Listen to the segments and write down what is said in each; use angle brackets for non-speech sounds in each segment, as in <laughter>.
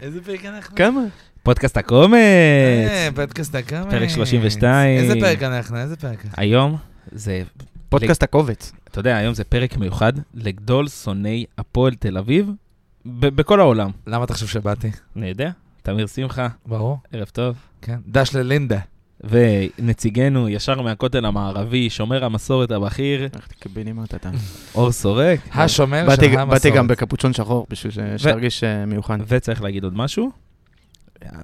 איזה פרק אנחנו? כן. כמה? פודקאסט הקומץ, אה, פודקאסט הקאמץ. פרק 32. איזה פרק אנחנו? איזה פרק? אנחנו? היום זה, פודקאסט הקובץ. אתה יודע, היום זה פרק מיוחד לגדול שונאי הפועל תל אביב ב- בכל העולם. למה אתה חושב שבאתי? אני יודע, תמיר שמחה, ברור. ערב טוב. כן. דש ללינדה. ונציגנו ישר מהכותל המערבי, שומר המסורת הבכיר, איך תקבינימט אתה. אור סורק. השומר של באתי- המסורת. באתי גם בקפוצ'ון שחור, בשביל ש- שתרגיש אה, מיוחד. וצריך להגיד עוד משהו.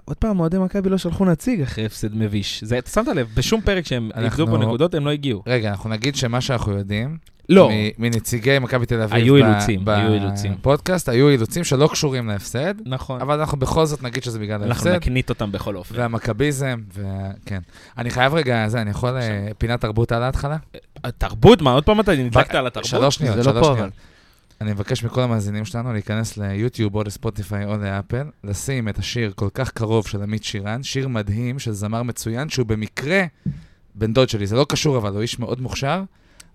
עוד פעם, אוהדי מכבי לא שלחו נציג אחרי הפסד מביש. זה, אתה שמת לב, בשום פרק שהם אנחנו- איבדו פה נקודות, הם לא הגיעו. רגע, אנחנו נגיד שמה שאנחנו יודעים, לא, מ- מנציגי מכבי תל אביב, היו ב- אילוצים, ב- היו אילוצים. בפודקאסט, היו אילוצים שלא קשורים להפסד, נכון. אבל אנחנו בכל זאת נגיד שזה בגלל אנחנו ההפסד. נקנית אותם בכל אופן. והמכביזם, וכן. אני חייב רגע, זה, אני יכול אה, פינת תרבות על ההתחלה? התרבות, מה, עוד פעם אתה נדלקת על התרבות? שלוש שניות, זה לא שלוש פה, שניות. אני מבקש מכל המאזינים שלנו להיכנס ליוטיוב או לספוטיפיי או לאפל, לשים את השיר כל כך קרוב של עמית שירן, שיר מדהים של זמר מצוין, שהוא במקרה בן דוד שלי, זה לא קשור אבל, הוא איש מאוד מוכשר.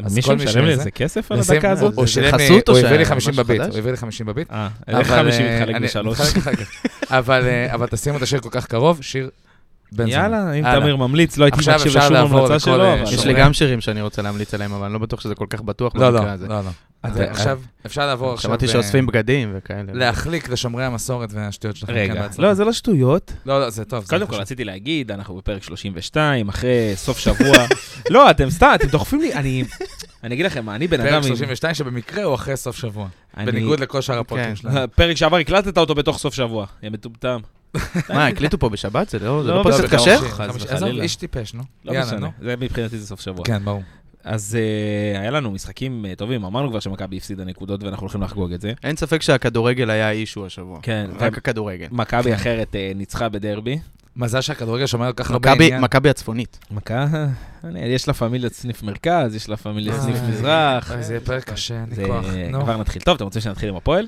אז מישהו כל מי משלם לי שזה- איזה כסף על לשים- הדקה הזאת? הוא זה שילם לי- חסות או הוא הביא לי ש- 50 משהו בביט, חדש? הוא הביא לי 50 בביט. אה, איך אבל, 50 אה, מתחלק אני- בשלוש? מתחלק אחר כך. אבל, אה, אבל תשימו את השיר כל כך קרוב, שיר בן זונה. יאללה, אם הלאה. תמיר ממליץ, לא הייתי עכשיו מקשיב אפשר לשום לעבור המלצה לכל, שלו. אה, אבל- שומע. יש לי גם שירים שאני רוצה להמליץ עליהם, אבל אני לא בטוח שזה כל כך בטוח לא, לא, במקרה הזה. לא, אה, לא. אז זה- עכשיו... עכשיו, אפשר לעבור עכשיו... לא. שמעתי ל- שאוספים בגדים וכאלה. להחליק לשומרי המסורת והשטויות שלכם. כן, רגע, בהצלחה. לא, זה לא שטויות. לא, לא, זה טוב. זה קודם כל חשוב. רציתי להגיד, אנחנו בפרק 32, אחרי סוף <laughs> שבוע. לא, אתם סתם, אתם דוחפים לי, אני... אני אגיד לכם מה, אני בן אדם... פרק 32, שבמקרה הוא אחרי סוף שבוע. אני- אה, בניגוד לכל שאר הפרקים כן. שלנו. לא, פרק שעבר הקלטת אותו בתוך סוף שבוע, יא מטומטם. מה, הקליטו פה בשבת? זה לא זה לא, לא לא, פודקאסט בכלל. כשר? חס חמיש- וחלילה. עזוב, איש טיפש, נו. לא יאללה, משנה, נו. זה מבחינתי זה סוף שבוע. כן, ברור. אז אה, היה לנו משחקים אה, טובים, אמרנו כבר שמכבי הפסידה נקודות ואנחנו הולכים לחגוג את זה. אין ספק שהכדורגל היה אישו השבוע. כן, רק הכדורגל. מכבי אחרת אה, ניצחה בדרבי. מזל שהכדורגל שומר על כך הרבה מכבי- עניין. מכבי הצפונית. מכה, אני- יש לה פמיליה סניף מרכז, יש לה פמיליה אה, סניף מזרח. אוי, זה יהיה פרק קשה, אין אה, זה לי כוח. נו. כבר נתחיל. טוב, אתם רוצים שנתחיל עם הפועל?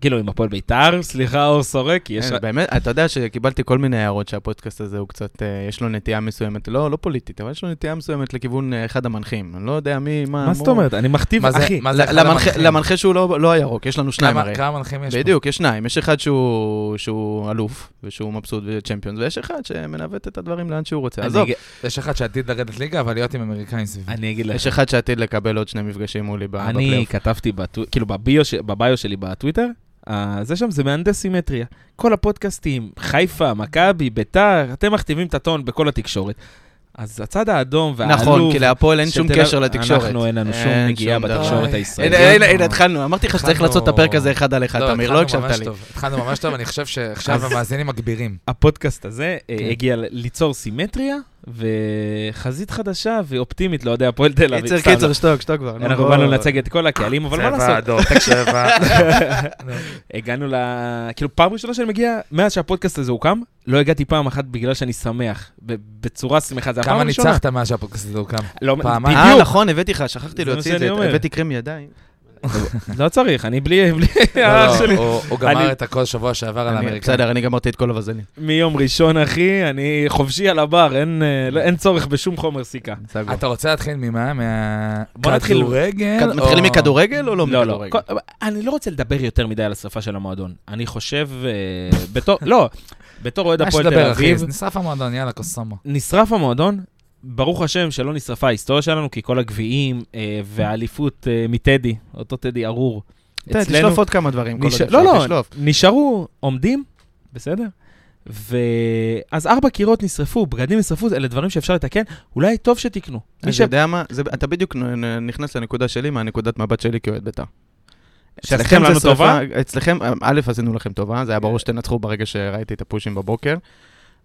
כאילו, עם הפועל ביתר, סליחה, אור סורק, כי יש... אין, באמת, אתה יודע שקיבלתי כל מיני הערות שהפודקאסט הזה הוא קצת, אה, יש לו נטייה מסוימת, לא, לא פוליטית, אבל יש לו נטייה מסוימת לכיוון אה, אחד המנחים. אני לא יודע מי, מה... מה מו- זאת אומרת? אני מכתיב, מה זה- אחי. מה זה ל- אחד למנחה- המנחים? למנחה שהוא לא לא הירוק, יש לנו שניים כמה- הרי. כמה מנחים יש פה? בדיוק, יש שניים. יש אחד שהוא שהוא אלוף, ושהוא מבסוט וצ'מפיונס, ויש אחד שמנווט את הדברים לאן שהוא רוצה. אני עזוב, אגיד- יש אחד שעתיד לרדת ליגה, אבל להיות עם אמריקאים סביבי. אני אגיד לך. יש אחד שעתיד לקבל עוד שני מפגשים מולי ב- אני בפלייאוף. כתבתי, בטו- כאילו בביו ש- בביו שלי בטוויטר, אה, זה שם, זה מהנדס סימטריה. כל הפודקאסטים, חיפה, מכבי, ביתר, אתם מכתיבים את הטון בכל התקשורת. אז הצד האדום והעלוב... נכון, כי להפועל אין של שום תל אביב- קשר לתקשורת. אנחנו, אין לנו שום אין נגיעה שום דבר. אה, בתקשורת אוי. הישראלית. הנה, ישראלית. הנה, הנה, התחלנו, אמרתי לך שצריך התחלנו- לעשות את הפרק הזה אחד על אחד, תמיר, לא התחלנו הקשבת ממש לי. טוב. התחלנו ממש טוב, אני חושב שעכשיו אז- המאזינים מגבירים. הפודקאסט הזה אה, כן. הגיע ל- ליצור סימטריה וחזית חדשה ואופטימית לאוהדי הפועל תל אביב. קיצר, סתם, קיצר, שתוק, שתוק כבר. לא. אנחנו באנו לייצג את כל הקהלים, אבל מה לעשות? אדום, <laughs> צבע. <laughs> הגענו ל... כאילו, פעם ראשונה שאני מגיע, מאז שהפודקאסט הזה הוקם, לא הגעתי פעם אחת בגלל שאני שמח, ב- בצורה שמחה. זה הפעם כמה הראשונה. ניצחת מאז שהפודקאסט הזה הוקם? לא, פעמיים? אה, בדיוק. נכון, הבאתי לך, שכחתי זה מה להוציא את שאני זה, אומר. הבאתי קרם ידיים. לא צריך, אני בלי... בלי- לא, האח לא, שלי. הוא- הוא גמר אני- את הכל שבוע שעבר על אני- האמריקאים. בסדר, אני גמרתי את כל הווזלים. מיום ראשון, אחי, אני חופשי על הבר, אין, אה, לא- אין צורך בשום חומר סיכה. סגור. אתה רוצה להתחיל ממה? מה... בוא נתחיל- כדורגל? כד- מתחילים או- מכדורגל או לא, לא לא. מכדורגל? כל- אני לא רוצה לדבר יותר מדי על השרפה של המועדון. אני חושב, אה, בתור, לא, בתור אוהד מה יש הפועל תל לדבר, אחי? אביב, זה נשרף המועדון, יאללה, כוסומו. נשרף המועדון, ברוך השם שלא נשרפה ההיסטוריה שלנו, כי כל הגביעים אה, והאליפות אה, מטדי, אותו טדי ארור, אתה יודע, אצלנו, תשלוף עוד כמה דברים. כל נש- עוד לא, אפשר, לא, תשלוף. נשארו עומדים, בסדר? ואז ארבע קירות נשרפו, בגדים נשרפו, אלה דברים שאפשר לתקן, אולי טוב שתקנו. מי אתה ש... יודע מה? זה- אתה בדיוק נ- נ- נכנס לנקודה שלי מהנקודת מבט שלי כאוהד בית"ר. שעשיתם אצלכם זה לנו שרפה- טובה? אצלכם, א', עשינו לכם טובה, זה היה ברור שתנצחו ברגע שראיתי את הפושים בבוקר,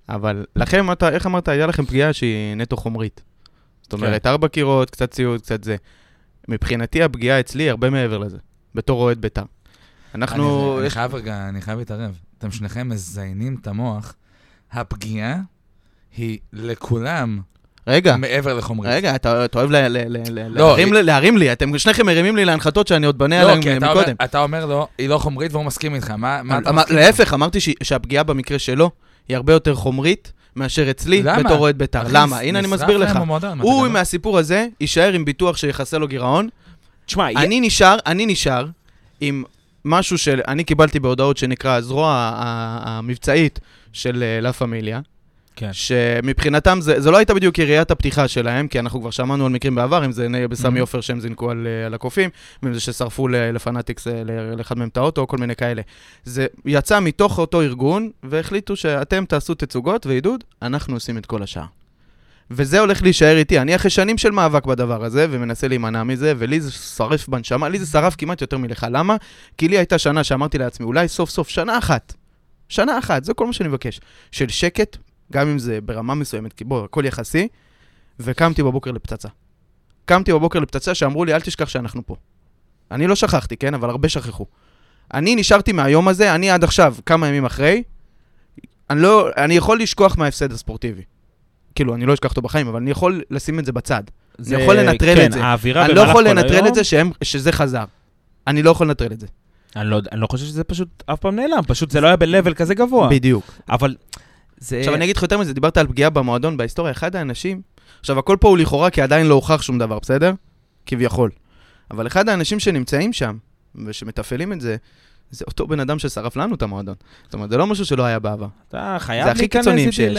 אבל לכם, אתה, איך אמרת, היה לכם פגיעה שהיא נטו חומרית. כן. זאת אומרת, ארבע קירות, קצת ציוד, קצת זה. מבחינתי הפגיעה אצלי היא הרבה מעבר לזה, בתור אוהד בית"ר. אנחנו, אני- אני יש- חייב רגע, אני חייב להתערב. אתם שניכם מזיינים את המוח. הפגיעה היא לכולם רגע, מעבר לחומרים. אה. רגע, אתה אתה אוהב ל- ל- ל- ל- לא, להרים היא- לי- להרים לי, אתם שניכם מרימים לי להנחתות שאני עוד בנה לא, כי עליהן אתה אומר- מקודם. אתה אומר לו, היא לא חומרית והוא מסכים איתך. מה מה אתה אמר- מסכים? להפך, אמרתי ש- שהפגיעה במקרה שלו היא הרבה יותר חומרית מאשר אצלי, למה? בתור אוהד בית"ר. אחי, למה? הנה, אני נשרף מסביר להם לך. המועדון, מה, אתה הוא גמור? מהסיפור הזה יישאר עם ביטוח שיכסה לו גירעון. תשמע, אני נשאר, אני נשאר עם משהו שאני קיבלתי בהודעות שנקרא הזרוע ה- ה- המבצעית של אה, לה פמיליה, כן. שמבחינתם זה, זה לא הייתה בדיוק יריית הפתיחה שלהם, כי אנחנו כבר שמענו על מקרים בעבר, אם זה נ- בסמי Mhm. עופר שהם זינקו על, אה, על הקופים, ואם זה ששרפו ל- לפנאטיקס, אה, ל- לאחד מהם את האוטו, כל מיני כאלה. זה יצא מתוך אותו ארגון, והחליטו שאתם תעשו תצוגות ועידוד, אנחנו עושים את כל השאר. וזה הולך להישאר איתי. אני אחרי שנים של מאבק בדבר הזה, ומנסה להימנע מזה, ולי זה שרף בנשמה, לי זה שרף כמעט יותר מלך. למה? כי לי הייתה שנה שאמרתי לעצמי, אולי סוף סוף שנה אחת, שנה אחת, זה כל מה שאני מבקש, של שקט, גם אם זה ברמה מסוימת, כי בוא, הכל יחסי, וקמתי בבוקר לפצצה. קמתי בבוקר לפצצה שאמרו לי, אל תשכח שאנחנו פה. אני לא שכחתי, כן? אבל הרבה שכחו. אני נשארתי מהיום הזה, אני עד עכשיו, כמה ימים אחרי, אני לא, אני יכול לשכוח מההפסד הספורטיבי. כאילו, אני לא אשכח אותו בחיים, אבל אני יכול לשים את זה בצד. זה- יכול לנטרל כן, את זה. האווירה אני לא במהלך יכול כל לנטרל היום- את זה שהם, שזה חזר. אני לא יכול לנטרל את זה. אני לא יודע- אני לא חושב שזה פשוט אף פעם נעלם, פשוט זה לא היה ב-level כזה גבוה. בדיוק. אבל זה... עכשיו אני אגיד לך יותר מזה, דיברת על פגיעה במועדון, בהיסטוריה, אחד האנשים, עכשיו הכל פה הוא לכאורה כי עדיין לא הוכח שום דבר, בסדר? כביכול. אבל אחד האנשים שנמצאים שם, ושמתפעלים את זה, זה אותו בן אדם ששרף לנו את המועדון. זאת אומרת, זה לא משהו שלא היה בעבר. אתה חייב זה הכי להיכנס קיצוניים איתי שיש.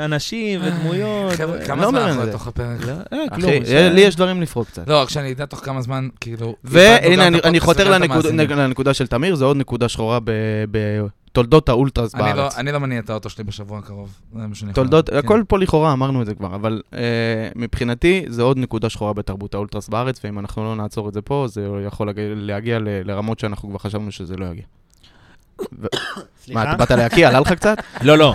לאנשים ודמויות. אה, חבר'ה, לא כמה זמן אומר אנחנו את זה. לתוך הפרק? לא, אה, כלום. אחי, זה- לי יש דברים לפרוק קצת. לא, רק שאני אדע תוך כמה זמן, כאילו... איבדנו והנה, גם אני- את אני הפודקאסט חותר וגם את לנקוד- המאזינים. לנקודה של תמיר, זו עוד נקודה שחורה ב- בתולדות האולטרס אני לא- בארץ. אני לא מניע את האוטו שלי בשבוע הקרוב. זה מה נכון, שאני יכול תולדות, להגיד, כן. הכל פה לכאורה, אמרנו את זה כבר, אבל אה, מבחינתי זה עוד נקודה שחורה בתרבות האולטרס בארץ, ואם אנחנו לא נעצור את זה פה, זה יכול להגיע, להגיע ל- לרמות שאנחנו כבר חשבנו שזה לא יגיע. מה, אתה באת להקיא? עלה לך <laughs> קצת? לא, לא.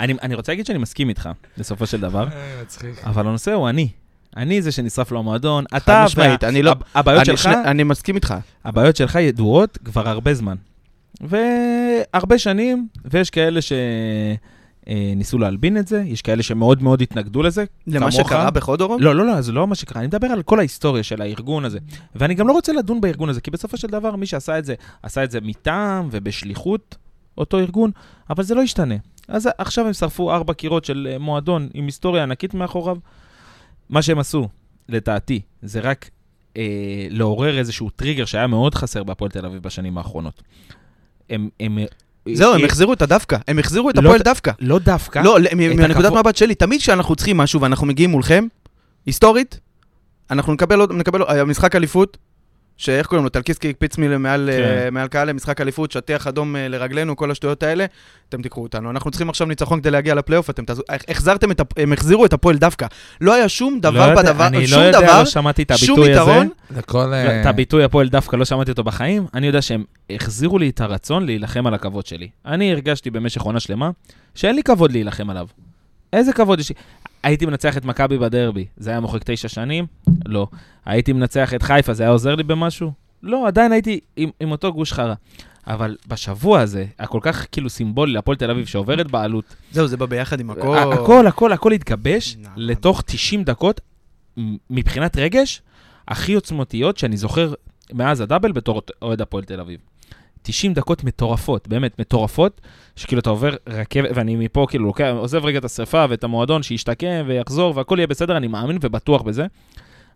אני אני רוצה להגיד שאני מסכים איתך, בסופו של דבר, אה, מצחיק. אבל הנושא הוא אני. אני זה שנשרף לו המועדון, אתה... חד משמעית, וה- אני לא- הב- הבעיות אני שלך, שני- אני מסכים איתך. הבעיות שלך ידועות כבר הרבה זמן. והרבה שנים, ויש כאלה שניסו להלבין את זה, יש כאלה שמאוד מאוד התנגדו לזה. למה כמוך. שקרה בחודורוב? לא, לא, לא, זה לא מה שקרה, אני מדבר על כל ההיסטוריה של הארגון הזה. ואני גם לא רוצה לדון בארגון הזה, כי בסופו של דבר מי שעשה את זה, עשה את זה מטעם ובשליחות אותו ארגון, אבל זה לא ישתנה. אז עכשיו הם שרפו ארבע קירות של אה, מועדון עם היסטוריה ענקית מאחוריו. מה שהם עשו, לדעתי, זה רק אה, לעורר איזשהו טריגר שהיה מאוד חסר בהפועל תל אביב בשנים האחרונות. הם... הם אה, זהו, הם אה, החזירו את הדווקא, הם החזירו את לא הפועל ת- דווקא. לא דווקא. לא, ל- מ- את מנקודת הכבוד- מבט שלי, תמיד כשאנחנו צריכים משהו ואנחנו מגיעים מולכם, היסטורית, אנחנו נקבל עוד, נקבל עוד, היה משחק אליפות, שאיך קוראים לו, טלקיסקי הקפיץ מל- מעל אה, כן. מעל קהל למשחק אליפות, שטיח אדום אה, לרגלינו, כל השטויות האלה, אתם תיקחו אותנו. אנחנו צריכים עכשיו ניצחון כדי להגיע לפלייאוף, אתם תעזרו, הח- החזרתם את, הפ- הם החזירו את הפועל דווקא. לא היה שום לא דבר יודע, בדבר, אני שום לא יודע, דבר, לא שמעתי את שום הביטוי הזה. יתרון, לכל... אה, לא, את הביטוי הפועל דווקא לא שמעתי אותו בחיים, אני יודע שהם החזירו לי את הרצון להילחם על הכבוד שלי. אני הרגשתי במשך עונה שלמה שאין לי כבוד להילחם עליו. איזה כבוד יש לי? הייתי מנצח את מכבי בדרבי, זה היה מוחק תשע שנים? לא. הייתי מנצח את חיפה, זה היה עוזר לי במשהו? לא, עדיין הייתי עם, עם אותו גוש חרא. אבל בשבוע הזה, הכל כך כאילו סימבולי להפועל תל אביב שעוברת בעלות, זהו, זה בא ביחד עם הכל. ה- הכל, הכל, הכל התגבש נעמה. לתוך 90 דקות, מ- מבחינת רגש, הכי עוצמתיות שאני זוכר מאז הדאבל בתור אוהד הפועל תל אביב. 90 דקות מטורפות, באמת מטורפות, שכאילו אתה עובר רכבת, ואני מפה כאילו לוקח, עוזב רגע את השרפה ואת המועדון, שישתקם ויחזור והכל יהיה בסדר, אני מאמין ובטוח בזה.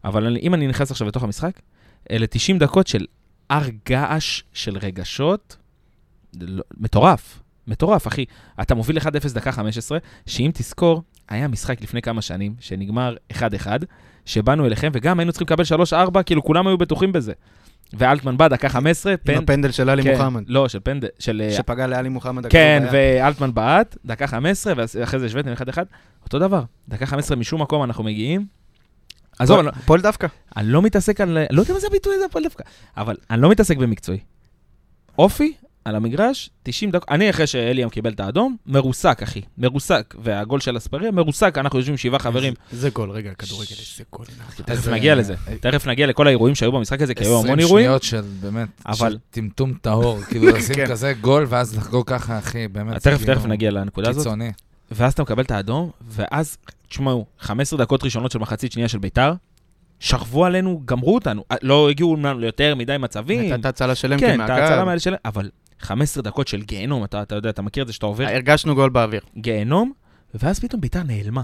אבל אני, אם אני נכנס עכשיו לתוך המשחק, אלה 90 דקות של הר געש של רגשות, לא- מטורף, מטורף, אחי. אתה מוביל 1-0 דקה 15, שאם תזכור, היה משחק לפני כמה שנים, שנגמר 1-1, שבאנו אליכם, וגם היינו צריכים לקבל 3-4, כאילו כולם היו בטוחים בזה. ואלטמן בא, דקה 15, פנדל. עם הפנדל של עלי כן, מוחמד, לא, של פנדל, של... אה, שפגע לעלי מוחמד. הכל כן, היה. ואלטמן בעט, דקה 15, ואחרי זה השוויתם 1-1, אותו דבר. דקה 15 משום מקום אנחנו מגיעים. עזוב, אני לא- הפועל דווקא. אני לא מתעסק על... לא יודע מה זה הביטוי הזה, הפועל דווקא. אבל אני לא מתעסק במקצועי. אופי, על המגרש, 90 דקות. אני, אחרי שאליאם קיבל את האדום, מרוסק, אחי. מרוסק. והגול של אספריה, מרוסק. אנחנו יושבים שבעה חברים. זה גול, רגע, כדורגל, זה גול. תכף זה- נגיע לזה. תכף נגיע לכל האירועים שהיו במשחק הזה, כי היו המון 20 אירועים. שניות של באמת, אבל- של טמטום טהור, <laughs> כאילו לשים כן. כזה גול ואז לחגוג ככה, אחי, באמת. אה, תכף, כאילו, תכף נגיע לנקודה הזאת. קיצוני. ואז אתה מקבל את האדום, ואז, תשמעו, 15 דקות ראשונות של מחצית שנייה של ביתר, שכבו עלינו, גמרו אותנו. אה, לא הגיעו לנו ליותר מדי מצבים. הייתה הצלה שלהם כן, את ההצלה כמעקב. מהאלה של... אבל 15 דקות של אה, אה, גיהנום, אתה, אתה יודע, אתה מכיר את זה שאתה עובר <laughs> הרגשנו גול באוויר. גיהנום, ואז פתאום ביתר נעלמה.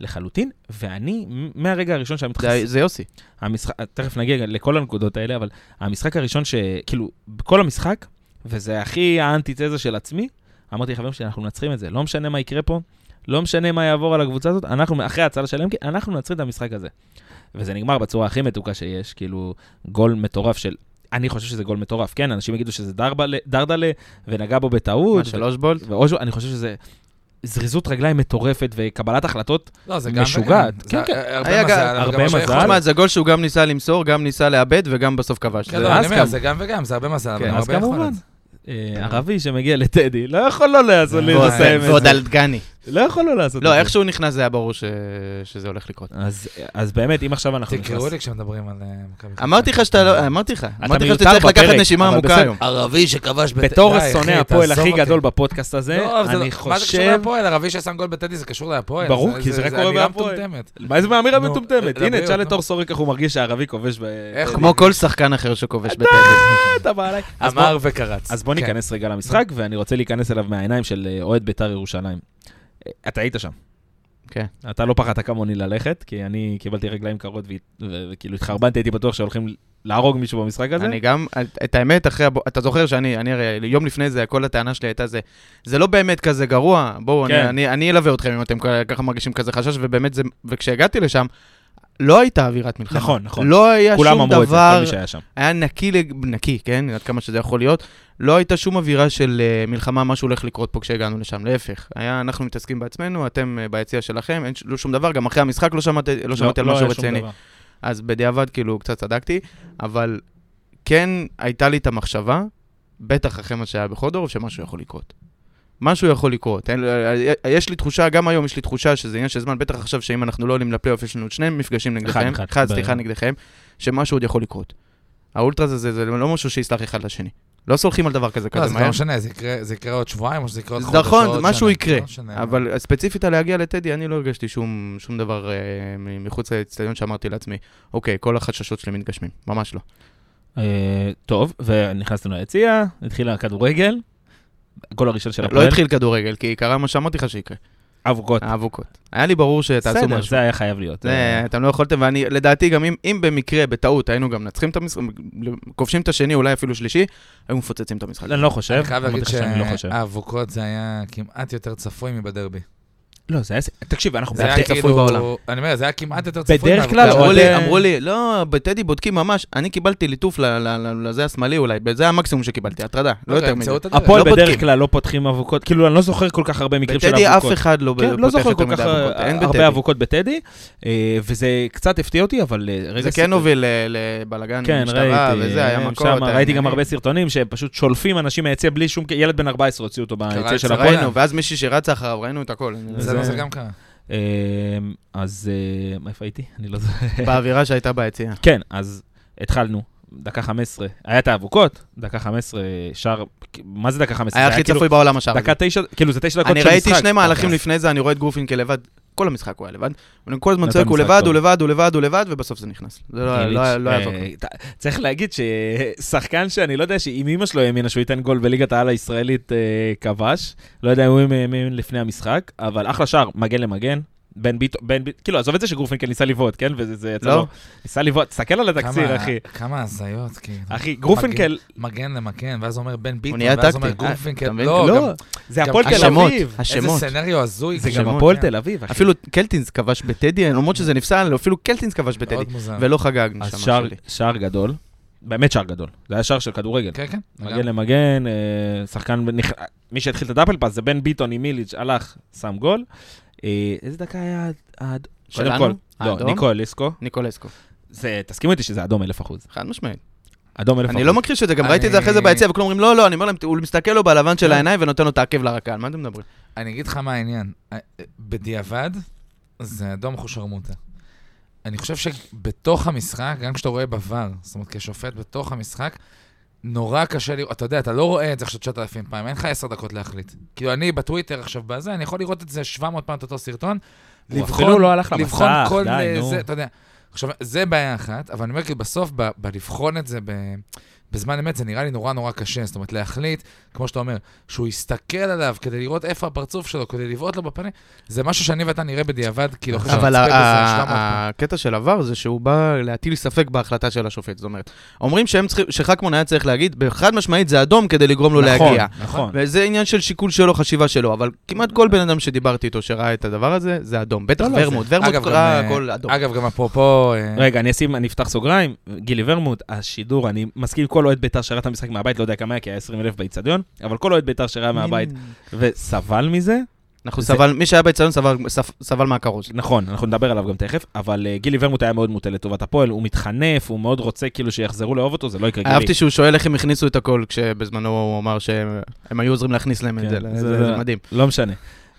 לחלוטין, ואני, מ- מהרגע הראשון שהמשחק... זה- זה יוסי. המשחק, תכף נגיע לכל הנקודות האלה, אבל המשחק הראשון ש... כאילו, בכל המשחק, וזה הכי האנטיתזה של עצמי, אמרתי לחברים שלי, אנחנו מנצחים את זה, לא משנה מה יקרה פה, לא משנה מה יעבור על הקבוצה הזאת, אנחנו, אחרי ההצלה של אמקי, אנחנו מנצחים את המשחק הזה. וזה נגמר בצורה הכי מתוקה שיש, כאילו, גול מטורף של... אני חושב שזה גול מטורף, כן? אנשים יגידו שזה דרבלה- דרדלה, ונגע בו בטעות. מה, שלוש בולט? ואוז'ו, אני חושב שזה זריזות רגליים מטורפת וקבלת החלטות לא, זה גם... משוגעת. וגם. כן, זה כן. הרבה היה גם- מזל. אבל הרבה גם מה שיכול- מזל. תשמע, זה גול שהוא גם ניסה למסור, גם ניסה לאבד וגם בסוף כבש. כן, זה- לא, אני אז אומר, כמ- זה גם וגם, זה הרבה מזל, אבל כן, גם אז הרבה יכולת. כמובן. אה, ערבי שמגיע לטדי, לא יכול לא לעשות לי ועוד- לסיים את כן, ועוד זה. על דגני. לא יכול לא לעשות את לא, זה. איך שהוא נכנס זה היה ברור ש- שזה הולך לקרות. אז- אז באמת, אם עכשיו אנחנו תקראו נכנס... לי כשמדברים על אה, מכבי חיפה. אמרתי לך שאתה לא... אמרתי לך. אמרתי לך מיותר שאתה צריך לקחת בפרק, נשימה אבל עמוקה בסדר. היום. ערבי שכבש... בת- בתור די, השונא אחי, הפועל תעזוב הכי אותי. גדול בפודקאסט הזה, לא, אבל זה אני לא- מה זה קשור חושב... להפועל? ערבי ששם גול בטדי זה קשור להפועל. ברור, כי זה רק קורה אמירה בהפועל. מטומטמת. מה זה מהאמירה נו, המטומטמת? אה, הנה, לבריאות, תשאל את נו. אור סורק איך הוא מרגיש שהערבי כובש ב... <laughs> איך כמו כל שחקן אחר שכובש בטדי. אתה בא עליי. אז בוא- אמר וקרץ. אז בוא כן. ניכנס רגע למשחק, ואני רוצה להיכנס אליו מהעיניים של אה, אוהד בית"ר ירושלים. אה, אתה היית שם. כן. אתה לא פחדת כמוני ללכת, כי אני קיבלתי רגליים קרות ו- ו- וכאילו התחרבנתי, הייתי בטוח שהולכים להרוג מישהו במשחק הזה. אני גם, את האמת, אחרי, הב- אתה זוכר שאני, אני הרי, יום לפני זה, כל הטענה שלי הייתה זה, זה לא באמת כזה גרוע, בואו, כן. אני, אני, אני אלווה אתכם אם אתם כ- ככה מרגישים כזה חשש, ובאמת זה, וכשהגעתי לשם, לא הייתה אווירת מלחמה. נכון, נכון. לא היה כולם שום אמרו את זה, כל דבר, מי שהיה שם. היה נקי, לג- נקי, כן, עד כמה שזה יכול להיות, לא הייתה שום אווירה של אה, מלחמה, משהו הולך לקרות פה כשהגענו לשם, להפך. היה, אנחנו מתעסקים בעצמנו, אתם אה, ביציע שלכם, אין ש- לא שום דבר, גם אחרי המשחק לא שמעתי לא שמעתי על לא משהו היה שום רציני. דבר. אז בדיעבד כאילו קצת צדקתי, אבל כן הייתה לי את המחשבה, בטח אחרי מה שהיה בחודורוב, שמשהו יכול לקרות. משהו יכול לקרות. אין, אה, יש לי תחושה, גם היום יש לי תחושה שזה עניין של זמן, בטח עכשיו שאם אנחנו לא עולים לפלייאוף, יש לנו עוד שני מפגשים נגדכם, אחד, אחד, ב- סליחה, נגדכם, שמשהו עוד יכול לקרות. האולטרה זה, זה, זה לא משהו שיסלח אחד לשני. לא סולחים על דבר כזה אה? לא, כזה זה לא מהר. משנה, זה יקרה- זה יקרה עוד שבועיים או שזה יקרה עוד חודש. נכון, או עוד משהו שנה, יקרה, לא משנה. אבל ספציפית על להגיע לטדי, אני לא הרגשתי שום, שום דבר אה, מ- מחוץ לאצטדיון שאמרתי לעצמי, אוקיי, כל החששות שלי מתגשמים, ממש לא. אה, טוב, ונכנסנו ליציע, התחיל הכדורגל, הגול הראשון של לא הפועל, התחיל כדורגל, כי קרה מה שאמרתי לך שיקרה, אבוקות. האבוקות. היה לי ברור שתעשו בסדר, משהו. זה היה חייב להיות. זה, אה, אתם לא יכולתם, ואני, לדעתי, גם אם, אם במקרה, בטעות, היינו גם מנצחים את המשחק, כובשים את השני, אולי אפילו שלישי, היו מפוצצים את המשחק. אני לא חושב, אני חייב אמרתי להגיד אה. לך שאני לא חושב. שהאבוקות זה היה כמעט יותר צפוי מבדרבי. לא, זה היה... תקשיב, אנחנו... זה היה הכי צפוי בעולם. כאילו... אני אומר, זה היה כמעט יותר צפוי. בדרך מהאבוקות. כלל, אמרו עוד, לי, אה, אמרו לי, לא, בטדי בודקים ממש, אני קיבלתי ליטוף ל- ל- ל- לזה השמאלי אולי, זה המקסימום שקיבלתי, הטרדה, לא רגע, יותר מזה. ימצאו את הדרך. הפועל לא בדרך בודקים. כלל לא פותחים אבוקות, כאילו, אני לא זוכר כל כך הרבה מקרים של אבוקות. בטדי אף אחד לא כן, ב- לא פותח זוכר יותר כל מדי כך אבוקות, אה, אין הרבה בטדי. אבוקות בטדי, אה, וזה קצת הפתיע אותי, אבל אה, רגע... זה סיפור. כן הוביל ל- לבלאגן, כן, משטרה, ראיתי, וזה, היה הם מכות. שם, ראיתי גם העניינים. הרבה סרטונים שהם פשוט שולפים אנשים מהיציע בלי שום... ילד בן 14 הוציאו אותו ביציע קרה של אצל הפועל. ראינו, ואז מישהי שרצה אחריו, ראינו את הכל. זה זה- זה גם קרה. אה, אז אה, איפה הייתי? אני לא זוכר. באווירה שהייתה ביציאה. <laughs> כן, אז התחלנו, דקה 15, היה את האבוקות, דקה 15 שער, מה זה דקה 15? היה זה הכי כאילו צפוי בעולם השער. דקה 9, כאילו זה 9 דקות של אני משחק. ראיתי שני מהלכים אז- לפני זה, אני רואה את גרופינקל לבד, כל המשחק הוא היה לבד. אבל אני כל הזמן נתן צועק, הוא נכון, משחק לבד, טוב. הוא לבד, הוא לבד, הוא לבד, ובסוף זה נכנס. זה לא גיליץ', לא היה לא היה אה, זוכר. ת- צריך להגיד ששחקן שאני לא יודע שאם אימא שלו האמינה שהוא ייתן גול בליגת העל הישראלית אה, כבש, לא יודע אם הוא האמין לפני המשחק, אבל אחלה שער, מגן למגן. בן ביטון, בן ביטון, כאילו, עזוב את זה שגרופינקל ניסה לבעוט, כן? וזה זה יצא לא. לו. ניסה לבעוט, תסתכל על התקציר, כמה- אחי. אה. כמה הזיות, כאילו. אחי, גרופינקל, מגן למגן, ואז אומר בן ביטון, נהיה ואז אומר טקטי. גרופינקל. אה, אתה מבין? לא, לא, זה הפועל תל השמות, אביב. גם איזה השמות. סצנריו הזוי. זה גם שמות, הפועל כן. תל אביב, אחי. אפילו קלטינס כבש בטדי, למרות שזה נפסל, אפילו קלטינס כבש בטדי, מאוד מוזר. ולא חגגנו אז שם. שער, שער גדול, באמת שער גדול. זה היה שער של כדורגל. כן, כן. מגן למגן, אה, שחקן, בנכ- מי שהתחיל את הדאפל פאס זה בן ביטון עם מיליץ', הלך, שם גול. אה, איזה דקה היה עד... שלנו? לא, האדום? ניקול ליסקו. ניקולסקו, זה, תסכימו איתי שזה אדום אלף אחוז. חד משמעית. אדום אלף אחוז. אני לא מכחיש את זה, גם אני- ראיתי את זה אחרי זה ביציע, וכולם אומרים, לא, לא, אני אומר להם, הוא מסתכל לו בלבן כן. של העיניים ונותן לו את העקב לרקה, על מה אתם מדברים? אני אגיד לך מה העניין. אה, אה, בדיעבד, זה אדום חושרמוטה. אני חושב שבתוך המשחק, גם כשאתה רואה בVAR, זאת אומרת, כשופט בתוך המשחק, נורא קשה לראות, אתה יודע, אתה לא רואה את זה עכשיו 9,000 פעם, אין לך 10 דקות להחליט. כאילו, אני בטוויטר עכשיו בזה, אני יכול לראות את זה 700 פעם את אותו סרטון. הוא אפילו לא הלך לבחון למסך, כל די, אה, נו. זה, אתה יודע. עכשיו, זה בעיה אחת, אבל אני אומר, כאילו, בסוף, ב- בלבחון את זה ב- בזמן אמת זה נראה לי נורא נורא קשה. זאת אומרת, להחליט, כמו שאתה אומר, שהוא יסתכל עליו כדי לראות איפה הפרצוף שלו, כדי לבעוט לו בפנים, זה משהו שאני ואתה נראה בדיעבד, כאילו, אחרי אבל שנצפה ה- בזה ה- 700 פעם. הקטע של עבר זה שהוא בא להטיל ספק בהחלטה של השופט. זאת אומרת, אומרים שהם צריכים- שחכמון היה צריך להגיד, בחד משמעית זה אדום כדי לגרום לו נכון, להגיע. נכון. וזה עניין של שיקול שלו, חשיבה שלו, אבל כמעט כל בן אדם שדיברתי איתו שראה את הדבר הזה, זה אדום. בטח לא, לא, ורמוט, ורמוט אגב, גם, קרא אה, הכל אדום. אגב, גם אפרופו... אה, רגע, אני אשים, אני אפתח סוגריים. גילי ורמוט, השידור, אני מסכים, כל אוהד בית"ר שראה את המשחק מהבית, לא יודע כמה היה, כי היה 20 אלף באיצטדיון, אבל כל אוהד בית"ר שראה מהבית וסבל מזה, אנחנו זה- סבל, מי שהיה באצטדיון סבל- ספ- סבל מהכרוז. נכון, אנחנו נדבר עליו גם תכף, אבל אה, גילי ורמוט היה מאוד מוטה לטובת הפועל, הוא מתחנף, הוא מאוד רוצה כאילו שיחזרו לאהוב אותו, זה לא יקרה גילי. אהבתי שהוא שואל איך הם הכניסו את הכל, כשבזמנו הוא אמר שהם הם היו עוזרים להכניס להם כן, את זה, זה- זה זה- זה מדהים. לא משנה.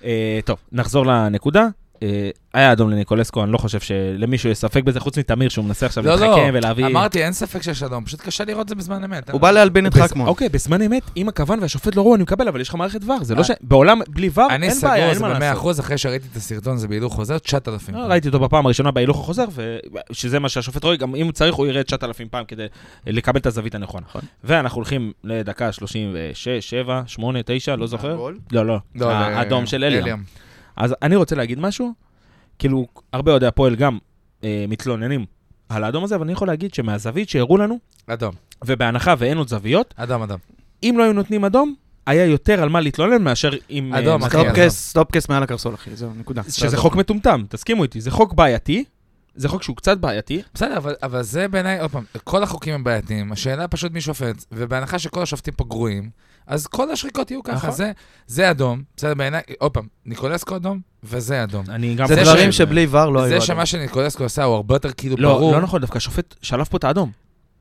אה, טוב, נחזור לנקודה. אה, היה אדום לניקולסקו, אני לא חושב שלמישהו יש ספק בזה, חוץ מתמיר שהוא מנסה עכשיו לא, לא, להתחכם ולהביא... אמרתי, אין ספק שיש אדום, פשוט קשה לראות את זה בזמן אמת. הוא בא להלבין את בז- חכמון. אוקיי, בזמן אמת, אם הכוון והשופט לא ראו, אני מקבל, אבל יש לך מערכת ור, זה לא אה. ש... בעולם, בלי ור, אין אני בעיה, סגור, אין זה מה לעשות. ב-100% אחרי שראיתי את הסרטון הזה בהילוך חוזר, 9,000. לא, ראיתי אותו בפעם הראשונה בהילוך החוזר, ו- שזה מה שהשופט רואה, גם אם הוא צריך, הוא יראה 9,000 פעם כדי לקבל את הזווית הנכונה. נכון. ואנחנו הולכים לדקה 36, 7, 8, 9, לא זוכר. הגול? לא, לא, לא, האדום ל- של אליאם. אז אני רוצה להגיד משהו, כאילו, הרבה אוהדי הפועל גם אה, מתלוננים על האדום הזה, אבל אני יכול להגיד שמהזווית שהראו לנו, אדום, ובהנחה ואין עוד זוויות, אדום, אדום. אם לא היו נותנים אדום, היה יותר על מה להתלונן מאשר אם... אה, אדום, זה- אחי, סטופקס, סטופקס מעל הקרסול, אחי, זהו, נקודה. שזה חוק מטומטם, תסכימו איתי, זה חוק בעייתי, זה חוק שהוא קצת בעייתי, בסדר, אבל, אבל זה בעיניי, עוד פעם, כל החוקים הם בעייתיים, השאלה פשוט מי שופט, ובהנחה שכל השופטים פה גרועים, אז כל השריקות יהיו ככה, נכון. זה, זה אדום, בסדר, בעיניי, עוד פעם, ניקולסקו אדום, וזה אדום. אני גם זה זה דברים ש- שבלי ור לא היו זה אדום. שמה שניקולסקו עשה הוא הרבה יותר כאילו לא, ברור. לא נכון, דווקא השופט שלף פה את האדום.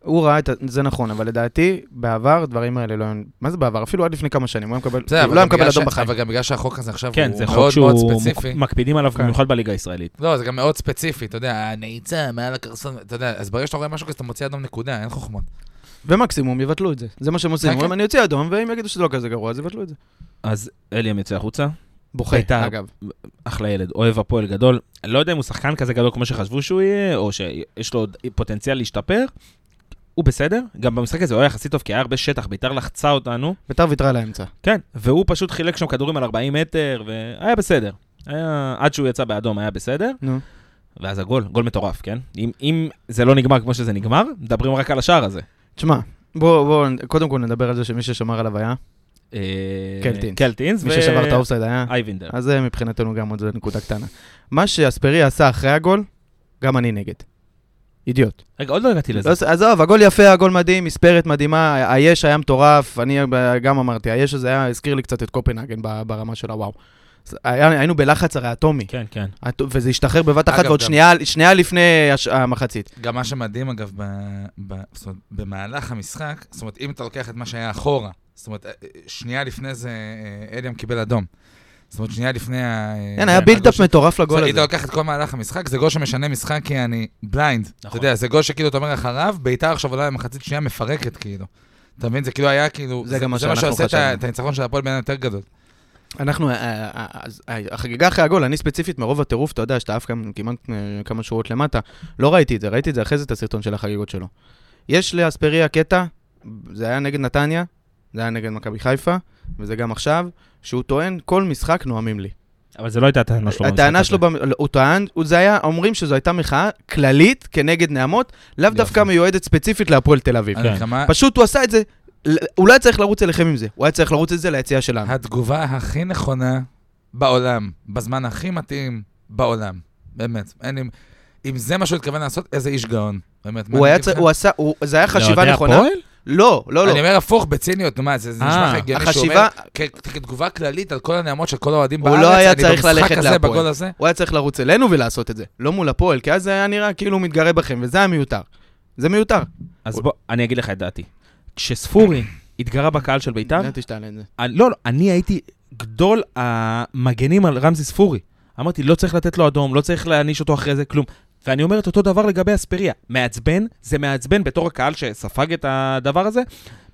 הוא ראה את ה... זה נכון, אבל לדעתי, בעבר הדברים האלה לא... היו- מה זה בעבר? אפילו עד לפני כמה שנים, הוא היה מקבל... בסדר, הוא כאילו, אבל לא היה גם בגלל מקבל אדום ש- בחיים. אבל גם בגלל שהחוק הזה עכשיו כן, הוא זה חוק מאוד מאוד שהוא ספציפי. מוק- מקפידים עליו כן. במיוחד בליגה הישראלית. לא, זה גם מאוד ספציפי, אתה יודע, הנעיצה מעל הקרסון, אתה יודע, אז ברגע שאתה רואה משהו כזה, אתה מוציא אדום נקודה, אין חוכמות. ומקסימום יבטלו את זה. זה מה שהם עושים. כן, אומרים, כן. אני אוציא אדום, ואם יגידו שזה לא כזה גרוע, אז יבטלו את זה. אז אליאם יוצא החוצה, בוכה, בית"ר. אגב. אחלה ילד, אוהב הפועל גדול. אני לא יודע אם הוא שחקן כזה גדול כמו שחשבו שהוא יהיה, או שיש לו עוד פוטנציאל להשתפר. הוא בסדר, גם במשחק הזה הוא היה יחסית טוב, כי היה הרבה שטח, ביתר לחצה אותנו. בית"ר ויתרה לאמצע. כן, והוא פשוט חילק שם כדורים על 40 מטר, והיה בסדר. היה... עד שהוא יצא באדום היה בסדר, נו. ואז הגול, גול מטורף, כן? אם, אם זה לא נגמר כמו שזה נגמר, מדברים רק על השער הזה. תשמע, בוא, בוא, קודם כל נדבר על זה שמי ששמר עליו היה, אה, קלטינס. קלטינס. מי ו- ששבר את האופסייד היה, אייבינדר. אז זה מבחינתנו גם עוד נקודה קטנה. מה שאספרי עשה אחרי הגול, גם אני נגד. אידיוט. רגע, עוד לא הגעתי לזה. לא, עזוב, הגול יפה, הגול מדהים, מספרת מדהימה, ה- היש היה מטורף, אני ב- גם אמרתי, היש הזה היה, הזכיר לי קצת את קופנהגן ב- ברמה של הוואו. אז היה- היינו בלחץ הרי אטומי, כן, כן. הת- וזה השתחרר בבת אחת אגב, ועוד גם- שנייה, שנייה לפני הש- המחצית. גם מה שמדהים, אגב, ב, ב, זאת אומרת, במהלך המשחק, זאת אומרת, אם אתה לוקח את מה שהיה אחורה, זאת אומרת, אה, אה, שנייה לפני זה אה, אליאם קיבל אדום. זאת אומרת, שנייה לפני ה... אה, כן, היה הגול בילדאפ של- מטורף לגול זאת אומרת, אם הזה. אתה לוקח את כל מהלך המשחק, זה גול שמשנה משחק כי אני בליינד. אתה נכון. יודע, זה גול שכאילו אתה אומר אחריו, ביתר עכשיו עולה למחצית שנייה מפרקת כאילו. אתה מבין? זה כאילו היה כאילו... זה גם מה זה מה שאנחנו שעושה את ה- חשבנו. את הניצחון של הפועל בין היותר גדול. אנחנו, אה, אה, אה, אז, אה, החגיגה אחרי הגול, אני ספציפית, מרוב הטירוף, אתה יודע, שאתה עף כאן כמעט אה, כמה שורות למטה, לא ראיתי את זה, ראיתי את זה אחרי זה, את הסרטון של החגיגות שלו. יש לאספריה קטע, זה היה נגד נתניה, זה היה נגד מכבי חיפה, וזה גם עכשיו, שהוא טוען, כל משחק נואמים לי. אבל זה לא הייתה הטענה שלו. הטענה במשחק שלו, הזה. במ... לא, הוא טען, הוא- זה היה, אומרים שזו הייתה מחאה כללית כנגד נעמות, לאו יפה. דווקא מיועדת ספציפית להפועל תל אביב. הנקמה, פשוט הוא עשה את זה, ל- הוא לא היה צריך לרוץ אליכם עם זה, הוא היה צריך לרוץ את זה ליציאה שלנו. התגובה הכי נכונה בעולם, בזמן הכי מתאים בעולם. באמת. אין אם... אם זה מה שהוא התכוון לעשות, איזה איש גאון. באמת. מה הוא אני היה אגיד צריך, לך? הוא עשה, הוא- זה היה חשיבה לאוהדי נכונה. לא, הפועל? לא, לא, לא. אני אומר הפוך, בציניות, נו מה, זה זה אה, נשמע לך הגיוני שהוא אומר, החשיבה, כ- כתגובה כללית על כל הנעמות של כל האוהדים הוא בארץ, לא היה אני צריך ללכת במשחק הזה, להפועל. בגול הזה, הוא היה צריך לרוץ אלינו ולעשות את זה, לא מול הפועל, כי אז זה היה נראה כאילו הוא מתגרה בכם, וזה היה מיותר. זה מיותר. אז בוא, אני אגיד לך את דעתי. כשספורי התגרה בקהל של ביתר, ידעתי שתעלה את זה. אני- לא, לא, אני הייתי גדול המגנים על רמזי ספורי. אמרתי, לא צריך לתת לו אדום, לא צריך להעניש אותו אחרי זה, כלום. ואני אומר את אותו דבר לגבי אספריה. מעצבן, זה מעצבן בתור הקהל שספג את הדבר הזה,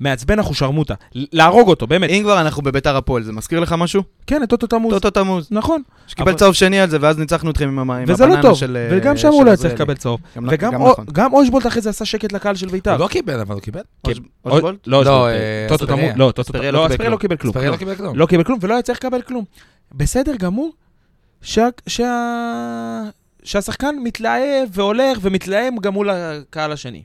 מעצבן אחושרמוטה. ל- להרוג אותו, באמת. אם כבר אנחנו בביתר הפועל, זה מזכיר לך משהו? כן, את טוטו תמוז. טוטו תמוז, נכון. שקיבל אבל- צהוב שני על זה, ואז ניצחנו אתכם עם המים. וזה לא טוב, וגם שם הוא לא היה צריך לקבל צהוב. וגם גם או- נכון. גם אושבולט אחרי זה עשה שקט לקהל של בית"ר. הוא לא קיבל, אבל הוא קיבל. אוש- אושבולט? לא, אושבולט, אה, טוטו אספריה. תמוז. לא, טוטו אספריה תמוז. לא לא, קיבל אספריה לא קיבל כלום. אספריה לא קיבל כלום. לא קיבל כלום, ולא היה צריך לקבל כלום. בסדר גמור שה... שה... שהשחקן מתלהב והולך ומתלהם גם מול הקהל השני.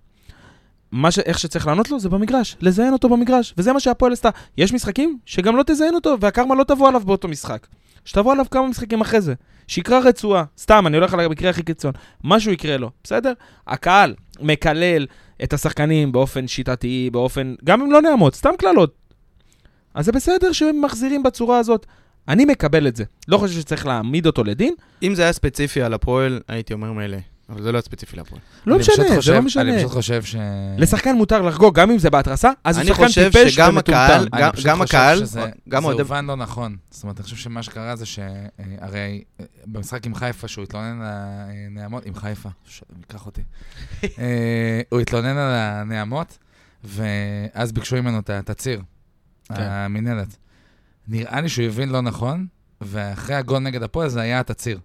מה ש... איך שצריך לענות לו זה במגרש, לזיין אותו במגרש, וזה מה שהפועל עשתה. יש משחקים שגם לא תזיין אותו, והקרמה לא תבוא עליו באותו משחק. שתבוא עליו כמה משחקים אחרי זה. שיקרא רצועה, סתם, אני הולך על המקרה הכי קיצון. משהו יקרה לו, בסדר? הקהל מקלל את השחקנים באופן שיטתי, באופן... גם אם לא נעמוד, סתם קללות. אז זה בסדר שהם מחזירים בצורה הזאת. אני מקבל את זה. לא חושב שצריך להעמיד אותו לדין, אם זה היה ספציפי על הפועל, הייתי אומר מילא. אבל זה לא היה ספציפי להפועל. לא אני פשוט משנה, זה חושב- לא משנה. אני פשוט חושב ש... לשחקן מותר לחגוג, גם אם זה בהתרסה, אז הוא אני שחקן חושב טיפש שגם ומטומטם. הקהל- אני גם- פשוט גם חושב הקהל, שזה- גם זה אוהדי- הובן לא נכון. זאת אומרת, אני חושב שמה שקרה זה שהרי אה, במשחק עם חיפה, שהוא התלונן על הנעמות, עם חיפה, ש- ייקח <laughs> אותי. אה, הוא התלונן על הנעמות, ואז ביקשו ממנו את התצהיר, כן. המינהלת. נראה לי שהוא הבין לא נכון, ואחרי הגול נגד הפועל זה היה התצהיר.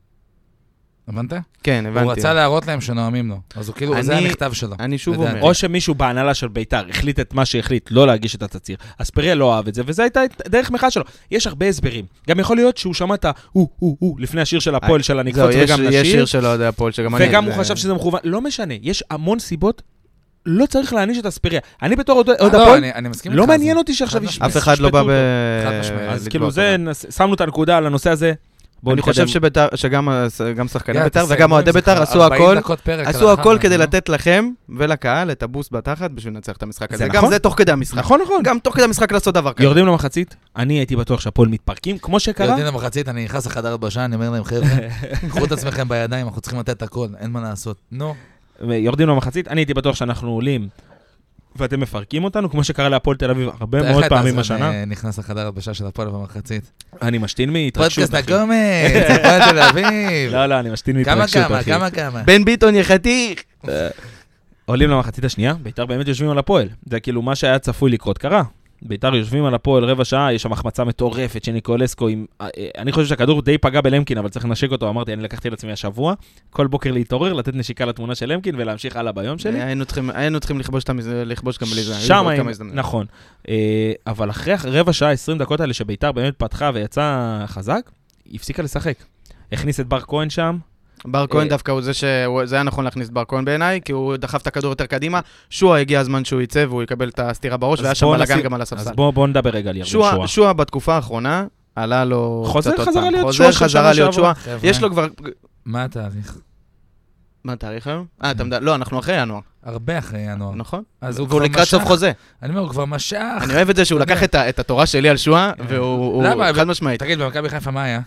הבנת? כן, הוא הבנתי. רצה להראות להם שנואמים לו. אז הוא כאילו, זה אני- המכתב שלו. אני שוב לדעתי. אומר. או שמישהו בהנהלה של ביתר החליט את מה שהחליט, לא להגיש את התצהיר. אז פריה לא אהב את זה, וזו הייתה דרך מחאה שלו. יש הרבה הסברים. גם יכול להיות שהוא שמע את ה-הוא, הוא, הוא, לפני השיר של הפועל של אה, זהו, הנקפוץ יש- וגם יש נשיר. שיר של אוהדי הפועל שגם אני... אה. וגם הוא זה- חשב שזה מכוון, לא משנה, יש המון סיבות, לא צריך להעניש את אספריה. אני בתור אה, עוד עוד לא, הפועל, אני- אני מסכים לא איתך, מעניין זה- אותי שעכשיו חד יש- משמעית. אף אחד לא בא ישפטו ב... חד משמעית. אז אה, לקבוע כאילו אותו. זה, נס- שמנו את הנקודה על הנושא הזה, בואו אני נתקדם. חושב שביתר- שגם הס- גם שחקני יאללה, ביתר תסיימו וגם עם אוהדי זה, ביתר עשו 40 הכל, דקות פרק עשו על אה? הכל אחת, כדי נו. לתת לכם ולקהל את הבוסט בתחת בשביל לנצח את המשחק זה הזה. גם נכון. זה תוך כדי המשחק. נכון, נכון. גם תוך כדי המשחק לעשות דבר כזה. יורדים למחצית, אני הייתי בטוח שהפועל מתפרקים, כמו שקרה. יורדים למחצית, אני נכנס לחדר הלבשה, אני אומר להם, <laughs> חבר'ה, קחו את עצמכם בידיים, אנחנו צריכים לתת את הכל, אין מה לעשות. נו. יורדים למחצית, אני הייתי בטוח שאנחנו עולים, ואתם מפרקים אותנו, כמו שקרה להפועל תל אביב הרבה איך מאוד אתה פעמים אז, השנה. אה, נכנס לחדר הלבשה של הפועל במחצית. אני משתין מהתרגשות, פודקאסט אחי. <laughs> הגומץ, הפועל תל אביב. לא, לא, אני משתין כמה מהתרגשות, כמה, אחי. כמה כמה. בן ביטון יחתיך. עולים למחצית השנייה, ביתר באמת יושבים על הפועל. זה כאילו מה שהיה צפוי לקרות קרה. ביתר יושבים על הפועל רבע שעה, יש שם החמצה מטורפת של ניקולסקו עם... אה, אה, אני חושב שהכדור די פגע בלמקין, אבל צריך לנשק אותו, אמרתי, אני לקחתי לעצמי השבוע, כל בוקר להתעורר, לתת נשיקה לתמונה של למקין ולהמשיך הלאה ביום שלי. היינו צריכים- היינו צריכים לכבוש את המז- לכבוש אה, גם בלי זה. היו שם, עוד הם- כמה הזדמנויות. נכון. אה, אבל אחרי רבע שעה, 20 דקות האלה שביתר באמת פתחה ויצאה חזק, היא הפסיקה לשחק. הכניס את בר כהן שם, בר כהן אה, דווקא הוא זה ש... הוא- זה היה נכון להכניס בר כהן בעיניי, כי הוא דחף את הכדור יותר קדימה. שועה הגיע הזמן שהוא יצא והוא יקבל את הסטירה בראש, אז והיה שם בואו בלאגן נשים- גם על אז הספסל. בואו בוא נדבר רגע על ירדן שועה- שואה. שועה בתקופה האחרונה, עלה לו חוזר קצת עוד חזרה פעם. להיות חוזר שועה של חזרה שנה להיות שעברה. אה. שועה. חבר'ה, יש לו כבר... מה התאריך? מה התאריך היום? אה, אתה מדבר... לא, אנחנו אחרי ינואר, הרבה אחרי ינואר. נכון? אז הוא והוא כבר לקראת משך. סוף חוזה. אני אומר, הוא כבר משך. אני אוהב <laughs> את זה שהוא לקח את ה- את התורה שלי על שועה, והוא כן. למה? הוא חד משמעית. תגיד, במכבי חיפה מה היה?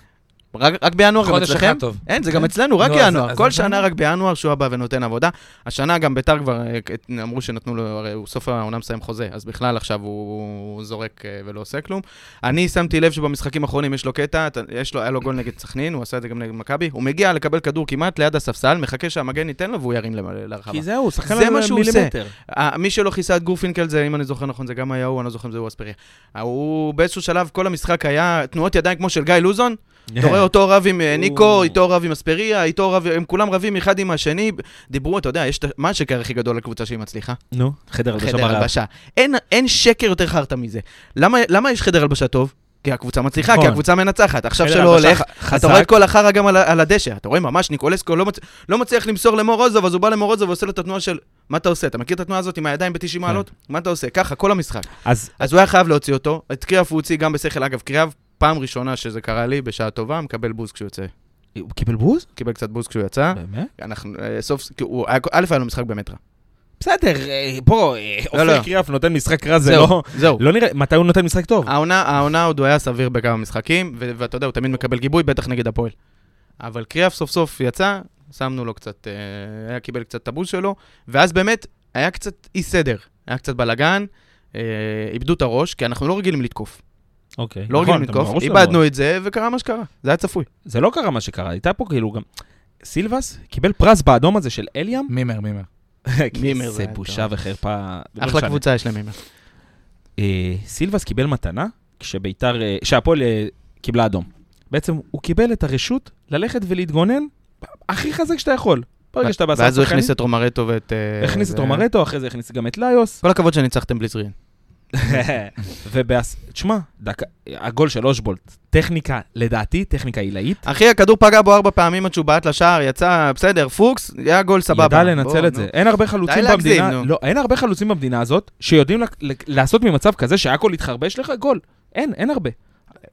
רק רק בינואר גם חודש אחד אצלכם? טוב. כן. אין, זה גם אצלנו, רק נו, אז- ינואר. אז כל אז שנה למה? רק בינואר שהוא הבא ונותן עבודה. השנה גם ביתר כבר אה, כ- אמרו שנתנו לו, הרי הוא סוף העונה מסיים חוזה, אז בכלל עכשיו הוא הוא זורק אה, ולא עושה כלום. אני שמתי לב שבמשחקים האחרונים יש לו קטע, אתה- יש לו, היה לו גול נגד סכנין, הוא עשה את זה גם נגד מכבי. הוא מגיע לקבל כדור כמעט ליד הספסל, מחכה שהמגן ייתן לו והוא ירים למ- להרחבה. כי זהו, שחקן זה על מה שהוא עושה. מילימטר. אה, מי שלא כיסה את גורפינקל זה, אם אני זוכר נכון, זה גם היה הוא, אני לא זוכר אם זה הוא אספריה. אה, הוא באיזשהו שלב, כל המשחק היה תנועות ידיים כמו של <laughs> גיא לוזון. אתה רואה אותו רב עם אה, ניקו, הוא- איתו רב עם אספריה, איתו רב, הם כולם רבים אחד עם השני. דיברו, אתה יודע, יש את ה- מה השקר הכי גדול לקבוצה שהיא מצליחה? נו, חדר הלבשה חדר ברעב. הלבשה. אין- אין שקר יותר חרטא מזה. למה- למה יש חדר הלבשה טוב? כי הקבוצה מצליחה, כי נכון. הקבוצה מנצחת. עכשיו חדר שלא הלבשה הולך, ח- אתה רואה את חזק. כל החרא גם על ה- על הדשא. אתה רואה ממש, ניקולסקו לא מצ- לא מצליח למסור למורוזוב, אז הוא בא למורוזוב ועושה לו את התנועה של... מה אתה עושה? אתה מכיר את התנועה הזאת עם הידיים ב-90 מעלות? מה אתה עושה? ככה, כל המשחק. אז אז הוא היה חייב להוציא אותו. את קריאף הוא הוציא גם בשכל. אגב, קריאף, פעם ראשונה שזה קרה לי, בשעה טובה, מקבל בוז כשהוא יוצא. הוא קיבל בוז? קיבל קצת בוז כשהוא יצא. באמת? אנחנו, אה, סוף, כי הוא, היה- א' היה לו משחק באמת רע. בסדר, אה, בוא, אה, לא. עופר קריאף נותן משחק רע, זה זהו, לא... זהו. לא נראה, מתי הוא נותן משחק טוב? העונה, העונה עוד הוא היה סביר בכמה משחקים, ו- ואתה יודע, הוא תמיד מקבל גיבוי, בטח נגד הפועל. אבל קריאף סוף סוף יצא, שמנו לו קצת, אה, היה קיבל קצת את הבוז שלו, ואז באמת היה קצת אי סדר, היה קצת בלאגן, אה, איבדו את הראש, כי אנחנו לא רגילים לתקוף. אוקיי. נכון, לא רגילים אתה לתקוף, בראש שלנו. איבדנו את זה, וקרה מה שקרה, זה היה צפוי. זה לא קרה מה שקרה, הייתה פה כאילו גם... סילבס קיבל פרס באדום הזה של <laughs> אליאם. מימר, מימר. מימר זה זה היה אה, בושה וחרפה. לא אחלה משנה. קבוצה יש להם. אה, סילבס קיבל מתנה כשביתר, אה, שהפועל אה, קיבלה אדום. בעצם הוא קיבל את הרשות ללכת ולהתגונן הכי חזק שאתה יכול. ברגע שאתה בעשרה ואז הוא שחקנים, הכניס את רומרטו ואת... אה, הכניס את זה. רומרטו, אחרי זה הכניס גם את <laughs> ליוס. כל הכבוד שניצחתם בלי זריאן. ובאס... תשמע, דק... הגול של אושבולט, טכניקה, לדעתי, טכניקה עילאית. אחי, הכדור פגע בו ארבע פעמים עד שהוא בעט לשער, יצא, בסדר, פוקס, היה גול סבבה. ידע בוא, לנצל את נו. זה. אין הרבה חלוצים להגזים, במדינה... נו. לא, אין הרבה חלוצים במדינה הזאת שיודעים לק- לק- לעשות ממצב כזה שהכל יתחרבש לך גול. אין, אין הרבה.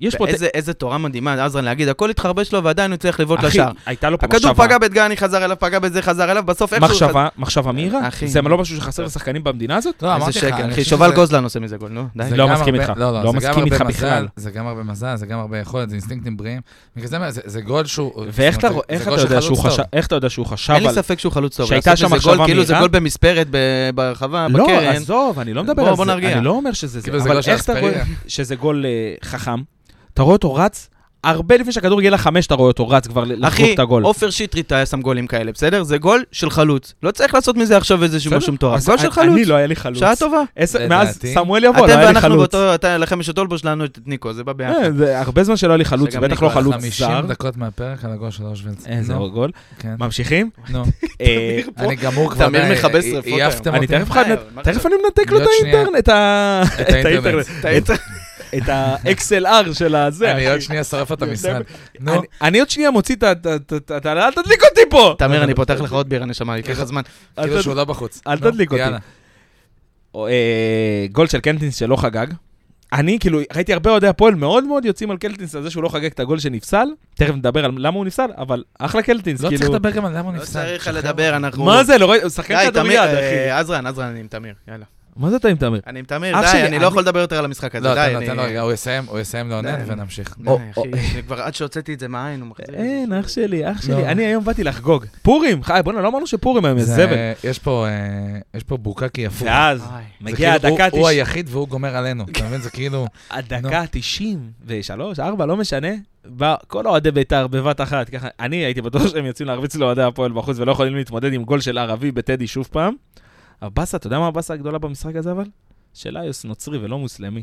יש פה... איזה- איזה תורה מדהימה, עזרן להגיד, הכל התחרבש לו ועדיין הוא צריך לבעוט לשער. אחי, הייתה לו פה מחשבה. הכדור פגע בדגני, חזר אליו, פגע בזה, חזר אליו, בסוף איכשהו... מחשבה, מחשבה מהירה? אחי. זה לא משהו שחסר לשחקנים במדינה הזאת? לא, איזה אמרתי לך, שקר, אני אחי, חושב שובל שזה- גוזלן עושה מזה גול, נו, די. זה לא גם מסכים הרבה- איתך. לא, לא, לא זה גם מסכים הרבה איתך מזל, בכלל. זה גם הרבה מזל, זה גם הרבה יכולת, זה אינסטינקטים בריאים. בגלל זה, זה- זה גול שהוא... זאת ואיך אומרת, אתה זה- רוא- זה לא איך גול אתה של יודע שהוא חלוץ חשב, טוב. איך אתה יודע שהוא חשב אין לי על... ספק שהוא חלוץ טוב. שהייתה לעשות שם מזה גול, מחשבה כאילו זה מהירה? גול במספרת ב- ברחבה, לא, אה, בקרן. עזוב, אני לא מדבר בוא- על זה. בוא נרגיע. אני לא אומר שזה זה, כאילו זה אבל גול של איך אתה רואה אספריה. שזה גול אה, חכם? אתה רואה אותו רץ, הרבה לפני שהכדור הגיע לחמש, אתה רואה אותו רץ כבר ל- לחגוג אחי, את הגול. עופר שטרית היה שם גולים כאלה, בסדר? זה גול של חלוץ. לא צריך לעשות מזה עכשיו איזשהו בסדר? משהו מטורף. אז גול של אני- אני חלוץ. לא היה לי חלוץ. שעה טובה. עשר- לדעתי. מאז סמואל יבוא, לא אתם היה לי ואנחנו חלוץ. באותו, אתה- לכם יש את אולבו שלנו, את ניקו, זה בא ביחד. אה, זה הרבה זמן שלא היה לי חלוץ, שגם בטח ניקו לא היה חלוץ 50 זר. דקות מהפרק על הגול של אושווילץ. לא. איזה נו, גול. כן. <laughs> ממשיכים? נו, אה, אני גמור כבר, תמיר די, מכבה אה, שרפות העפתם אני אותי. תכף אחד, מה, מה תכף עכשיו? אני מנתק לו את אה, להיות שנייה. האינטרנט, <laughs> את ה- את האינטרנט. אה. אתה היית- את <laughs> ה-XLR של הזה. אני אחי. עוד שנייה שרף את אני המשרד. יודע- נו, אני- אני עוד שנייה מוציא את ה... את ה- את ה- את ה- את ה- אל תדליק אותי פה! תמיר, אני פותח לך עוד בירה, נשמה, ייקח לך זמן. אל כאילו תד- שהוא לא בחוץ. אל נו, תדליק אותי. יאללה. או, אה, גול של קלטינס שלא חגג. אני כאילו, ראיתי הרבה אוהדי הפועל מאוד מאוד יוצאים על קלטינס על זה שהוא לא חגג את הגול שנפסל. תכף נדבר על למה הוא נפסל, אבל אחלה קלטינס, לא צריך כאילו... לדבר גם על למה הוא לא נפסד. צריך שחרר. לדבר, אנחנו... מה זה, לא ראיתי, הוא שחקן די, תמיר, כדוריד, אחי. אה, עזרן, עזרן, אני עם תמיר, יאללה. מה זה אתה עם תמיר? אני עם תמיר, אח שלי, די, אני לא אני- יכול לדבר יותר על המשחק הזה, לא, די. תן לו, אני- תן לו, רגע, אה. הוא יסיים, הוא יסיים לעונן די. ונמשיך. די, או, או. אחי, אני כבר עד שהוצאתי את זה מהעין, הוא מחזיר. את זה. אין, אח שלי, אח לא. שלי. אני היום באתי לחגוג. פורים, חי, בוא'נה, לא אמרנו שפורים היום, זה- איזה זבל. יש פה, אה, יש פה בוקקי יפור. ואז איי. זה מגיע כאילו, הדקה הוא- הוא התש- היחיד והוא גומר עלינו, אתה מבין? זה כאילו... הדקה ה-93, 4, לא משנה, בא כל אוהדי בית"ר בבת אחת, ככה, אני הייתי בטוח שהם יוצאים להרביץ לאוהדי הפועל בחוץ ולא יכולים להתמודד עם גול של ערבי בטדי שוב פעם. הבאסה, אתה יודע מה הבאסה הגדולה במשחק הזה אבל? של איוס נוצרי ולא מוסלמי.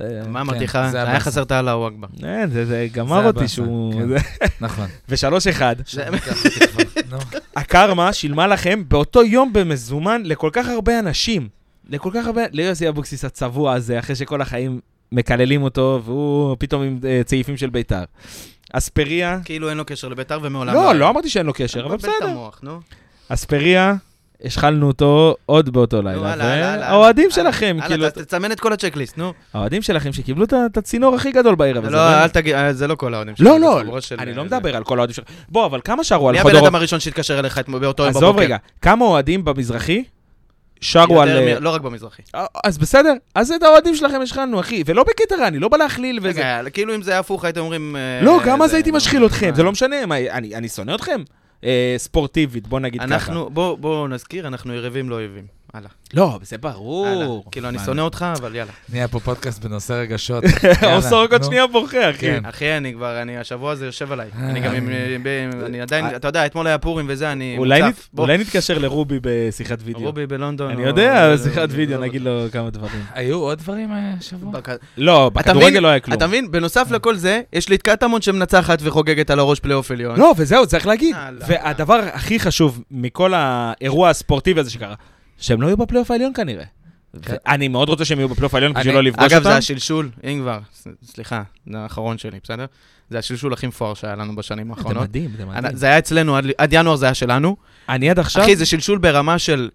אה, מה כן, אמרתי לך? זה היה הבאסה. חסר את אללה הוא אכבר. אה, זה- זה זה גמר אותי הבאסה, שהוא... כן. נכון. ו-3-1, שם, לקחתי <laughs> תקווה. נו. הקרמה שילמה לכם באותו יום במזומן לכל כך הרבה אנשים. לכל כך הרבה, ליוסי אבוקסיס הצבוע הזה, אחרי שכל החיים מקללים אותו, והוא פתאום עם אה, צעיפים של בית"ר. אספריה, <laughs> כאילו אין לו קשר לביתר ומעולם לא, היה. לא אמרתי שאין לו קשר, אבל אתה מבלבל את בסדר. המוח, נו. אספריה, השחלנו אותו עוד באותו לילה. לא, הלאה, הלאה, הלאה. והאוהדים הלאה, שלכם, כאילו, הלאה, ת- תצמן את כל הצ'קליסט, נו. האוהדים שלכם שקיבלו את ה- את הצינור הכי גדול בערב הזה. לא, אבל- אל תגיד, אה, זה לא כל האוהדים לא, זה לא, חבורה של- אה, אני זה. לא מדבר על כל האוהדים שלכם. בוא, אבל כמה שרו על מי חודורוב? הבן אדם הראשון שהתקשר אליך אתמול באותו יום בבוקר? עזוב רגע, כמה אוהדים במזרחי שרו על... יותר אה, מ- לא רק במזרחי. אה, אז בסדר, אז את האוהדים שלכם השחלנו, אחי, ולא בקטע רע, אני לא בא להכליל וזה. רגע, כאילו אם זה היה הפוך, הייתם אומרים... אה, לא, גם אז זה- הייתי נו, משחיל אתכם, אה. זה לא משנה, מה, אני אני שונא אתכם? אה, ספורטיבית, בוא נגיד ככה. אנחנו, בואו בוא נזכיר, אנחנו יריבים לא אויבים. הלאה. לא, זה הלאה. ברור. כאילו, אני מה, <laughs> שונא אותך, אבל יאללה. נהיה פה פודקאסט בנושא רגשות. אור יאללה, סורק עוד נו. שנייה בוכה, אחי. כן. אחי, אני כבר, אני, השבוע הזה יושב עליי. אה. אני גם עם... עם- עם- אני אה. עדיין, אתה יודע, אתמול היה פורים וזה, אני אולי מוצף. נת- בוא. אולי נתקשר לרובי בשיחת וידאו. רובי אה, בלונדון. אני הוא- יודע, הוא- שיחת הוא- וידאו, הוא- נגיד לו כמה דברים. היו עוד דברים אה, השבוע? בכ- לא, אתה בכדורגל מבין? לא היה כלום. אתה מבין? בנוסף לכל זה, יש לי את קטמון שמנצחת וחוגגת על הראש פלייאוף עליון. נכון. לא, וזהו, צריך להגיד. אה, יאללה. והדבר הכי חשוב מכל האירוע הספורטיבי הזה שקרה, שהם לא יהיו בפלייאוף העליון כנראה. כן. אני מאוד רוצה שהם יהיו בפלייאוף העליון בשביל אני- לא לפגוש אותם. אגב, זה השלשול, אם כבר, ס- סליחה, זה האחרון שלי, בסדר? זה השלשול הכי מפואר שהיה לנו בשנים זה האחרונות. מדהים, זה מדהים. אנ- זה היה אצלנו, עד ל- עד ינואר זה היה שלנו. אני עד עכשיו... אחי, זה שלשול ברמה של...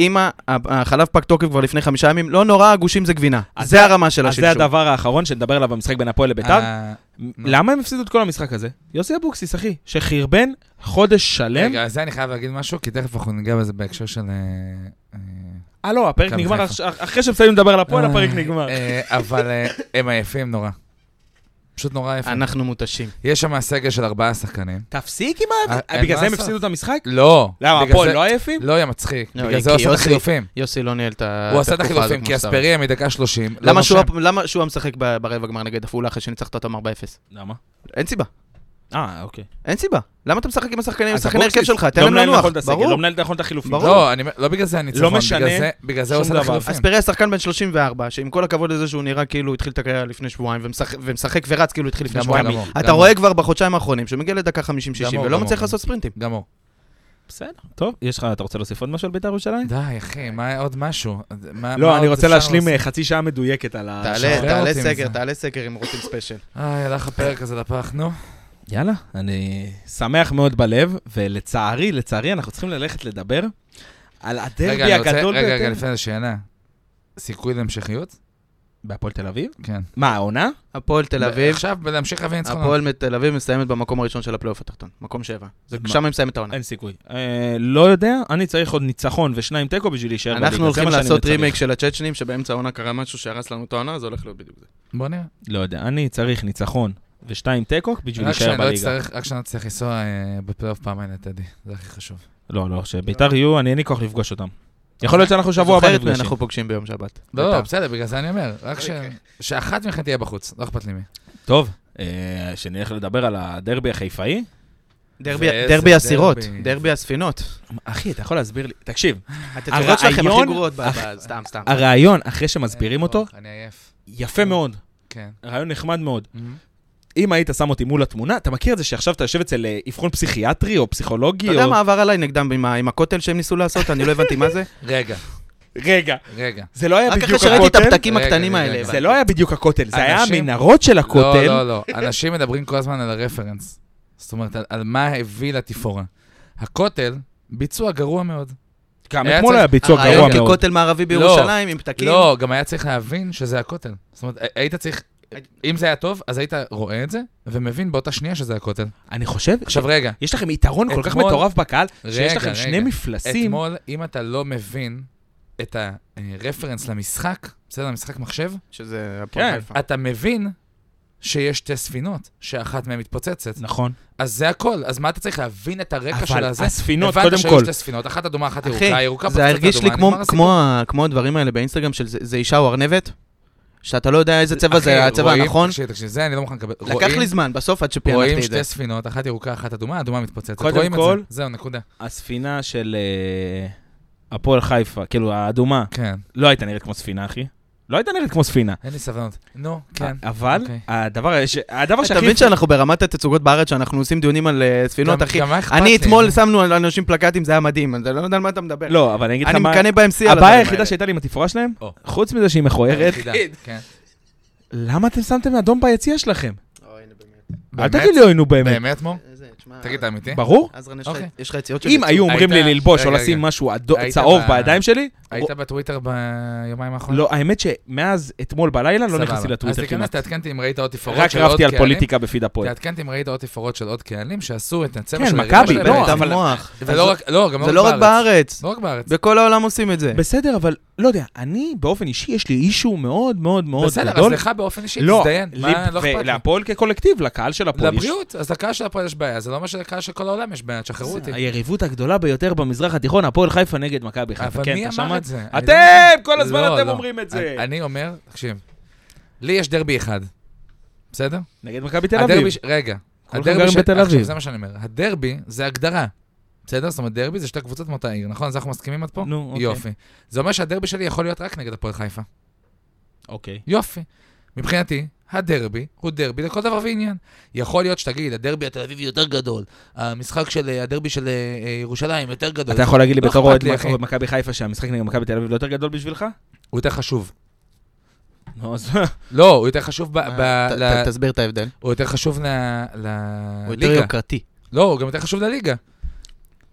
אמא, החלב פג תוקף כבר לפני חמישה ימים, לא נורא, הגושים זה גבינה. אז זה הרמה של אז זה השלשול. הדבר האחרון שנדבר עליו במשחק בין הפועל לביתר. אה, למה הם הפסידו את כל המשחק הזה? יוסי אבוקסיס, אחי, שחרבן חודש שלם. רגע, אז זה אני חייב להגיד משהו, כי תכף אנחנו ניגע בזה בהקשר של... אה, אה, אה, לא, הפרק מכבי נגמר, חיפה. אח- אחרי שמסיימים לדבר על הפועל, הפרק אה, נגמר. אה, אבל אה, הם עייפים נורא. פשוט נורא עייפים. אנחנו מותשים. יש שם סגל של ארבעה שחקנים. תפסיק עם אה, ה... אין בגלל מה זה הם לעשות. הפסידו את המשחק? לא. למה, בגלל הפועל זה- לא עייפים? לא היה מצחיק. לא, בגלל כי זה הוא עשה את יוסי- החילופים. יוסי לא ניהל את אה, ה- הוא עשה את התקופה הזאת לא החילופים, כמו כי שצריך. אספריה מדקה 30. לא למה שהוא נושם. הפ- למה שהוא היה משחק ב- ברבע גמר נגד עפולה אחרי שניצחת אותם 4-0? למה? אין סיבה. אה, אוקיי. אין סיבה. למה אתה משחק עם השחקנים, עם אז שחקני ההרכב אבוקסיס שלך? תן להם לא מנהל לנוח, נכון את הסגל, ברור. לא מנהל נכון את החילופים. ברור. לא, אני, לא בגלל זה הניצחון, משנה בגלל זה, בגלל זה הוא עושה שום דבר. לחילופים. אז פריה שחקן בן 34, שעם כל הכבוד לזה שהוא נראה כאילו התחיל את הקריירה לפני שבועיים, ומשחק, ומשחק ורץ כאילו התחיל לפני גמור, שבועיים. גמור. אתה גמור. רואה כבר בחודשיים האחרונים שהוא מגיע לדקה 50-60 גמור, ולא גמור. מצליח לעשות ספרינטים. גמור. בסדר. טוב, יש לך, אתה רוצה להוסיף עוד משהו על בית"ר ירושלים? די, אחי, מה עוד משהו? מה- מה לא, אני עוד רוצה אפשר להשלים לעשות? אה, חצי שעה מדויקת על ה... תעלה, שחרר תעלה אותי סקר, מזה. תעלה סקר אם רוצים ספיישל. אה, הלך הפרק הזה לפח, נו. יאללה, אני שמח מאוד בלב, ולצערי, לצערי, אנחנו צריכים ללכת לדבר על רגע, הדרבי אני רוצה, הגדול רגע, רגע, ביותר. לפני זה שאלה. סיכוי להמשכיות? בהפועל תל אביב? כן. מה, העונה? הפועל תל אביב, עכשיו, להמשיך להביא ניצחונות. הפועל תל אביב מסיימת במקום הראשון של הפלייאוף התחתון, מקום שבע. זה- מה? שם היא מסיימת את העונה. אין סיכוי. אה, לא יודע, אני צריך עוד ניצחון ושניים תיקו בשביל להישאר בליגה. אנחנו זה הולכים מה שאני לעשות צריך. רימייק של הצ'צ'נים, שבאמצע העונה קרה משהו שהרס לנו את העונה, זה הולך להיות בדיוק זה. בוא נראה. לא יודע, אני צריך ניצחון ושניים תיקו בשביל רק להישאר שאני לא בליגה. אצטרך- רק שאני לא אצטרך לנסוע אה, בפלייאוף פעמיים לטדי, זה הכי חשוב. לא, לא, שבית"ר יהיו, אני אין לי כוח לפגוש אותם. יכול להיות שאנחנו שבוע הבא זוכרת מי נפגשים. אנחנו פוגשים ביום שבת. לא, אתה. לא, בסדר, בגלל זה אני אומר. רק ש- אוקיי. שאחת מכן תהיה בחוץ, לא אכפת לי מי. טוב, אה, שנלך לדבר על הדרבי החיפאי. דרבי- ואיזה דרבי הסירות, דרבי. דרבי הספינות. אחי, אתה יכול להסביר לי? תקשיב, התצורות שלכם הכי הרעיון- גרועות, ב- ב- הח- סתם, סתם. <laughs> הרעיון, אחרי שמסבירים אין אותו, כוח, אה, אני עייף, יפה מאוד. כן. רעיון נחמד מאוד. אם היית שם אותי מול התמונה, אתה מכיר את זה שעכשיו אתה יושב אצל אה, אבחון פסיכיאטרי או פסיכולוגי? אתה יודע או- מה עבר עליי נגדם עם ה- עם הכותל שהם ניסו לעשות? אני לא הבנתי מה זה. רגע, רגע, רגע. זה לא היה רק אה, בדיוק אחרי הכותל. שראיתי את הפתקים רגע, הקטנים רגע, האלה. רגע. זה לא היה בדיוק הכותל, זה היה אנשים- המנהרות של לא, הכותל. לא, לא. אנשים מדברים כל הזמן על הרפרנס. זאת אומרת, על- על מה הביא לתפאורה. הכותל, ביצוע גרוע מאוד. גם היה אתמול צריך- היה ביצוע הרעיון גרוע כי מאוד. ככותל מערבי לא. בירושלים עם פתקים. לא, גם היה צריך להבין שזה הכותל. זאת אומרת, הי- היית צריך, אה, אם זה היה טוב, אז היית רואה את זה, ומבין באותה שנייה שזה הכותל. אני חושב, עכשיו רגע, יש לכם יתרון כל כך אתמול- מטורף בקהל, שיש רגע, לכם שני רגע. מפלסים. אתמול, אם אתה לא מבין את הרפרנס למשחק, בסדר, למשחק מחשב, שזה הפועל כן. חיפה. אתה מבין שיש שתי ספינות, שאחת מהן מתפוצצת. נכון. אז זה הכל, אז מה אתה צריך להבין את הרקע של אבל הזה? הספינות, הבנת קודם שהיו כל. שתי ספינות, אחת אדומה, אחת אחי, ירוקה, הירוקה זה פוצצת הרגיש לי אדומה, כמו- נגמר הסיפור. כמו ה- כמו הדברים האלה באינסטגרם של זה זה אישה או ארנבת, שאתה לא יודע איזה צבע אחי, זה הצבע רואים- הנכון. תקשיב, תקשיב, זה אני לא מוכן לקבל. לקח רואים- לי זמן, בסוף עד רואים שפענחתי את שתי זה. ספינות, אחת ירוקה, אחת אדומה, אדומה מתפוצצת. קודם רואים את כל- זה, זהו, נקודה. הספינה של אה, הפועל חיפה, כאילו האדומה, כן, לא הייתה נראית כמו ספינה, אחי. לא הייתה נראית כמו ספינה. אין לי סבלנות. נו, כן. אבל אוקיי. הדבר ה- ש- הדבר אתה שהכי... מבין שאנחנו ברמת התצוגות בארץ, שאנחנו עושים דיונים על אה, ספינות, גם- אחי. גם מה אכפת לי? אני אתמול שמנו על אנשים פלקטים, זה היה מדהים, אני לא יודע על מה אתה מדבר. לא, אבל אני אגיד לך אני מה... מקנא בהם שיא על הדברים הבעיה האלה. היחידה שהייתה לי עם התפאורה שלהם, או. חוץ מזה שהיא <laughs> מכוערת, היחידה, כן. למה אתם שמתם אדום ביציע שלכם? אוי, נו, באמת. אל באמת? תגיד לי, היינו באמת. באמת, מו? איזה, אה, תשמע, תגיד, אתה אמיתי? ברור? אז רן, יש אוקיי. לך- יש לך יציאות של... אם זה. היו אומרים לי היית- ללבוש או רגע, לשים רגע. משהו אדום- היית צהוב ב- בידיים שלי, היית בטוויטר ביומיים האחרונים? לא, האמת שמאז אתמול בלילה לא סבבה. נכנסתי אז לטוויטר תיכנס, כמעט. תעדכנתי אם ראית עוד תפאורות רק של עוד רבתי על קהלים. פוליטיקה בפיד הפועל. תעדכנתי אם ראית עוד תפאורות של עוד קהלים שעשו את הצבע כן, של מכבי, היריבה שלהם. לא, את אבל- המוח. ולא רק, לא, גם זה לא רק בארץ. לא רק בארץ. בכל העולם עושים את זה. כן. בסדר, אבל לא יודע, אני באופן אישי, יש לי אישו מאוד מאוד מאוד גדול. בסדר, אז לך באופן אישי, לא, תזדיין. לי- מה, לא אכפת לי. ולהפועל כקולקטיב, לקהל של הפועל. יש- לבריאות, אז לקהל של הפועל יש בעיה, זה לא אומר שלקהל של כל העולם יש בעיה, תשחררו אותי. היריבות הגדולה ביותר במזרח התיכון, הפועל חיפה נגד מכבי חיפה. אבל כן, מי אתה אמר שמעת? את זה? אני לא מבין. אתם! כל הזמן לא, אתם לא. אומרים את זה. אני- אני אומר, תקשיב, לי יש דרבי אחד, בסדר? נגד מכבי תל אביב. הדרבי, ש- רגע. כולכם הדרבי גרים ש- בתל עכשיו, אביב. זה מה שאני אומר. הדרבי זה הגדרה. בסדר? זאת אומרת, דרבי זה שתי קבוצות מאותה עיר, נכון? אז אנחנו מסכימים עד פה? נו, אוקיי. יופי. זה אומר שהדרבי שלי יכול להיות רק נגד הפועל חיפה. אוקיי. יופי. מבחינתי, הדרבי הוא דרבי לכל דבר ועניין. יכול להיות שתגיד, הדרבי התל אביבי יותר גדול, המשחק של אה, הדרבי של אה, אה, ירושלים יותר גדול. אתה יכול להגיד לי לא בתור אכפת אוהד לי, מכ- אחי. אוהד מכבי חיפה שהמשחק נגד מכבי תל אביב לא יותר גדול בשבילך? הוא יותר חשוב. נו, אז... לא, הוא יותר חשוב ב... אה, ב... ת- ל... ת- תסביר את ההבדל. הוא יותר חשוב ל... הוא יותר לליגה. יוקרתי. לא, הוא גם יותר חשוב לליגה.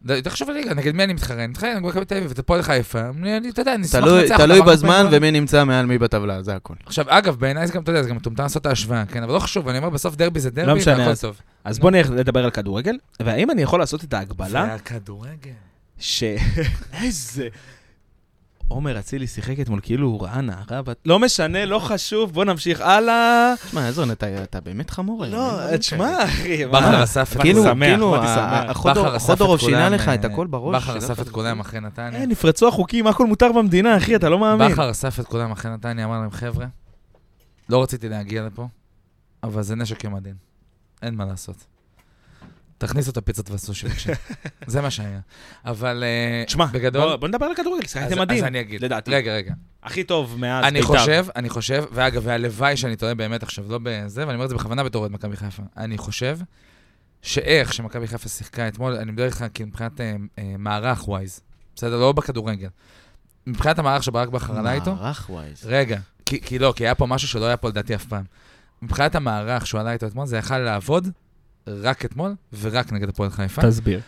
ל- יותר חשוב לליגה, נגד מי אני מתחרה? אני מתחרה נגד מכבי תל אביב, הפועל חיפה, אני, אני- אתה יודע, אני אשמח תלוי- לנצח. תלוי אבל- בזמן ומי נמצא מעל מי בטבלה, זה הכל. עכשיו, אגב, בעיניי זה גם, אתה יודע, זה גם מטומטם לעשות את ההשוואה, כן? אבל לא חשוב, אני אומר, בסוף דרבי זה דרבי, לא משנה, והכל אז- טוב. אז בוא נלך לדבר על כדורגל, והאם אני יכול לעשות את ההגבלה והכדורגל. ש... <laughs> איזה... עומר אצילי שיחק אתמול כאילו הוא ראה נערה בת... לא משנה, לא חשוב, בוא נמשיך הלאה. תשמע, עזרן, אתה אתה באמת חמור היום. אין לא, דברים כאלה. תשמע, אחי. מה? בכר אסף את כאילו, כולם. שמח, כאילו, מתי ה- שמח. ה- חודור- בכר אסף את חודורוב כולם, שינה לך את אה, הכל בראש. בכר שלא אסף את חשוב. כולם אחרי נתניה. אה, נפרצו החוקים, הכל מותר במדינה, אחי, אתה לא מאמין. בכר אסף את כולם אחרי נתניה, אמר להם, חבר'ה, לא רציתי להגיע לפה, אבל זה נשק יום הדין. אין מה לעשות. תכניס אותו פיצת וסושי <laughs> בבקשה. זה מה שהיה. אבל אה, תשמע, בוא- בגדול... בוא נדבר על כדורגל, אז- שיחקתם מדהים, אז אני אגיד. לדעתי. רגע, רגע. הכי טוב מאז אני חושב, אני חושב, ואגב, והלוואי שאני טועה באמת עכשיו, לא בזה, ואני אומר את זה בכוונה בתור אוהד מכבי חיפה. אני חושב שאיך שמכבי חיפה שיחקה אתמול, אני מדבר איתך כאילו מבחינת אה, אה, מערך ווייז, בסדר? לא בכדורגל. מבחינת המערך שברק בכר עלה איתו, מערך ווייז. רגע, כי, כי לא, כי היה פה משהו שלא היה פה לדעתי אף פעם. מבחינת המערך שהוא עלה איתו אתמול, זה יכל לעבוד רק אתמול ורק נגד הפועל חיפה. תסביר.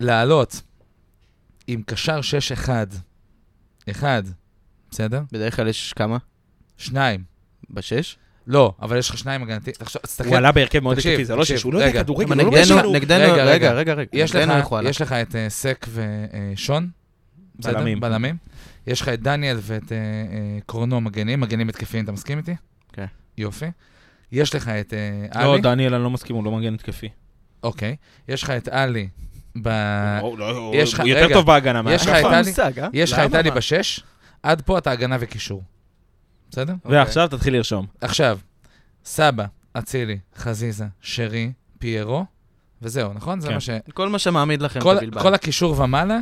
לעלות עם קשר 6-1, אחד, בסדר? בדרך כלל יש כמה? שניים. בשש? לא, אבל יש לך שניים הגנתיים. תחשוב, תסתכל. הוא עלה בהרכב מאוד תקשיב, התקפי, זה לא תקשיב, שיש, הוא לא יודע רגע. כדורגל, אבל הוא לא יודע נגדנו- שהוא- רגע, נגדנו, רגע, רגע. רגע, רגע. יש נגדנו לך, אנחנו עלה. יש לך את אה, סק ושון, בסדר? בלמים. בלמים. יש לך את דניאל ואת אה, אה, קורנו מגנים, מגנים התקפיים, אתה מסכים איתי? כן. יופי. יש לך את אה, עלי. לא, דניאל, אני לא מסכים, הוא לא מגן התקפי. אוקיי. יש לך את עלי ב... הוא לא- הוא- אה, יש לך- הוא יותר רגע. טוב בהגנה. מה- יש לך נכון. את אין טלי? מושג, אה? יש לך למה? את עלי מה? בשש, עד פה אתה הגנה וקישור. בסדר? ועכשיו תתחיל לרשום. עכשיו, סבא, אצילי, חזיזה, שרי, פיירו, וזהו, נכון? זה כן. מה ש... כל מה שמעמיד לכם כל- את הבלבד. כל הקישור ומעלה,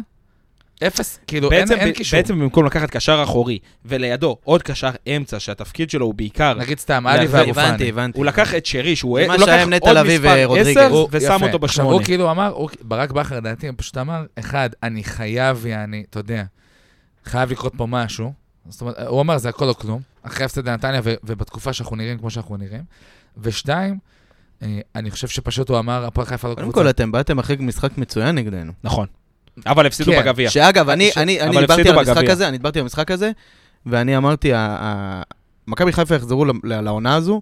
אפס, כאילו, אין בעצם, אין ב- קישור. בעצם במקום לקחת קשר אחורי ולידו עוד קשר אמצע שהתפקיד שלו הוא בעיקר, נגיד סתם, עלי להחזיר, ואבו הבנתי, פאני. הבנתי. הוא לקח את שרי שהוא זה הוא מה לקח שהיה עם נטע עוד לביא מספר ורודריגז. עשר, אה, הוא- ושם יפה. אותו עכשיו, הוא בשמונה. כאילו אמר, הוא- ברק בכר, לדעתי, הוא פשוט אמר, אחד, אני חייב, יעני, אתה יודע, חייב לקרות פה משהו. זאת אומרת, הוא אמר, זה הכל או כלום, אחרי הפסד לנתניה ו- ובתקופה שאנחנו נראים כמו שאנחנו נראים. ושתיים, אה, אני חושב שפשוט הוא אמר, הפועל חיפה לא קודם קבוצה. כל, אתם באתם אחרי משחק מצוין נגדנו. נכון. אבל הפסידו כן, בגביע. שאגב, אני, ש- אני, אני אבל דיברתי הפסידו על המשחק בגביע. הזה, אני דיברתי על המשחק הזה, ואני אמרתי, ה- ה- מכבי חיפה יחזרו ל- ל- לעונה הזו,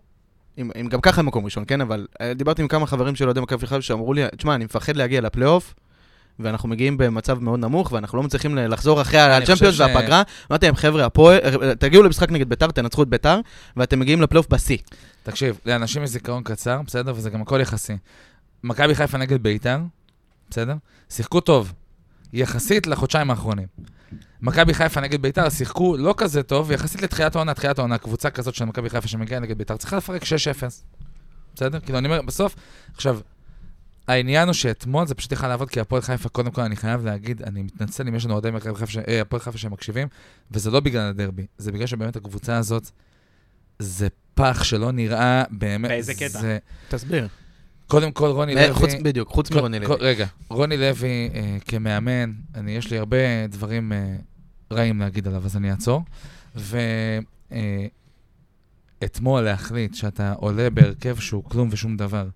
עם, עם גם ככה הם מקום ראשון, כן? אבל אה, דיברתי עם כמה חברים של אוהדי מכבי חיפה שאמרו לי, תשמע, אני מפחד להגיע לפלייאוף. ואנחנו מגיעים במצב מאוד נמוך, ואנחנו לא מצליחים ל- לחזור אחרי חושב הצ'מפיונס ש- והפגרה. אמרתי להם, חבר'ה, הפועל, אה, תגיעו למשחק נגד ביתר, תנצחו את ביתר, ואתם מגיעים לפלייאוף בשיא. תקשיב, לאנשים יש זיכרון קצר, בסדר? וזה גם הכל יחסי. מכבי חיפה נגד ביתר, בסדר? שיחקו טוב, יחסית לחודשיים האחרונים. מכבי חיפה נגד ביתר שיחקו לא כזה טוב, יחסית לתחילת העונה, תחילת העונה, קבוצה כזאת של מכבי חיפה שמגיעה נגד ביתר, צריכה לפרק 6-0, בסדר? כאילו, אני אומר, בסוף, עכשיו, העניין הוא שאתמול זה פשוט יכל לעבוד, כי הפועל חיפה, קודם כל, אני חייב להגיד, אני מתנצל אם יש לנו אוהדי מכבי חיפה ש- אה, הפועל חיפה שמקשיבים, וזה לא בגלל הדרבי, זה בגלל שבאמת הקבוצה הזאת, זה פח שלא נראה באמת. באיזה קטע? זה- תסביר. קודם כל, רוני לוי... חוץ, בדיוק, חוץ מרוני כל- לוי. כל- רגע, רוני לוי אה, כמאמן, אני, יש לי הרבה דברים אה, רעים להגיד עליו, אז אני אעצור. ואתמול להחליט שאתה עולה בהרכב שהוא כלום ושום דבר,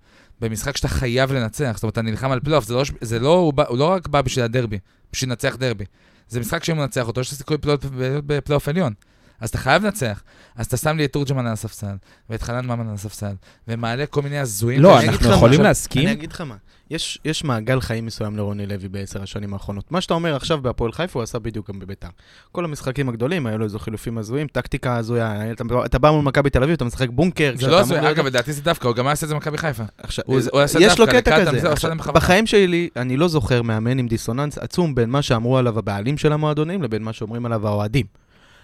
במשחק שאתה חייב לנצח, זאת אומרת, אתה נלחם על פלייאוף, זה, לא, ש- זה לא, הוא, בא, הוא לא רק בא בשביל הדרבי, בשביל לנצח דרבי. זה משחק שאם הוא מנצח אותו, יש לו סיכוי פלייאוף- להיות בפלייאוף עליון. אז אתה חייב לנצח. אז אתה שם לי את תורג'מן על הספסל, ואת חנן ממן על הספסל, ומעלה כל מיני הזויים. לא, ואני אגיד אנחנו לך יכולים משהו. להסכים. אני אגיד לך מה, יש, יש מעגל חיים מסוים לרוני לוי בעשר השנים האחרונות. מה שאתה אומר עכשיו בהפועל חיפה, הוא עשה בדיוק גם בביתר. כל המשחקים הגדולים, היו לו איזה חילופים הזויים, טקטיקה הזויה, אתה, אתה בא מול מכבי תל אביב, אתה משחק בונקר. זה כשאתה לא אמור הזוי, להיות- אגב, לדעתי זה דווקא, הוא גם היה עושה את זה במכבי חיפה. עכשיו, אה, הוא- הוא עשה יש לו דווקא, קטע לקראת המשחק, כזה. הוא עכשיו, עשה להם בכוונה. בחיים שלי, אני לא זוכר מאמן עם דיסוננס עצום בין מה שאמרו עליו הבעלים של המועדונים לבין מה שאומרים עליו האוהדים.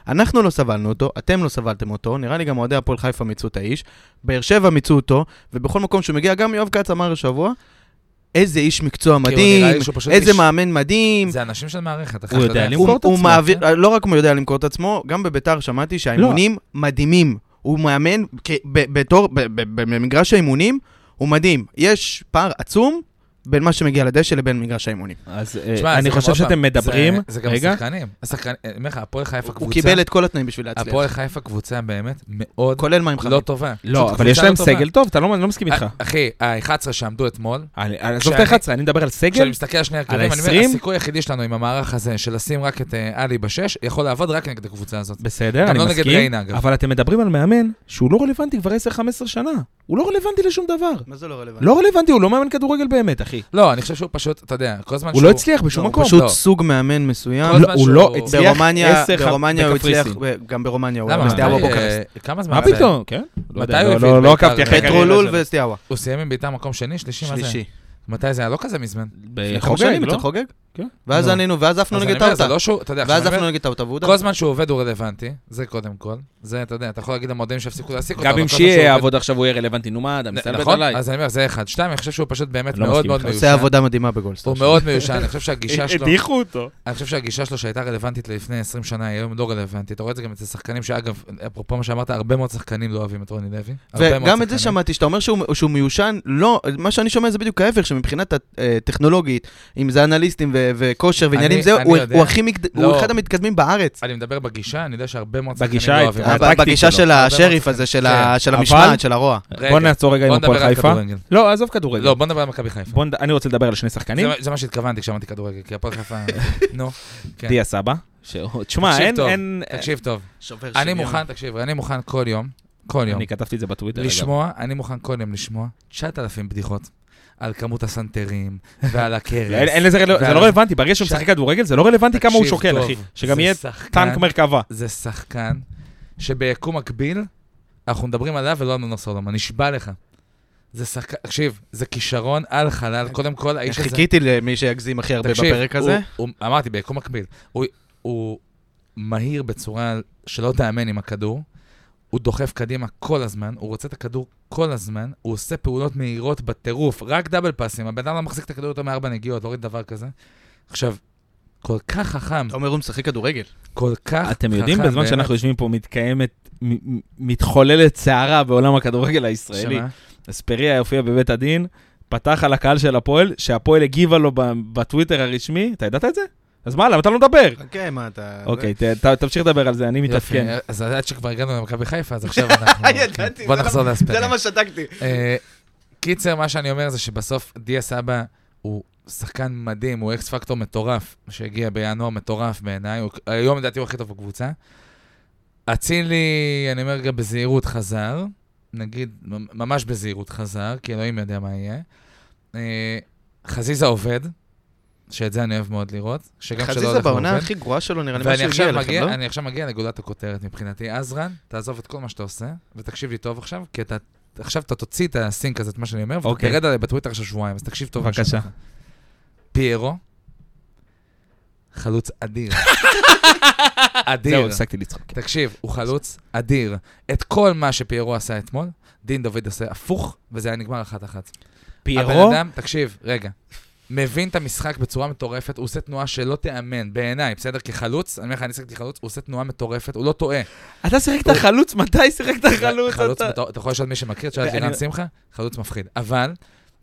אנחנו לא סבלנו אותו, אתם לא סבלתם אותו, נראה לי גם אוהדי הפועל חיפה מיצו את האיש, באר שבע מיצו אותו, ובכל מקום שהוא מגיע, גם יואב כץ אמר השבוע, איזה איש מקצוע הוא כאילו, נראה מדהים, לי שהוא פשוט איזה איש- מאמן מדהים. זה אנשים של מערכת, אחי. הוא אתה יודע למכור הוא את הוא עצמו, מעביר, כן. לא רק הוא יודע למכור את עצמו, גם בביתר שמעתי שהאימונים לא. מדהימים. הוא מאמן, כ- ב- בתור, ב- ב- ב- במגרש האימונים, הוא מדהים. יש פער עצום בין מה שמגיע לדשא לבין מגרש האימונים. אז אה, תשמע, זה אני גם חושב עוד פעם, שאתם מדברים, זה- זה גם רגע, השחקנים. השחקנים, אני אומר לך, הפועל חיפה הוא קבוצה, קיבל את כל התנאים בשביל להצליח, הפועל חיפה קבוצה באמת מאוד כולל מים חמים. לא טובה. לא, פשוט אבל יש קבוצה להם לא טובה. סגל טוב, אתה לא אני לא מסכים איתך. אה, אחי, ה-11 שעמדו אתמול, אני- אני- עזוב את כשאני- ה-11, אני מדבר על כשאני סגל, מסתכל על שני על הרכבים, אני אומר, ה-עשרים? הסיכוי היחידי שלנו עם המערך הזה, של לשים רק את אה, עלי בשש, יכול לעבוד רק נגד הקבוצה הזאת. בסדר, גם אני לא נגד מסכים, ריינה, אגב. אבל אתם מדברים על מאמן שהוא לא רלוונטי כבר 10-15 שנה. הוא לא רלוונטי לשום דבר. מה זה לא רלוונטי? לא רלוונטי, הוא לא מאמן כדורגל באמת, אחי. לא, אני חושב שהוא פשוט, אתה יודע, כל זמן הוא שהוא... לא הצליח בשום הוא מקום. פשוט לא. סוג מאמן מסוים. כל לא, זמן הוא שהוא- לא הצליח ברומניה, עשר- ברומניה הוא הצליח, בקפריסין. ב- גם ברומניה הוא למה? היה מתי, בסטיאבה אה, בוקרסט. כמה זמן? מה זה? פתאום, כן? לא מתי יודע, הוא לא- הביא לא- את לא בית"ר? עקבתי אחרי פטרו פטרו הקריירה לול שלו. וסטיאבה. הוא סיים עם בעיטה מקום שני, שלישי, מה לא- זה? שלישי. מתי זה היה? לא כזה מזמן. לפני כמה בחוגג, שנים, לא? אצל חוגג? כן. ואז נו. ענינו, ואז עפנו לא. אז אני נגד אומר, זה טאוטה. לא שהוא, אתה יודע, ואז עכשיו אני עפנו אומר, נגד טאוטה, והוא כל זמן שהוא עובד הוא רלוונטי, זה קודם כל. זה, אתה יודע, אתה יכול להגיד למועדונים שיפסיקו להעסיק אותו. גם אבל אם כל זמן שהוא שיהיה עובד- יעבוד עכשיו, הוא יהיה רלוונטי. נו מה, אתה מסתלבט נכון? עליי. אז אני אומר, זה אחד. שתיים, אני חושב שהוא פשוט באמת אני לא מאוד מסכים מאוד איתך. עושה מיושן. עבודה מדהימה בגולדסטאר. הוא מאוד מיושן, אני חושב אה, שהגישה שלו... הדיחו אותו. אני חושב שהגישה שלו שהייתה רלוונטית לפני 20 שנה, היא היום לא רלוונטית. אתה רואה את זה גם אצל שחקנים, שאגב, אפרופו מה שאמרת, הרבה מאוד שחקנים לא אוהבים את רוני לוי. הרבה מאוד וגם את זה שחקנים. שמעתי, שאתה אומר שהוא, שהוא מיושן, לא, מה שאני שומע זה בדיוק ההפך, שמבחינת הטכנולוגית, אם זה אנליסטים ו- וכושר ועניינים, אני- זה, אני הוא, יודע. הוא הכי, מגד... לא. הוא אחד המתקדמים בארץ. אני מדבר בגישה, אני יודע שהרבה מאוד שחקנים בגישה לא הייתה- אוהבים אה, את זה. ב- הטקטית בגישה שלו. של הרבה השריף מאוד הזה, של, שחקנים. כן. ה... של אבל- המשמעת, של הרוע. רגע, אה, בוא נעצור רגע עם בוא הפועל נדבר על חיפה. כדורגל. לא, עזוב כדורגל. לא, בוא נדבר על מכבי חיפה. בוא נד- אני אה, רוצה לדבר על שני שחקנים. זה מה- זה מה שהתכוונתי כשאמרתי כדורגל, כי הפועל <laughs> חיפה... נו, כן. דיה סבא. שהוא- תשמע, תקשיב אין... טוב, אין- תקשיב טוב. שובר אני מוכן, תקשיב, אני מוכן כל יום, כל יום, אני כתבתי את זה בטוויטר. אגב. לשמוע, אני מוכן כל יום לשמוע 9,000 בדיחות על כמות הסנטרים <laughs> ועל לא, הכרס. אין- אין לזה, רלו- זה ועל- לא רלוונטי, ברגע שהוא ש- משחק כדורגל, זה לא רלוונטי כמה הוא תקשיב שוקל, טוב, אחי. שגם זה יהיה שחקן- טנק מרכבה. זה שחקן שביקום מקביל, אנחנו מדברים עליו ולא על נונו סולומון, נשבע לך. זה שחקן, תקשיב, זה כישרון על חלל, קודם כל האיש הזה... חיכיתי למי שיגזים הכי הרבה תקשיב, בפרק הוא- הזה. הוא- אמרתי, ביקום מקביל. הוא- הוא מהיר בצורה שלא תאמן עם הכדור. הוא דוחף קדימה כל הזמן, הוא רוצה את הכדור כל הזמן, הוא עושה פעולות מהירות בטירוף, רק דאבל פאסים, הבן אדם לא מחזיק את הכדור יותר מארבע נגיעות, לא ראיתי דבר כזה. עכשיו, כל כך חכם, אתה אומר, הוא משחק כדורגל. כל כך אה, חכם. אתם יודעים, בזמן באמת. שאנחנו יושבים פה מתקיימת, מ- מ- מתחוללת סערה בעולם הכדורגל הישראלי. שמה? אספריה יופיע בבית הדין, פתח על הקהל של הפועל, שהפועל הגיבה לו ב- בטוויטר הרשמי, אתה ידעת את זה? אז מה, למה אתה לא מדבר? אה, חכה, מה אתה... אוקיי, ת- ת- תמשיך לדבר על זה, אני מתעדכן. יופי, אז עד שכבר הגענו למכבי חיפה, אז <laughs> עכשיו אנחנו... ידעתי, בוא לא- זה נחזור למה- לאספריה. זה למה שתקתי. אה, קיצר, מה שאני אומר זה שבסוף דיה סבא הוא שחקן מדהים, הוא אקס פקטור מטורף, שהגיע בינואר מטורף בעיניי, הוא- היום לדעתי הוא הכי טוב בקבוצה. אצילי, אני אומר גם בזהירות חזר, נגיד, ממ- ממש בזהירות חזר, כי אלוהים יודע מה יהיה. אה, חזיזה עובד, שאת זה אני אוהב מאוד לראות, שגם כשלא חזיזה הולך הוא בעונה עובד. הכי גרועה שלו, נראה לי, מה ואני שהגיע עכשיו לכם, מגיע, לא? אני עכשיו מגיע לגולת הכותרת מבחינתי. אז רן, תעזוב את כל מה שאתה עושה, ותקשיב לי טוב עכשיו, כי אתה, עכשיו אתה תוציא את הסינק הזה, את מה שאני אומר, ואתה אוקיי. תרד עליי בטוויטר עכשיו שבועיים, אז תקשיב טוב. מה שאני בבקשה. אומר לך. פיירו, חלוץ <laughs> אדיר. זהו, אדיר. הפסקתי לצחוק. תקשיב, הוא חלוץ אדיר. את כל מה שפיירו עשה אתמול, דין דוד עושה הפוך, וזה היה נגמר אחת-אחת. פיירו, הבן אדם, תקשיב, רגע. מבין את המשחק בצורה מטורפת, הוא עושה תנועה שלא תיאמן, בעיניי, בסדר? כחלוץ, אני אומר לך, אני שיחקתי חלוץ, הוא עושה תנועה מטורפת, הוא לא טועה. אתה שיחקת חלוץ? מתי שיחקת חלוץ? חלוץ, אתה- מטור- אתה יכול לשאול מי שמכיר, תשאל את ואני- לירן שמחה, חלוץ מפחיד. אבל,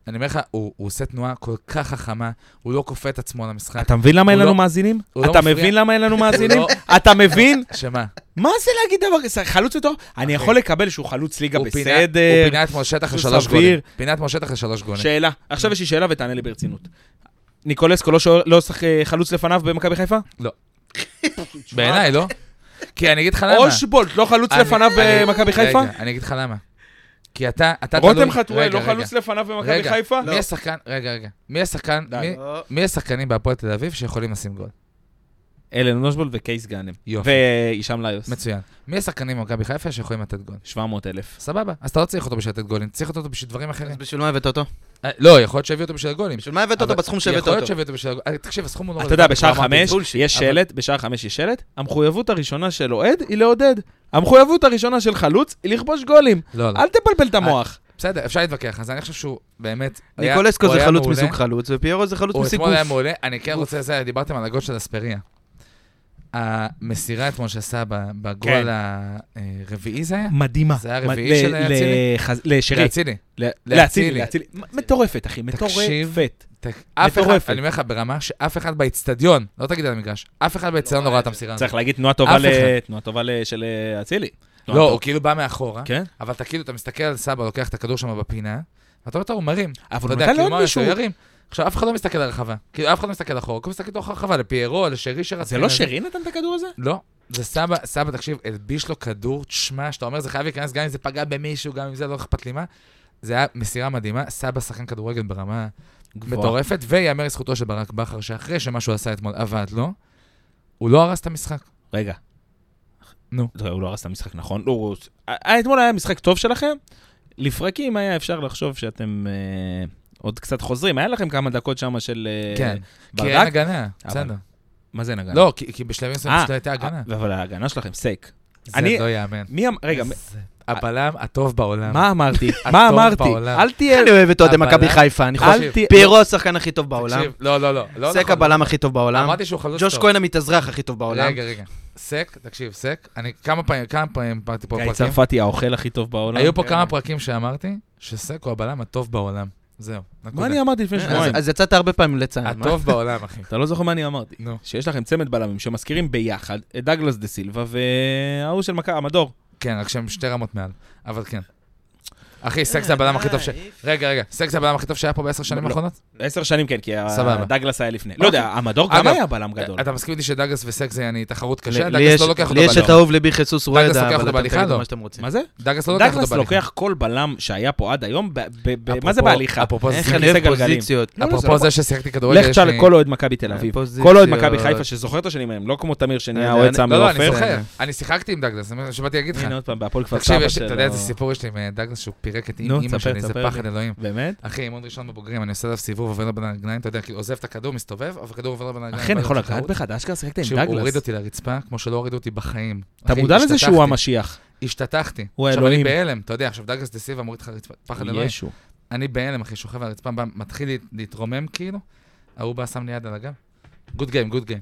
אני אומר לך, הוא הוא עושה תנועה כל כך חכמה, הוא לא כופה את עצמו על המשחק. אתה מבין למה אין הוא לנו לא- מאזינים? הוא לא אתה מפריע. מבין למה אין לנו מאזינים? הוא לא- אתה מבין? שמה? מה זה להגיד דבר כזה? חלוץ מטורף? אני יכול לקבל שהוא חלוץ ליגה הוא פינה- הוא בסדר. פינה אתמול שטח הוא לשלוש סביר. גולים. פינה אתמול שטח לשלוש גולים. שאלה. עכשיו יש לי שאלה ותענה לי ברצינות. ניקולסקו לא שוער- לא שחק אה, חלוץ לפניו במכבי אה, חיפה? בעיניי, לא? כי אני אגיד לך למה. אושבולט לא חלוץ אני- לפניו אני- במכבי חיפה? רגע, אני אגיד לך למה. כי אתה, אתה תלוי... רותם חתואל רגע, לא רגע. חלוץ לפניו במכבי רגע, חיפה? לא. מי השחקן, רגע, רגע, מי השחקן, די. מי- מי השחקנים בהפועל תל אביב שיכולים לשים גול? אלן אושבולט וקייס גאנם. יופי. והישאם ליוס. מצוין. מי השחקנים במכבי חיפה שיכולים לתת גול? 700 אלף. סבבה, אז אתה לא צריך אותו בשביל לתת גולים, צריך אותו בשביל דברים אחרים. אז בשביל מה הבאת אותו? אה, לא, יכול להיות שהביאו אותו בשביל הגולים. בשביל מה הבאת אותו אבל- בסכום שהבאת יכול להיות אותו? שהביאו אותו בשביל הגולים. אה, תקשיב, הסכום הוא לא... אתה יודע, רלוונטי, בשעה כבר אמרתי. חמש יש אבל- שלט, בשעה חמש יש שלט, המחויבות הראשונה של אוהד היא לעודד. המחויבות הראשונה של חלוץ היא לכבוש גולים. לא, לא. אל תבלבל את המוח. בסדר, אפשר להתווכח, אז אני חושב שהוא באמת... היה- ניקולסקו הוא זה היה חלוץ מעולה. מסוג חלוץ, ופיירו זה חלוץ הוא מסוג אתמול היה גוף. מעולה, אני כן רוצה לזה, דיברתם על הגול של אספריה. המסירה אתמול שעשה ב- כן. בגול הרביעי זה היה? מדהימה. זה היה מד- הרביעי של ל- אצילי? לחז- לשרי. לאצילי. ל- לאצילי. לאצילי. לאצילי. מ- מטורפת, אחי, תקשיב. מטורפת. ת- אף אחד, מטורפת. אני אומר לך, ברמה שאף אחד באצטדיון, לא תגיד על המגרש, אף אחד באצטדיון לא ראה את המסירה הזאת. אה, צריך להגיד תנועה טובה אף ל- אחד. תנועה טובה ל- של אה, אצילי. תנועה לא, טובה. הוא כאילו בא מאחורה, כן? אבל אתה כאילו, אתה מסתכל על סבא, לוקח את הכדור שם בפינה, ואתה אומר, טוב, הוא מרים. אתה אבל יודע, נתן כאילו, לעוד מה הוא יעשה? מישהו. הוא ירים. עכשיו, אף אחד לא מסתכל על הרחבה. כאילו, אף אחד לא מסתכל אחורה, כולם מסתכלים לתוך הרחבה, לפיירו, לשרי שרצה. זה לא שרי נתן את הכדור הזה? לא. זה סבא, סבא, תקשיב, הלביש לו כדור, תשמע, שאתה אומר, זה חייב להיכנס, גם אם זה פגע במישהו, גם אם זה לא אכפת לי מה. זה היה מסירה מדהימה, סבא שחקן כדורגל ברמה מטורפת, ויאמר לזכותו של ברק בכר, שאחרי שמה שהוא עשה אתמול עבד לו, הוא לא הרס את המשחק. רגע. נו. לא, הוא לא הרס את המשחק, נכון? לא, הוא... אה, אתמול היה משחק טוב שלכם. לפרקים היה אפשר לחשוב שאתם אה, עוד קצת חוזרים, היה לכם כמה דקות שם של אה, כן, כי אין ברדק. הגנה, אבל- בסדר. מה זה נגן? לא, כי כי בשלבים מסוימים אה, פשוט לא הייתה הגנה. אבל ההגנה שלכם סייק. זה אני- לא יאמן. מי אמר, רגע, מ- זה הבלם הטוב בעולם. מה אמרתי? מה הטוב אמרתי? בעולם. אל תהיה... אני אוהב את אוהדי אבל- מכבי חיפה, אני חושב. אל תהיה... פיירו השחקן הכי טוב בעולם. תקשיב, לא, לא, לא. לא סק נכון. הבלם הכי טוב בעולם. אמרתי שהוא חלוץ טוב. ג'וש כהן המתאזרח הכי טוב בעולם. רגע, רגע. סק, תקשיב, סק, אני כמה פעמים, כמה פעמים באתי פה גיא לא? פרקים. צרפתי האוכל הכי טוב בעולם. אה, היו פה כן. כמה פרקים שאמרתי שסק הוא הבלם הטוב בעולם. זהו, מה נקודה. אני אמרתי לפני אז- שבועיים? אז יצאת הרבה פעמים לצה"ל. מה? הטוב בעולם, אחי. אה, אתה לא זוכר מה אני אמרתי. נו. שיש לכם צמד בלמים שמזכירים ביחד את דגלס דה סילבה וההוא של מכבי, המדור. כן, רק שהם שתי רמות מעל. אבל כן. אחי, סק זה הבלם הכי טוב ש... רגע, רגע, סק זה הבלם הכי טוב שהיה פה בעשר שנים לא. האחרונות? עשר שנים כן, כי סבבה. אוקיי. דגלס היה לפני. לא יודע, המדור אגב, אה, גם היה בלם גדול. אתה מסכים איתי שדגס וסק זה יעני תחרות קשה? לי יש- דגס לא לוקח אותו לי יש את בלם. האהוב ליבי חיסוס רואדה, לוקח אותו אבל אתם בהליכה, תגידו לא? מה שאתם רוצים. מה זה? דגס לא לוקח אותו דגלס בלם. לוקח כל בלם שהיה פה עד היום, ב- ב- ב- מה זה אפרופו- בהליכה? אפרופו זה- איך שחקני אני אוהב סגלגלים. פוזיציות. לא, לא, זה אפרופו לא- זה ששחקתי כדורגל, לך תשאל כל אוהד מכבי תל אביב. אה, פוזיציות. כל אוהד מכבי חיפה שזוכר את השנים ההם, לא כמותמיר שנהיה אני- אוהד אני- סמי לא, לא, אני עופר. זוכר. אני שיחקתי עם דגלס, זה מה שבאתי להגיד לך. הנה עוד פעם, בהפועל כפר סבא תקשיב, שלו. יש- אתה יודע איזה סיפור יש לי עם אה, דגלס שהוא פירק את נו, אימא תספר, שלי, זה תספר פחד לי. אלוהים. באמת? אחי, אימון ראשון בבוגרים, אני עושה עליו סיבוב, עובר לו בין הרגליים, אתה יודע, כאילו עוזב את הכדור, מסתובב, אבל הכדור עובר לו בין הרגליים. אחי, אני בא יכול לתחרות. לגעת בך, אתה אשכרה שיחקת עם אה, שהוא הוריד דגלס. אותי לרצפה, כמו שלא הורידו אותי בחיים. אתה אחי, מודע לזה שהוא השתטחתי, המשיח. השתטחתי. הוא עכשיו אני האלוהים. בהלם, אתה יודע, עכשיו דגלס דה סילבה מוריד לך רצפה, פחד אלוהים. ישו. אני בהלם, אחי, שוכב על הרצפה, בא, מתחיל להת- להתרומם כאילו, ההוא בא, שם לי יד על הגב. גוד גיים, גוד גיים.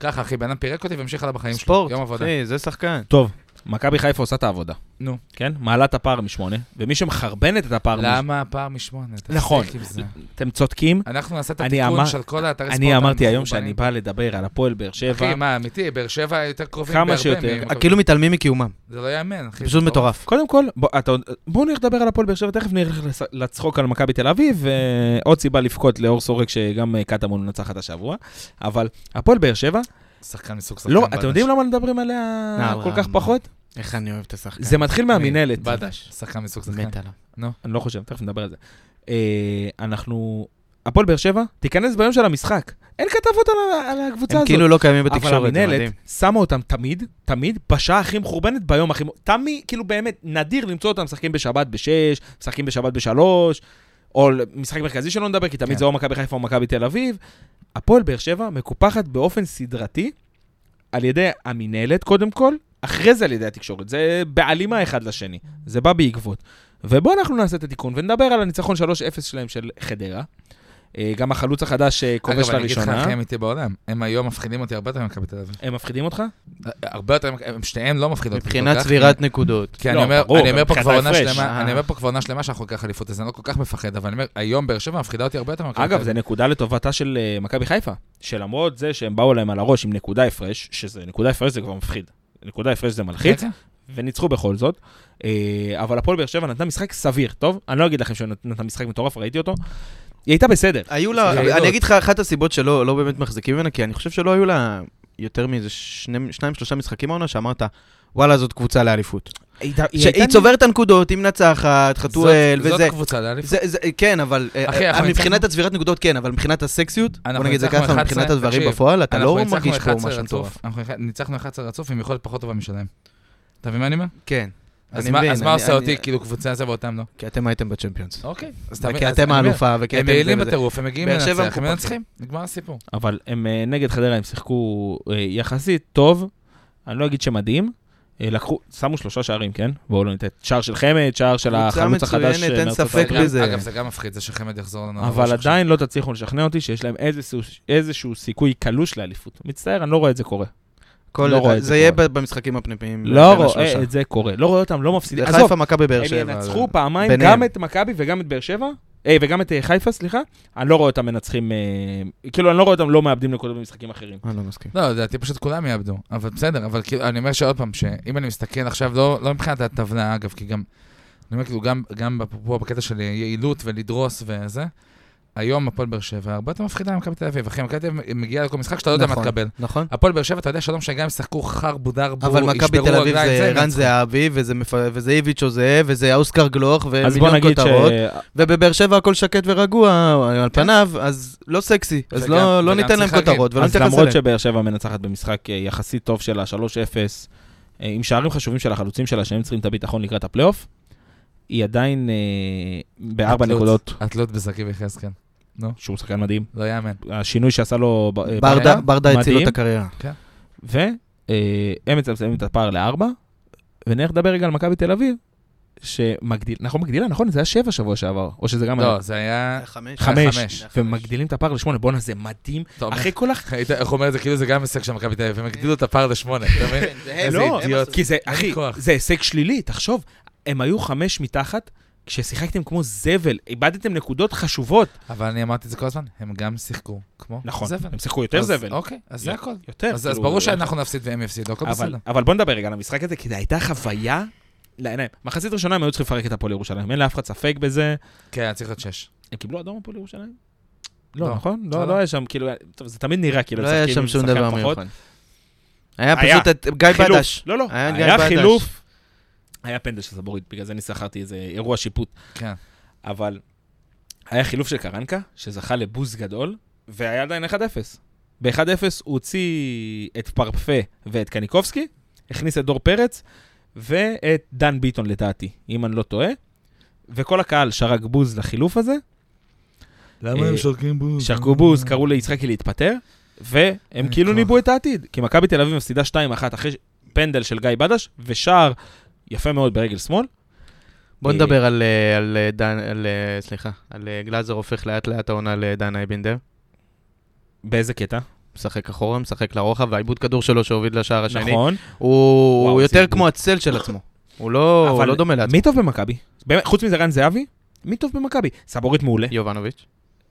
ככה, אחי, בן אדם פירק אותי והמשיך הלאה בחיים שלו. ספורט, יום עבודה. אחי, זה שחקן. טוב, מכבי חיפה עושה את העבודה. נו. כן? מעלה את הפער משמונה, ומי שמחרבנת את הפער משמונה... למה הפער משמונה? תפסיק נכון. עם זה. אתם צודקים. אנחנו נעשה את אני התיקון אמר- של כל האתרי ספורט. אני אמרתי היום המחורבנים. שאני בא לדבר על הפועל באר שבע. אחי, מה, אמיתי, באר שבע יותר קרובים כמה בהרבה. שיותר. ממכבי- כאילו מתעלמים מקיומם, זה לא יאמן, אחי. זה פשוט זה מטורף. קודם כל, בוא, אתה, עוד- בואו נלך לדבר על הפועל באר שבע, תכף נלך לס- לצחוק על מכבי תל אביב, ועוד סיבה לבכות לאור סורק שגם אה, קטמון מנצחת השבוע, אבל הפועל באר שבע, מטורף. שחקן מסוג שחקן. לא, בדש. לא, אתם יודעים למה מדברים אה, עליה כל רם. כך פחות? איך אני אוהב את השחקן. זה מתחיל מהמינהלת. בדש. שחקן מסוג שחקן. מת עליו. אני לא חושב, תכף נדבר על זה. אה, אנחנו... הפועל באר שבע, תיכנס ביום של המשחק. אין כתבות על, ה- על הקבוצה הם הזאת. כאילו לא קיימים אבל בתקשורת, זה מדהים. המינהלת שמה אותם תמיד, תמיד, בשעה הכי מחורבנת, ביום הכי... מ- תמיד, כאילו באמת, נדיר למצוא אותם משחקים בשבת בשש, משחקים בשבת בשלוש, או ל- משחק מרכזי שלא נדבר, כי תמיד כן. זה או מכבי חיפה או מכבי תל אביב. הפועל באר שבע מקופחת באופן סדרתי על ידי המינהלת, קודם כל, אחרי זה על ידי התקשורת. זה בהלימה אחד לשני, זה בא בעקבות. ובואו אנחנו נעשה את התיקון ונדבר על הניצחון 3-0 שלהם של חדרה. אה, גם החלוץ החדש אה, כובש אגב, אני אגיד לך לראשונה. הכי אמיתי בעולם. הם היום מפחידים אותי הרבה יותר ממכבי תל אביב. הם מפחידים אותך? הרבה יותר, הם שתיהם לא מפחידות אותי. מבחינת כל כך, צבירת נקודות. כי אני לא, אומר, ברור, אני אומר פה מבחינת כבר עונה ההפרש. שלמה, אה. אני אומר פה כבר עונה שלמה שאנחנו ניקח אליפות, אז אני לא כל כך מפחד, אבל אני אומר, היום באר שבע מפחידה אותי הרבה יותר כן, ממכבי תל אגב, אביב. זה נקודה לטובתה של אה, מכבי חיפה, שלמרות זה שהם באו להם על הראש עם נקודה הפרש, שזה נקודה הפרש זה כבר מפחיד. נקודה הפרש זה <laughs> מלחיץ, רגע, וניצחו בכל זאת. אה, אבל הפועל באר שבע נתנה משחק סביר, טוב? אני לא אגיד לכם שהיא נת- נתנה משחק מטורף, ראיתי אותו. היא הייתה בסדר. היו לה, יעילות. אני אגיד לך, אחת הסיבות שלא לא באמת מחזיקים ממנה, כי אני חושב שלא היו לה יותר מאיזה שני- שניים, שלושה משחקים העונה, שאמרת, וואלה, זאת קבוצה לאליפות. היא הייתה- היא שהיא הייתה- צוברת את הנקודות, היא מנצחת, חתואל זאת- אה, וזה. זאת קבוצה לאליפות. זה, זה, כן, אבל אה, אחי, אה, אנחנו מבחינת ניצחנו- הצבירת נקודות כן, אבל מבחינת הסקסיות, אנחנו בוא נגיד את זה ניצחנו ככה, 11, מבחינת הדברים תקשיב, בפועל, אתה אנחנו לא ניצחנו מרגיש פה 11 משהו רצוף. מטורף. אנחנו ניצח- ניצחנו 11 רצוף עם יכולת פחות טובה משלהם. אתה מבין מה אני אומר? כן, אז אני מה- מבין, אז מה אני- עושה אני- אותי, כאילו, קבוצה זה ואותם לא? כי אתם הייתם בצ'מפיונס. אוקיי. כי אתם האלופה, וכי אתם הם זה יעילים וזה. בטירוף, הם מגיעים באר שבע לנצח, הם מקופחים. מנצחים, נגמר הסיפור. אבל הם אה, נגד חדרה, הם שיחקו אה, יחסית טוב, אני לא אגיד שמדהים. אה, לקחו, שמו שלושה שערים, כן? בואו לא ניתן. שער של חמד, שער של קבוצה החלוץ החדש. מצוינת, אה, אין מארצות ספק הברית. אגב- בזה. אגב, זה גם מפחיד, זה שחמד יחזור אה, לנו. אבל לראש עכשיו. עדיין לא תצליחו לשכנע אותי שיש להם איזשהו, איזשהו סיכוי קלוש לאליפות. מצטער, אני לא רואה את זה קורה. כל- לא רואה את זה זה יהיה קורה. ב- במשחקים הפנימיים. לא בין רואה השלושה. אה, את זה קורה. לא רואה אותם, לא מפסידים. זה עזוב, חיפה, מכבי, באר הם שבע. ינצחו פעמיים ביניהם. גם את מכבי וגם את באר שבע, אה, וגם את אה, חיפה, סליחה. אני לא רואה אותם מנצחים, אה, כאילו, אני לא רואה אותם לא מאבדים נקודות במשחקים אחרים. אני לא מסכים. לא, לדעתי פשוט כולם יאבדו, אבל בסדר, אבל כאילו, אני אומר שעוד פעם, שאם אני מסתכל עכשיו, לא, לא מבחינת הטבלה, אגב, כי גם, אני אומר כאילו, גם, גם פה בקטע של יעילות ולדרוס וזה, היום הפועל באר שבע הרבה יותר מפחידה ממכבי תל אביב, אחי, מכבי תל אביב מגיעה לכל משחק שאתה לא יודע מה נכון, תקבל. נכון. הפועל באר שבע, אתה יודע שלום שגם אם ישחקו חרבו דרבו, אבל מכבי ישברו תל אביב רגליים, זה הם רן ינצחו. זהבי, וזה מפ- וזה איביץ' או זאב, וזה אוסקר גלוך, אז בוא ומיליון נגיד ש... כותרות. ובבאר שבע הכל שקט ורגוע אה, על פניו, אז לא סקסי. אז וגם- לא- לא וגם ניתן להם צריך להגיד, כותרות ולא אז נתייחס למרות אליהם. שבאר שבע מנצחת במשחק אה, יחסית טוב שלה, 3-0, אה, עם שערים חשובים של החלוצים שלה, שהם צריכים את הביטחון לקראת הפלייאוף, היא עדיין אה, בארבע אטלות. נקודות, התלות בשגיב יחזקאל. שהוא שחקן מדהים. לא יאמן. השינוי שעשה לו... ב- אה, ברדה- ברדה, היה? ברדה הציל לו מדהים. את הקריירה. והם אה, מצמצמים את הפער לארבע, ונלך לדבר רגע על מכבי תל אביב, שמגדיל, נכון מגדילה, נכון? זה היה שבע שבוע שעבר, או שזה גם היה לא, זה היה... חמש. חמש, חמש. ומגדילים את הפער לשמונה, בואנה זה מדהים, טוב, אחרי כל הח... היית- איך אומר את זה? כאילו זה גם הישג של מכבי תל אביב, הם הגדילו את הפער לשמונה, אתה מבין? איזה לא, אידיוט. כי זה, אין אחי, כוח. זה הישג שלילי, תחשוב, הם היו חמש מתחת, כששיחקתם כמו זבל, איבדתם נקודות חשובות. אבל אני אמרתי את זה כל הזמן, הם גם שיחקו כמו נכון, זבל. הם שיחקו יותר אז- זבל. אוקיי, אז זה הכל. יותר. אז אז כאילו, ברור שאנחנו נפסיד והם יפסידו, הכל אבל, בסדר. אבל בוא נדבר רגע על המשחק הזה, כי זו הייתה חוויה לעיניים. מחצית ראשונה הם היו צריכים לפרק את הפועל ירושלים, אין לאף אחד ספק בזה. כן, היה צריך להיות שש. הם קיבלו אדום הפועל ירושלים? לא, לא. נכון? לא, לא, לא. לא היה שם, כאילו, טוב, זה תמיד נראה כאילו, לא היה משחקים שם עם שום שחקן דבר פחות. מיוחד. היה היה. פשוט את גיא חילוף. בדש. לא, לא, היה את היה גיא בדש. חילוף. היה פנדל של סבורית, בגלל זה אני שכרתי איזה אירוע שיפוט. כן. אבל היה חילוף של קרנקה, שזכה לבוז גדול, והיה עדיין 1-0. ב-1-0 הוא הוציא את פרפה ואת קניקובסקי, הכניס את דור פרץ ואת דן ביטון לדעתי, אם אני לא טועה, וכל הקהל שרק בוז לחילוף הזה, למה הם שורקים בוז? אה, שרקו בוז, קראו ליצחקי להתפטר, והם אין כאילו כוח. ניבאו את העתיד, כי מכבי תל אביב מפסידה 2-1 אחרי ש- פנדל של גיא בדש ושער יפה מאוד ברגל שמאל. בוא אה, נדבר על, אה, על אה, דן, על, אה, סליחה, על אה, גלאזר הופך לאט לאט העונה לדן אייבינדר. באיזה קטע? משחק אחורה, משחק לרוחב, והעיבוד כדור שלו שהוביל לשער השני. נכון. הוא וואו, הוא זה יותר עיבוד. כמו הצל של עצמו. הוא לא הוא אבל לא דומה לעצמו. מי טוב במכבי? באמת, חוץ מזה רן זהבי? מי טוב במכבי? סבורית מעולה. יובנוביץ'.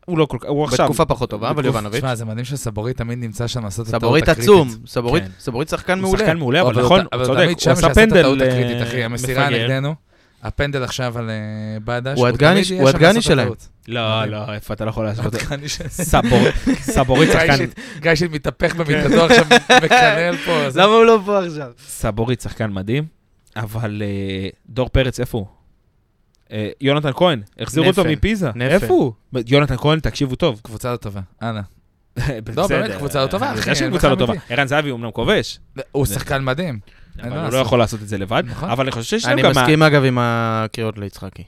הוא לא כל כך, הוא עכשיו... בתקופה פחות טובה, אבל בתקופ- יובנוביץ'. תשמע, זה מדהים שסבורית תמיד נמצא שם לעשות את הטעות סבורית הקריטית. עצום, סבורית- כן. סבורית שחקן הוא מעולה. שחקן מעולה, אבל הוא נכון, ת- הוא צודק, תמיד הוא שם עשה שעשה את פנדל הטעות הקריטית, אחי. אה, המסירה מפגר. נגדנו, הפנדל עכשיו על אה, בדש. הוא הדגני- תמיד יהיה הוא שם הדגני לעשות את שלהם. הטעות. לא, לא, איפה אתה לא יכול לעשות את זה? הדגני שלהם. סבור- סבורית גיא שחקן... שיט- <laughs> גיא שיט מתהפך כן. במיטתו עכשיו, מקלל פה. זה- למה הוא לא פה עכשיו? סבורית שחקן מדהים, אבל אה, דור פרץ, איפה הוא? אה, יונתן כהן, החזירו אותו נפל. מפיזה, נפל. איפה הוא? יונתן כהן, תקשיבו <laughs> טוב. קבוצה לא טובה, אנא. בסדר. באמת, קבוצה לא טובה, אני אחי, יודע שהיא אני קבוצה לא בכלל טובה. ערן זהבי אומנם כובש, הוא זה- שחקן מדהים. אין מה אבל הוא לא לעשות. יכול לעשות את זה לבד, נכון. אבל אני חושב שיש אני להם גם... מה- מסכים אגב עם הקריאות ליצחקי.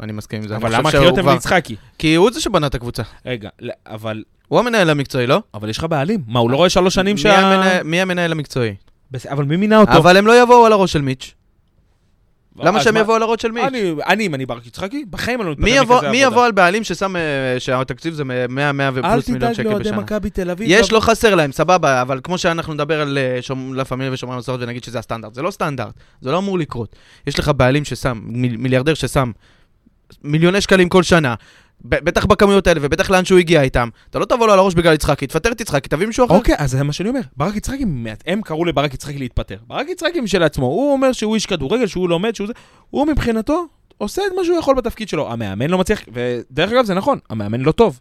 אני מסכים עם זה. אני אבל חושב למה שהוא הקריאות הם כבר- ליצחקי? כי הוא זה שבנה את הקבוצה. רגע, לא, אבל הוא המנהל המקצועי, לא? אבל יש לך בעלים. מה, הוא לא רואה שלוש שנים אה, מי שה... המנה- מי המנהל המקצועי? בס- אבל מי מינה אותו? לא, אבל הם לא יבואו על הראש של מיץ'. למה אז שהם מה- יבואו על הראש של מיץ'? אני, אני, אם אני ברק יצחקי, בחיים אני לא מי מתפטר יבוא- מכזה מי עבודה. יבוא על בעלים ששם, אה, שהתקציב זה 100, 100 אל ופלוס מיליון תדאג שקל לאוהדי בשנה? מכבי תל אביב. יש, לא- לא חסר להם, סבבה, אבל כמו שאנחנו נדבר על אה, שומ- לה פמיליה ושומרי מסורת ונגיד שזה הסטנדרט, זה לא סטנדרט, זה לא אמור לקרות. יש לך בעלים ששם, מיל- מיליארדר ששם מיליוני שקלים כל שנה, ב- בטח בכמויות האלה ובטח לאן שהוא הגיע איתם, אתה לא תבוא לו על הראש בגלל יצחקי, תפטר את יצחקי, תביא מישהו אחר. אוקיי, אז זה מה שאני אומר. ברק יצחקי, מה- הם קראו לברק יצחקי להתפטר. ברק יצחקי משלעצמו, הוא אומר שהוא איש כדורגל, שהוא לומד, שהוא זה... הוא מבחינתו עושה את מה שהוא יכול בתפקיד שלו. המאמן לא מצליח, ודרך אגב, זה נכון, המאמן לא טוב.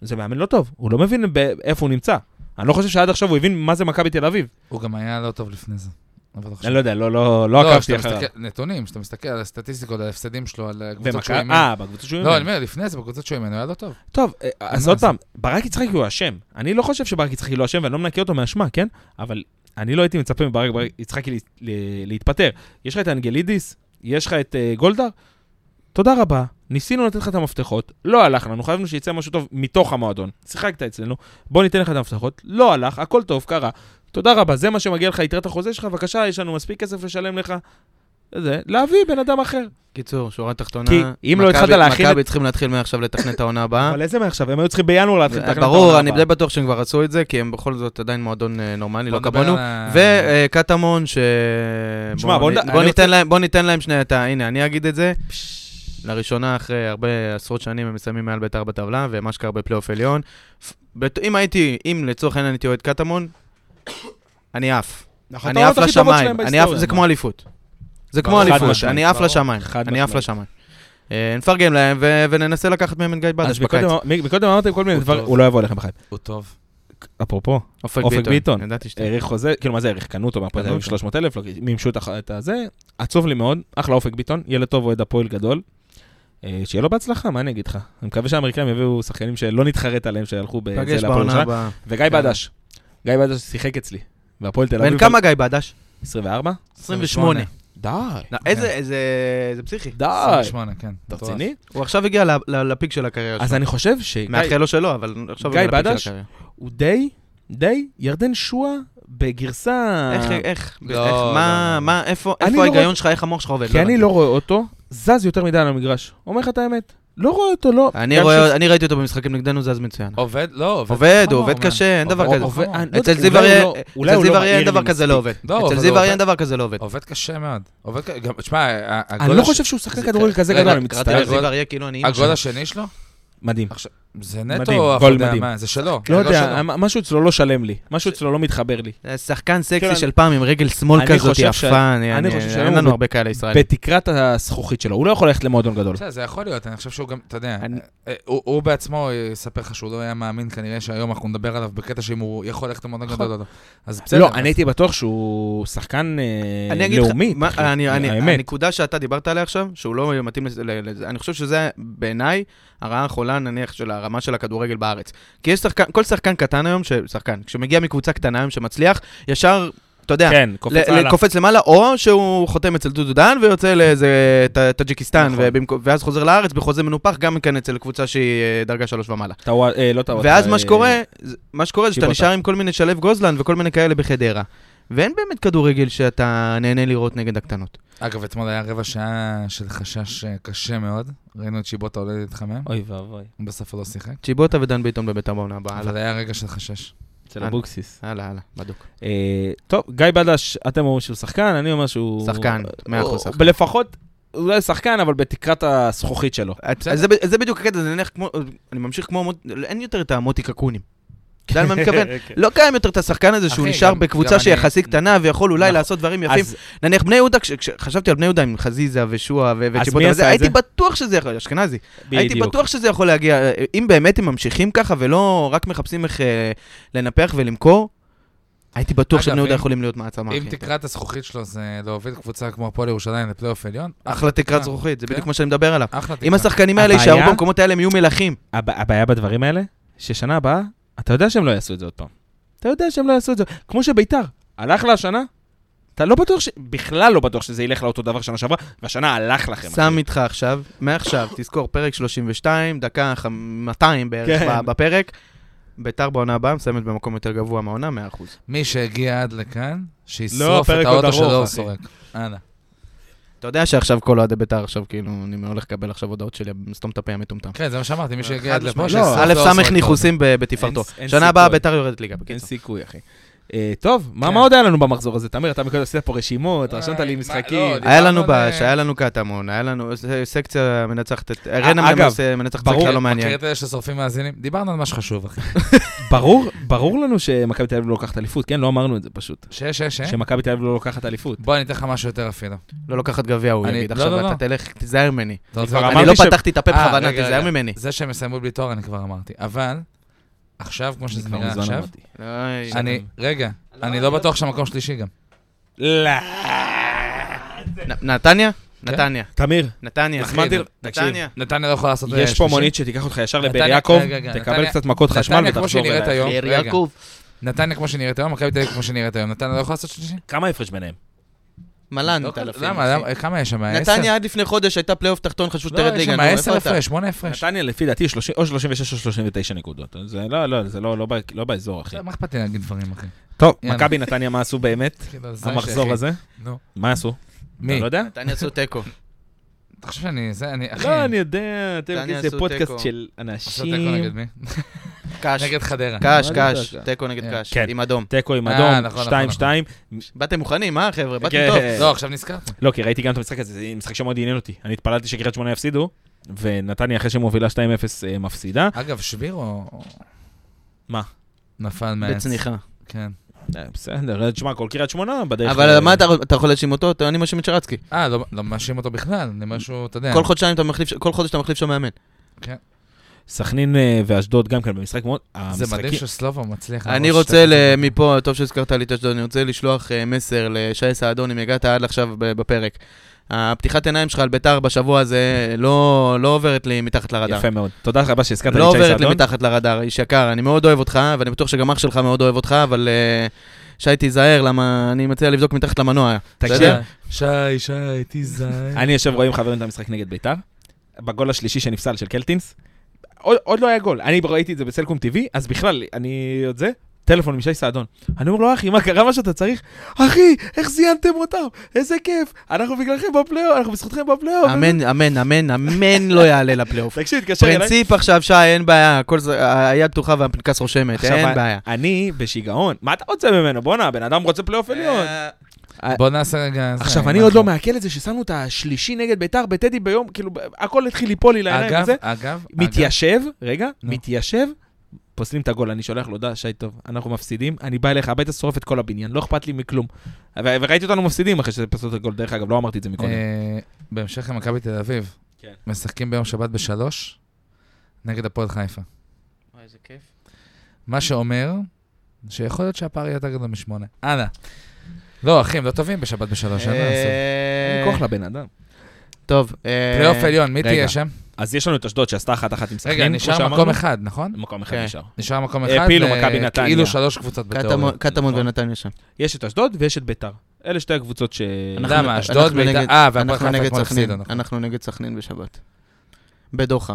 זה מאמן לא טוב, הוא לא מבין ב- איפה הוא נמצא. אני לא חושב שעד עכשיו הוא הבין מה זה מכבי תל אביב. הוא גם היה לא טוב לפני זה. אבל עכשיו- אני לא יודע, לא- לא לא עקבתי כשאתה אחריו. מסתכל- נתונים, כשאתה מסתכל על הסטטיסטיקות, על ההפסדים שלו, על הקבוצות שהוא ומכבי, אימן. אה, בקבוצה שהוא לא, אני אימן. אומר, לפני זה בקבוצות שהוא אימן, הוא היה לא טוב. טוב, אה, אז מה עוד זה? פעם, ברק יצחקי הוא אשם. אני לא חושב שברק יצחקי לא אשם, ואני לא מנקה אותו מאשמה, כן? אבל אני לא הייתי מצפה מברק ברק יצחקי לה- לה- להתפטר. יש לך את אנגלידיס, יש לך את אה, גולדהר, תודה רבה, ניסינו לתת לך את המפתחות, לא הלך לנו, חייבנו שיצא משהו טוב מתוך המועדון. שיחקת אצלנו, בוא ניתן לך את המפתחות, לא הלך, הכל טוב, קרה. תודה רבה, זה מה שמגיע לך, יתרת החוזה שלך, בבקשה, יש לנו מספיק כסף לשלם לך. זה, להביא בן אדם אחר. קיצור, שורה תחתונה, כי אם לא מכבי- התחלת להכין את- מכבי צריכים להתחיל מעכשיו לתכנן את העונה הבאה. אבל איזה מעכשיו, הם היו צריכים בינואר להתחיל לתכנן את העונה ברור, אני הבאה. די בטוח שהם כבר עשו את זה, כי הם בכל זאת עדיין מועדון אה, נורמלי, לא בוא נדבר כמונו. על ה- וקטמון, ש... תשמע, בוא בוא נ- נד- בוא אני ניתן רוצה- להם- בוא ניתן להם שנייה את ה... הנה, אני אגיד את זה. לראשונה אחרי הרבה עשרות שנים הם מסיימים מעל בית"ר בטבלה, ומה שקרה בפלייאוף עליון. פ- בת- אם הייתי, אם לצורך העניין הייתי אוהד קטמון, אני עף. נכון, אני עף הטעויות הכי טובות שלהם לשמיים. אני עף- בהיסטוריה. זה כמו אליפות. זה כמו ברור, חד אליפות, משמעית, אני עף ברור. לשמיים. חד אני עף משמעית. לשמיים. אה, נפרגן להם ו- וננסה לקחת מהם את גיא בדש אז מקודם בקיץ. אמר- מקודם אמרתם כל מיני הוא דברים, טוב. הוא לא יבוא אליכם בחיים. הוא טוב. אפרופו, אופק ביטון. ידעתי שאתה... העריך חוזה, כאילו מה זה העריך? קנו אותו מהפועל תל קנו אביב אותו. 300 אלף, לא, מימשו את הח- את הזה, עצוב לי מאוד, אחלה אופק ביטון, ילד טוב, אוהד הפועל גדול. אה, שיהיה לו בהצלחה, מה אני אגיד לך? אני מקווה שהאמריקאים יביאו שחקנים שלא נתחרט עליהם, שהלכו בזה פגש להפועל בעונה ירושלים. הבאה. וגיא כן. בדש, גיא בדש שיחק אצלי, והפועל תל אביב. בן כמה גיא בדש? 24? כן. 28. די. לא, איזה, איזה, זה פסיכי. די. 28, כן. אה, אתה מטורף. רציני? הוא עכשיו הגיע ל- ל- לפיק של הקריירה אז שלו. אני חושב שגיא מאחל לו שלא, אבל עכשיו הוא גיא הגיע לפיק בדש? של הקריירה. הוא די, די, ירדן שואה בגרסה... איך, איך, לא, איך, לא, מה, לא. מה, איפה, אני איפה לא ההיגיון רואה- שלך, איך המוח שלך עובד? כי אני הבנתי. לא רואה אותו, זז יותר מדי על המגרש. אומר לך את האמת. לא רואה אותו, לא. אני גם רואה, ש- אוקיי. אני ראיתי אותו במשחקים נגדנו, זז מצוין. עובד? לא, עובד. עובד, הוא חמור, עובד מה? קשה, אין דבר עובד- כזה. עובד- אני לא יודע, אצל זיו אולי הוא אריה, לא- אולי אצל הוא לא זיו אריה מהיר אין לי דבר כזה מספיק. לא עובד. לא, אצל אבל זיו הוא אריה אין עובד. דבר כזה לא אוקיי, עובד. עובד קשה מאוד. עובד ק- גם, תשמע, ה- הגול אני לא הש- חושב שהוא שחקן זה- כדורגל כן. כזה רגע, גדול, אני קראתי קראתי מצטער. הגול- לזיו אריה כאילו אני... אימא הגול שלו. השני שלו? מדהים. אוקיי, זה מדהים, נטו גול עבודה, מדהים. מה, זה שלו. לא זה גול יודע, שלו. המ- משהו אצלו לא שלם לי. משהו אצלו לא מתחבר לי. זה שחקן כן, סקסי אני- של פעם עם רגל שמאל אני כזאת חושב ש- יפה, אני- אני אני- חושב שהיום אין הוא לנו ב- הרבה כאלה ישראלים. בתקרת הזכוכית שלו, הוא לא יכול ללכת למועדון גדול. בסדר, זה יכול להיות, אני חושב שהוא גם, אתה יודע, אני- אה, הוא הוא בעצמו יספר לך שהוא לא היה מאמין, כנראה שהיום אנחנו נדבר עליו בקטע שאם הוא יכול ללכת למועדון נכון. גדול או לא. אז בסדר. לא, אז- אני הייתי בטוח שהוא שחקן אה, אני אגיד לך, לאומי. מה- אחי, אני- אני- האמת. הנקודה שאתה דיברת עליה עכשיו, שהוא לא מתאים לזה- ל- לזה, אני חושב שזה בעיניי הרעה החולה נניח של הרמה של הכדורגל בארץ. כי יש שחקן, כל שחקן קטן היום, ש- שחקן, כשמגיע מקבוצה קטנה היום שמצליח, ישר, אתה יודע, כן, ל- קופץ עליו. קופץ למעלה, או שהוא חותם אצל דודו דן ויוצא לאיזה ט- טאג'יקיסטן, נכון. ובמקום- ואז חוזר לארץ בחוזה מנופח, גם כן אצל קבוצה שהיא אה, דרגה שלוש ומעלה. טאו- אה, לא טאו- ואז אה, מה שקורה, זה- מה שקורה זה שאתה שיבוטה. נשאר עם כל מיני שלו גוזלן וכל מיני כאלה בחדרה. ואין באמת כדורגל שאתה נהנה לראות נגד הקטנות. אגב, אתמול היה רבע שעה של חשש אה, קשה מאוד. ראינו את שיבוטה עולה להתחמם, אוי ואבוי, בסוף הוא לא שיחק. צ'יבוטה ודן ביטון בביתר בעונה הבאה. הלאה, אבל היה רגע של חשש. אצל אבוקסיס. הלאה, הלאה, בדוק. אה, טוב, גיא בדש, אתם אומרים שהוא שחקן, אני אומר שהוא... שחקן, מאה אחוז הוא- שחקן. לפחות, הוא לא שחקן, אבל בתקרת הזכוכית שלו. בסדר. אז זה ב- זה בדיוק הקטע, זה נניח כמו, אני ממשיך כמו, המוט- אין יותר את המוטי קקונים. אתה יודע למה אני <laughs> מתכוון? כן. לא קיים יותר את השחקן הזה שהוא אחי, נשאר גם- בקבוצה גם שהיא אני- יחסית קטנה ויכול אולי נכון. לעשות דברים יפים. אז נניח בני יהודה, כש- כשחשבתי על בני יהודה עם חזיזה ושועה ו- מי וצ'יבוטה, עשה וזה, את הייתי זה? בטוח שזה יכול, אשכנזי. הייתי בדיוק. בטוח שזה יכול להגיע, אם באמת הם ממשיכים ככה ולא רק מחפשים איך אה, לנפח ולמכור, הייתי בטוח אגב, שבני יהודה אם- יכולים להיות מעצמה. אם אחי. תקרת הזכוכית שלו זה להוביל קבוצה כמו הפועל ירושלים לפלייאוף עליון, אחלה תקרת זכוכית, זה כן. בדיוק מה שאני מדבר עליו. אחלה תקרה. אם השחקנים האלה יישארו הבעיה- במקומות האלה, הם יהיו מלכים. הב- הבעיה בדברים האלה, ששנה הבאה, אתה יודע שהם לא יעשו את זה עוד פעם. אתה יודע שהם לא יעשו את זה. כמו שביתר, הלך לה השנה, אתה לא בטוח ש... בכלל לא בטוח שזה ילך לה אותו דבר שנה שעברה, והשנה הלך כן, לכם. שם איתך עכשיו, מעכשיו, תזכור, פרק 32, דקה חמ- 200 בערך כן. ב- בפרק. ביתר בעונה הבאה מסיימת במקום יותר גבוה מהעונה, 100%. מי שהגיע עד לכאן, לא, שישרוף את הפרק עוד האוטו ארוך, שלו, הוא אחי. סורק. הלאה. אתה יודע שעכשיו כל אוהדי ביתר עכשיו, כאילו, אני הולך לקבל עכשיו הודעות שלי, סתום את הפה המטומטם. כן, זה מה שאמרתי, מי שהגיע אה, חד עד לפה, משמעית. שישרוף את לא, א' האוטו, ס' סורק. ניכוסים ב- בתפארתו. אין שנה הבאה סיכוי. ביתר יורדת ליגה, אין בקיצור. סיכוי, אחי. אה, טוב, מה כן. מה עוד היה לנו במחזור הזה? תמיר, אתה מקודם עשית פה רשימות, אה, רשמת מה, לי לא, משחקים. דיברנו היה לנו על- אה, בש, היה לנו קטמון, היה לנו ס- סקציה מנצחת את... אגב, ארנה מנצחת- מנצחת ברור, סקציה לא אה, אוקיי, מכיר מעניין. את אלה ששורפים מאזינים? דיברנו על מה שחשוב, אחי. אה, ברור, ברור לנו שמכבי תל אביב לא לוקחת אליפות, כן? לא אמרנו את זה פשוט. ש, ש, ש. שמכבי תל אביב לא לוקחת אליפות. בוא, אני אתן לך משהו יותר אפילו. לא לוקחת גביע, הוא אני- יגיד. לא, עכשיו לא, לא. אתה תלך, תיזהר ממני. אתה רוצה כבר לראות? אני אמרתי לא ש- פתחתי את הפה אה, בכוונה, רגע, תיזהר רגע. ממני. זה שהם יסיימו בלי תואר, אני כבר אמרתי. אבל, עכשיו, כמו שזה כבר נראה מזמן עכשיו, אמרתי. אוי, אני, רגע, אני לא בטוח שהמקום שלישי גם. לא. נ- נתניה? נתניה. תמיר, נתניה. הזמנתי... אחי, תקשיב, נתניה. נתניה לא יכולה לעשות... אה, יש פה שלישי. מונית שתיקח אותך ישר נתניה- לבאר יעקב, רגע, רגע, תקבל נתניה- קצת מכות חשמל נתניה, כמו ותחזור שהיא נראית אליי. היום, באר רגע. יעקב. נתניה כמו שהיא נראית היום, מכבי תל אביב כמו שהיא נראית היום. נתניה לא יכולה לעשות שלישי? כמה ההפרש ביניהם? מלן, לא, אלפים, למה? אחי. למה? כמה יש שם? נתניה עד לפני חודש הייתה פלייאוף תחתון, חשבו לא, שתרד יש ליגה. שם נו, איפה 10 אתה? הפרש, 8 הפרש. נתניה לפי דעתי 30 או 36 או 39 נקודות. זה לא, לא, זה לא- לא ב- לא באזור, אחי. מה אכפת לי להגיד דברים, אחי? טוב, יאללה. מכבי נתניה, מה עשו באמת? כאילו, זה המחזור אחי. הזה? נו. מה עשו? מי? אתה לא יודע? נתניה עשו תיקו. אתה חושב שאני... זה, אני... אחי... לא, אני יודע, אתם נתניה זה עשו פודקאסט תיקו. של עשו תיקו נגד אנשים. מי? קאש, נגד חדרה. קאש, מה זה קאש. קאש? תיקו נגד קאש. כן. עם אדום. תיקו עם אה, אדום, נכון, 2-2. נכון, באתם מוכנים, אה, חבר'ה? באתם כן. טוב. <laughs> לא, עכשיו נזכרתי. לא, כי ראיתי גם את המשחק הזה, זה משחק שמאוד עניין אותי. אני התפללתי שקריית שמונה יפסידו, ונתניה אחרי שמובילה 2-0 אה, מפסידה. אגב, שבירו... מה? נפל מהעץ. בצניחה. כן. אה, בסדר, תשמע, כל קריית שמונה בדרך... אבל ל- מה אתה אתה יכול להאשים אותו? אתה- אני מאשים את שרצקי. אה, לא לא מאשים אותו בכלל, אני אומר שהוא, כן. אתה יודע. כל חודשיים אתה מחליף, כל חודש אתה מחליף שם מאמן. סכנין אה, ואשדוד גם כן במשחק מאוד... זה מדהים המשחקים- שסלובו מצליח. אני לעבור רוצה שתי- ל- מפה, טוב שהזכרת לי את אשדוד, אני רוצה לשלוח אה, מסר לשי סעדון, אם הגעת עד עכשיו ב- בפרק. הפתיחת עיניים שלך על ביתר בשבוע הזה לא, לא עוברת לי מתחת לרדאר. יפה מאוד. תודה רבה שהזכרת לי לא את שי עוברת לי סעדון. מתחת לרדאר, איש יקר, אני מאוד אוהב אותך, ואני בטוח שגם אח שלך מאוד אוהב אותך, אבל אה, שי, תיזהר, למה אני מציע לבדוק מתחת למנוע. תקשיב, בסדר? שי, שי, תיזהר. אני יושב רואה עם חברים את המשחק נגד ביתר, בגול השלישי שנפסל של קלטינס. עוד, עוד לא היה גול, אני ראיתי את זה בסלקום TV, אז בכלל, אני עוד זה, טלפון משי סעדון. אני אומר לו, אחי, מה קרה מה שאתה צריך? אחי, איך זיינתם אותם? איזה כיף, אנחנו בגללכם בפלייאוף, אנחנו בזכותכם בפלייאוף. אמן, אמן, אמן, אמן לא יעלה לפלייאוף. תקשיב, התקשר אליי. פרינציפ עכשיו, שי, אין בעיה, הכל זה- היד פתוחה והפנקס רושמת, עכשיו, אין בעיה. אני בשיגעון, מה אתה רוצה ממנו? בואנה, הבן אדם רוצה פלייאוף עליון. בוא נעשה רגע... זה, עכשיו, אני אם עוד לא אנחנו- מעכל את זה ששמנו את השלישי נגד ביתר בטדי ביום, כאילו, הכל התחיל ליפול לי לעיניים אגב, וזה. אגב, אגב, מתיישב, רגע, נו. מתיישב, פוסלים את הגול, אני שולח לו, דע, שי טוב, אנחנו מפסידים, אני בא אליך הביתה, שורף את כל הבניין, לא אכפת לי מכלום. ו- וראיתי אותנו מפסידים אחרי שזה פסלו את הגול, דרך אגב, לא אמרתי את זה מקודם. אה, בהמשך למכבי תל אביב, כן. משחקים ביום שבת בשלוש נגד הפועל חיפה. מה שאומר שיכול להיות שהפער יהיה יותר גדול משמונה. הלאה. לא, אחי, הם לא טובים בשבת בשלוש, אין מה לעשות. אה, אין כוח לבן אדם. טוב, אה, פלייאוף עליון, מי רגע. תהיה שם? אז יש לנו את אשדוד שעשתה אחת אחת עם סכנין, רגע, נשאר מקום אחד, נכון? מקום אחד כן. נשאר. נשאר מקום אחד, אה, הפילו ו- מכבי נתניה. כאילו שלוש קבוצות בתיאוריה. קטמון- קטמון נכון. ונתניה שם. יש את אשדוד ויש את ביתר. אלה שתי הקבוצות ש... אנחנו- למה? אשדוד, אנחנו ביתר- נגד- אה, והפועל אנחנו חיפה נגד אתמול סכנין, הפסידו, נכון. אנחנו נגד סכנין בשבת. בדוחה.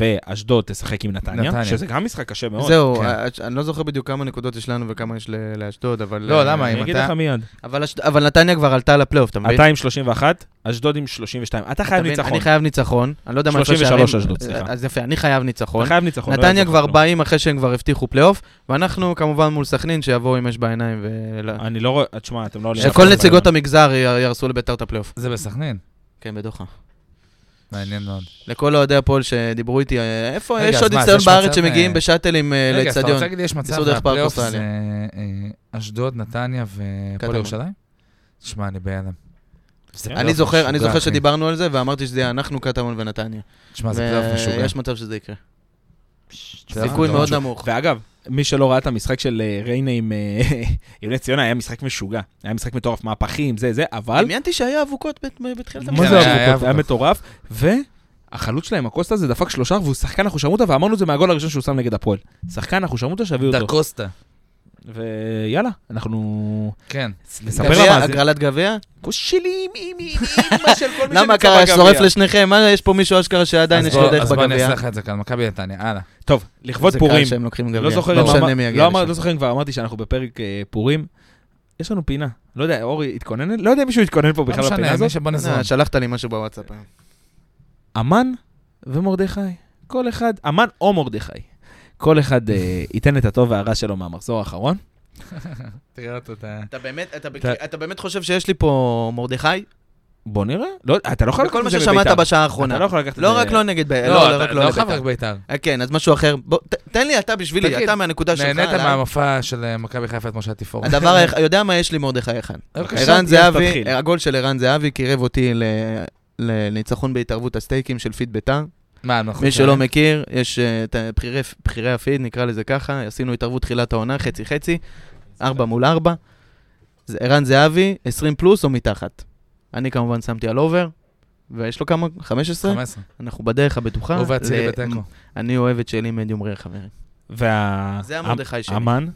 ואשדוד תשחק עם נתניה, נתניה. שזה גם משחק קשה מאוד. זהו, כן. אה, אני לא זוכר בדיוק כמה נקודות יש לנו וכמה יש ל- לאשדוד, אבל... לא, אה, למה? אם אני אגיד אתה- לך מיד. אבל אשד- אבל נתניה כבר עלתה לפלייאוף, אתה מבין? אתה עם 31, אשדוד עם 32. אתה אתה חייב מבין? ניצחון. אני חייב ניצחון, אני לא יודע מה הפרש 33 שערים. אשדוד, סליחה. אז יפה, אני חייב אתה ניצחון. חייב ניצחון. לא נתניה יעזור לך כבר כלום. באים אחרי שהם כבר הבטיחו פלייאוף, ואנחנו כמובן מול סכנין שיבואו עם אש בעיניים. ו- אני לא רואה, תשמע, אתם לא עולים. שכל נציגות המגזר י- יהרסו לביתר את הפלייאוף. זה בסכנין? כן, בדוחה. מעניין מאוד. לכל אוהדי הפועל שדיברו איתי, אה, איפה, רגע, יש אז עוד מה, אז ניסיון יש בארץ מצב, שמגיעים אה, בשאטלים אה, רגע, אז אתה רוצה לאצטדיון. להגיד לי יש מצב ניסו דרך פארק והפלייאוף זה אוסטרליה. אה, אשדוד, נתניה והפועל קטמון. ירושלים? תשמע, אני בהלם. זה אני אני פלייאוף זוכר, משוגע, אני זוכר אחי. שדיברנו על זה, ואמרתי שזה יהיה אנחנו, קטמון ונתניה. תשמע, זה פלייאוף משוגע. לא ויש מצב שזה יקרה. פלייאוף סיכוי מטורף. מאוד נמוך. ואגב, מי שלא ראה את המשחק של אה, ריינה עם אה, <laughs> עם בני ציונה, היה משחק משוגע. היה משחק מטורף, מהפכים, זה, זה, אבל... דמיינתי שהיה אבוקות בת- בתחילת מה כן, זה היה- היה היה היה אבוקות. מטורף. והחלוץ שלהם, הקוסטה, זה דפק שלושה, והוא שחקן אחושרמוטה, ואמרנו את זה מהגול הראשון שהוא שם נגד הפועל. שחקן אחושרמוטה, שיביאו דה אותו. קוסטה, ויאללה, אנחנו... כן. נספר גביע, למאזין. הגרלת גביע? כוס שלי, מי, <laughs> מי, מי, של כל מי למה שנמצא קרה, שורף בגביע. לשניכם? מה, יש פה מישהו אשכרה שעדיין אז יש בוא- לו דרך אז בוא אני בגביע? אעשה לך את זה כאן, מכבי נתניה, הלאה. טוב, לכבוד זה קהל פורים, שהם לוקחים גביע. לא זוכר לא אם אמר- משנה מי יגיע לא אמר- לא לשם. זוכר אם כבר אמרתי שאנחנו בפרק אה, פורים. יש לנו פינה. לא יודע, אורי התכונן? לא יודע אם מישהו התכונן פה לא בכלל לפינה משנה, מי הזאת. שבוא נזרום. אה, שלחת לי משהו בוואטסאפ היום. אמן ומרדכי. כל אחד, אמן או מרדכי. כל אחד אה, ייתן את הטוב והרע שלו מהמחזור האחרון. תראה אותו, אתה... אתה באמת, אתה, אתה- אתה באמת חושב שיש לי פה מרדכי? בוא נראה. לא, אתה לא יכול לקחת בכל את מה זה ששמעת בביתר. בשעה אתה האחרונה. לא יכול לקחת את זה. לא רק לא נגד, ב- לא, לא אתה רק לא לא חייב רק לביתר. בית"ר. אה, כן, אז משהו אחר. בוא, ת- תן לי אתה בשבילי, תגיד, אתה מהנקודה שלך. נהנית עליי. מהמופע של אה, מכבי חיפה אתמול שהיה תפאורה. הדבר, היח- יודע מה יש לי מרדכי אחד. בבקשה. ערן אז זהבי, אה, תתחיל. הגול של ערן זהבי קירב אותי ל- לניצחון בהתערבות הסטייקים של פיד ביתר. <laughs> מה, אנחנו... מי שלא מכיר, יש אה, את הבכירי- בכירי הפיד, נקרא לזה ככה, עשינו התערבות תחילת העונה, חצי-חצי, ארבע מול ארבע. זה ערן זהבי, 20 פלוס או מתחת. אני כמובן שמתי על אובר, ויש לו כמה? 15? 15. אנחנו בדרך הבטוחה. הוא ואצילי אה? ל- בתיקו. אני אוהב את שלי מדיום רר, חברים. וה... זה המרדכי שלי. אמן,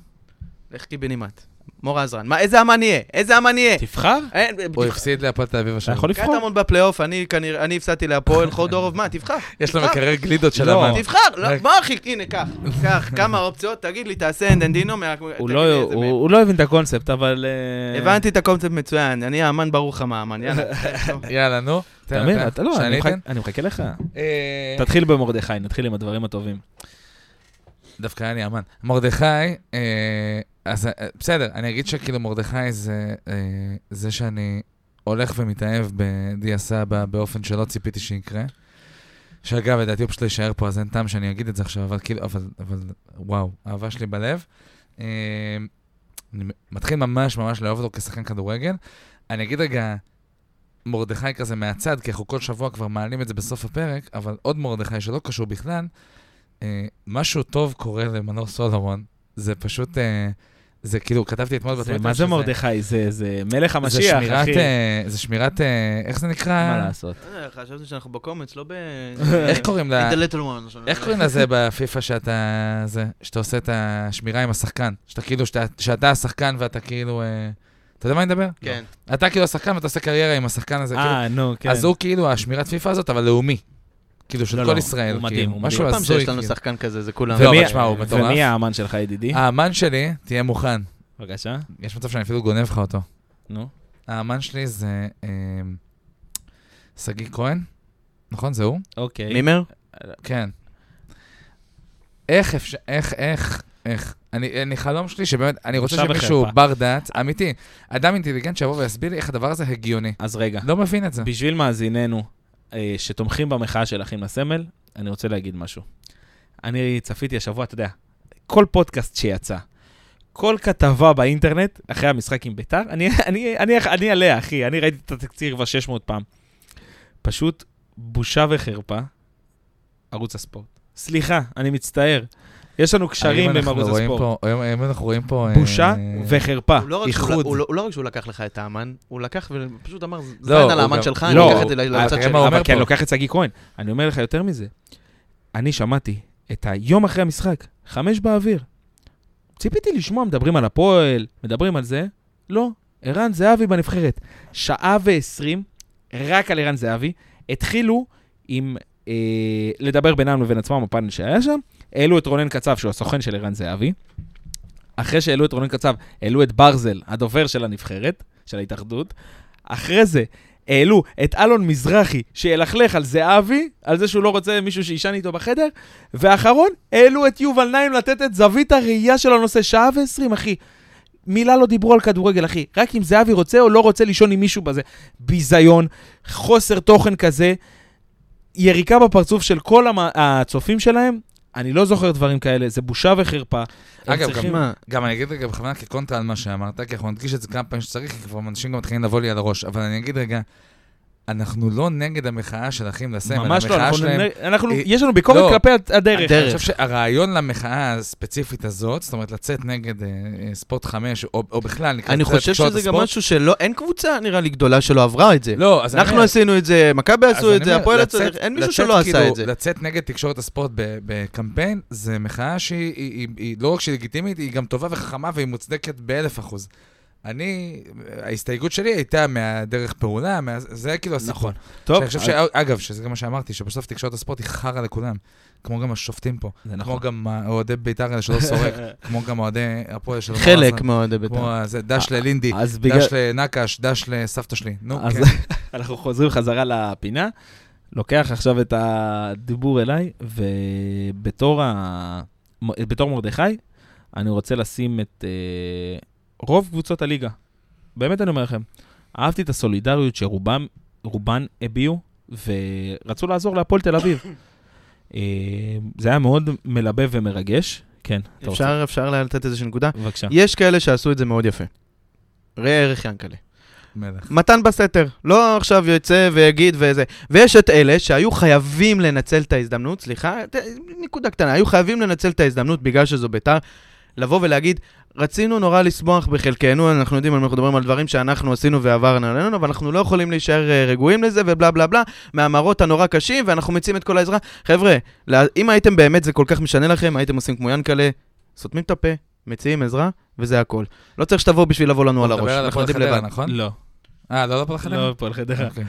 לך קיבינימט. מור עזרן. מה, איזה אמן יהיה? איזה אמן יהיה? תבחר. אין, הוא הפסיד להפועל תל אביב אתה השנה. יכול לבחור. קטמון בפלייאוף, אני כנראה, אני הפסדתי להפועל חודורוב, מה, תבחר, יש לו מקרר גלידות של לא. אמן. תבחר, לא, רק- מה אחי, הנה, קח, <laughs> קח, כמה אופציות, תגיד לי, תעשה אנדנדינו, מה- הוא תגיד לא- לי איזה הוא מהם. הוא לא הבין את הקונספט, אבל... אה, הבנתי את הקונספט מצוין, אני האמן ברוך המאמן, יאללה. <laughs> טוב. יאללה, נו. תן, תמיר, תן. אתה לא, שאני אני מחכה- אתן? אני מחכה לך. אה, תתחיל במרדכי, נתחיל עם הדברים הטובים. דווקא היה לי אמן. מרדכי, אה, אז אה, בסדר, אני אגיד שכאילו מרדכי זה אה, זה שאני הולך ומתאהב בדיה סבא באופן שלא ציפיתי שיקרה. שאגב, לדעתי הוא פשוט לא יישאר פה, אז אין טעם שאני אגיד את זה עכשיו, אבל כאילו, אבל, אבל וואו, אהבה שלי בלב. אה, אני מתחיל ממש ממש לאהוב אותו כשחקן כדורגל. אני אגיד רגע, מרדכי כזה מהצד, כי אנחנו כל שבוע כבר מעלים את זה בסוף הפרק, אבל עוד מרדכי שלא קשור בכלל, אה, משהו טוב קורה למנור סולומון, זה פשוט אה, זה כאילו, כתבתי אתמול זה- בטוויטר מה זה שזה- מרדכי? זה- זה מלך זה המשיח, שמירת, אחי. אה, זה שמירת, אה, איך זה מה נקרא? לעשות? אה, חשבתי שאנחנו בקומץ, לא ב... איך קוראים לה? The little one. איך קוראים לזה בפיפא שאתה, זה, שאתה עושה את השמירה עם השחקן? שאתה כאילו, שאתה, שאתה השחקן ואתה כאילו, אה, אתה יודע מה אני מדבר? כן. לא. אתה כאילו השחקן ואתה עושה קריירה עם השחקן הזה, כאילו. אה, נו, כן. אז הוא כאילו השמירת פיפא הזאת, אבל לאומי. כאילו של לא, כל לא, ישראל, הוא מדהים, כאילו. הוא משהו כל הזוי. פעם שיש לנו כאילו. שחקן כזה, זה כולם. ומי- לא, אבל תשמע, לא, הוא מטורף. אה. ומי האמן שלך, ידידי? האמן שלי, תהיה מוכן. בבקשה. יש מצב שאני אפילו גונב לך אותו. נו. האמן שלי זה אמ, שגיא כהן, נכון? זה הוא? אוקיי. מימר? כן. איך אפשר, איך, איך, איך. אני, אני חלום שלי שבאמת, אני רוצה בושה שמישהו וחרפה. בר דעת, אמיתי, אדם אינטליגנט שיבוא ויסביר לי איך הדבר הזה הגיוני. אז רגע, לא מבין את זה. בשביל מאזיננו אה, שתומכים במחאה של אחים לסמל, אני רוצה להגיד משהו. אני צפיתי השבוע, אתה יודע, כל פודקאסט שיצא, כל כתבה באינטרנט, אחרי המשחק עם ביתר, אני, אני, אני, אני עליה, אחי, אני ראיתי את התקציר כבר 600 פעם. פשוט בושה וחרפה, ערוץ הספורט. סליחה, אני מצטער. יש לנו קשרים היום עם אנחנו ערוץ רואים הספורט. פה- היום- היום אנחנו רואים פה... אה, בושה וחרפה. הוא לא רק שהוא- איחוד. הוא לא- הוא לא רק שהוא לקח לך את האמן, הוא לקח ופשוט אמר, לא, זיין על הוא האמן גם- שלך, אני לא, אקח את זה אה, לצד תראה שלי. מה הוא אומר אבל כי אני פה. לוקח את שגיא כהן. אני אומר לך יותר מזה. אני שמעתי את היום אחרי המשחק, חמש באוויר. ציפיתי לשמוע, מדברים על הפועל, מדברים על זה. לא, ערן זהבי בנבחרת. שעה ועשרים, רק על ערן זהבי. התחילו עם אה, לדבר בינם לבין עצמם בפאנל שהיה שם. העלו את רונן קצב, שהוא הסוכן של ערן זהבי. אחרי שהעלו את רונן קצב, העלו את ברזל, הדובר של הנבחרת, של ההתאחדות. אחרי זה, העלו את אלון מזרחי, שילכלך על זהבי, על זה שהוא לא רוצה מישהו שיישן איתו בחדר, ואחרון, העלו את יובל נעים לתת את זווית הראייה של הנושא, שעה ועשרים, אחי. מילה לא דיברו על כדורגל, אחי. רק אם זהבי רוצה או לא רוצה לישון עם מישהו בזה. ביזיון, חוסר תוכן כזה, יריקה בפרצוף של כל המ- הצופים שלהם, אני לא זוכר דברים כאלה, זה בושה וחרפה. הם אגב, צריכים- מה? גם אני אגיד רגע בכוונה כקונטרה על מה שאמרת, כי אנחנו נדגיש את זה כמה פעמים שצריך, כי כבר אנשים גם מתחילים לבוא לי על הראש. אבל אני אגיד רגע, אנחנו לא נגד המחאה של אחים לסמל, ממש לא, המחאה אנחנו, שלהם... אנחנו, אה, יש לנו ביקורת לא. כלפי הד- הדרך. הדרך. אני חושב שהרעיון למחאה הספציפית הזאת, זאת אומרת לצאת נגד אה, אה, ספורט 5, או, או בכלל, נקרא אני לזה חושב תקשורת שזה גם הספורט. משהו שלא, אין קבוצה, נראה לי, גדולה שלא עברה את זה. לא, אז אני אנחנו אומר- עשינו את זה, מכבי אז עשו אני את זה, אומר, הפועל עשו לצאת- את זה, אין מישהו לצאת שלא כאילו- עשה את זה. לצאת נגד תקשורת הספורט ב- בקמפיין, זה מחאה שהיא היא- היא- היא לא רק שהיא לגיטימית, היא גם טובה וחכמה והיא מוצדקת באלף אחוז. אני, ההסתייגות שלי הייתה מהדרך פעולה, מה- זה היה כאילו הסיפור. נכון. טוב, אני חושב ש... אגב, שזה גם מה שאמרתי, שבסוף תקשורת הספורט היא חרא לכולם. כמו גם השופטים פה. זה כמו נכון. גם אוהדי בית"ר האלה שלא <laughs> סורק. כמו גם אוהדי הפועל שלא חלק מאוהדי בית"ר. כמו זה, דש ללינדי, אז אה, בגלל... דש לנקש, דש לסבתא שלי. נו, אז כן. אנחנו חוזרים חזרה לפינה. לוקח עכשיו את הדיבור אליי, ובתור ה... מ- בתור מרדכי, אני רוצה לשים את אה, רוב קבוצות הליגה. באמת אני אומר לכם, אהבתי את הסולידריות שרובם, רובן הביעו, ורצו לעזור להפועל תל אביב. אה, זה היה מאוד מלבב ומרגש. כן, אתה רוצה? כן. אפשר אפשר לתת איזושהי נקודה? בבקשה. יש כאלה שעשו את זה מאוד יפה. ראה ערך ינקלה. <laughs> מלך. מתן בסתר, לא עכשיו יוצא ויגיד וזה. ויש את אלה שהיו חייבים לנצל את ההזדמנות, סליחה, ת- נקודה קטנה, היו חייבים לנצל את ההזדמנות בגלל שזו ביתר, לבוא ולהגיד, רצינו נורא לשמוח בחלקנו, אנחנו יודעים, אנחנו מדברים על דברים שאנחנו עשינו ועברנו עלינו, אבל אנחנו לא יכולים להישאר אה, רגועים לזה ובלה בלה בלה, מהמראות הנורא קשים, ואנחנו מציעים את כל העזרה. חבר'ה, לה- אם הייתם באמת, זה כל כך משנה לכם, הייתם עושים כמו ינקלה, סותמים את הפה, מציעים עזרה, וזה הכל. לא צריך שתבואו בשביל לבוא לנו על אתה הראש, מדבר על אנחנו הפועל יודעים חדרה, לבד. נכון? לא, אה, לא על הפועל חדרה? לא הפועל חדרה. אוקיי.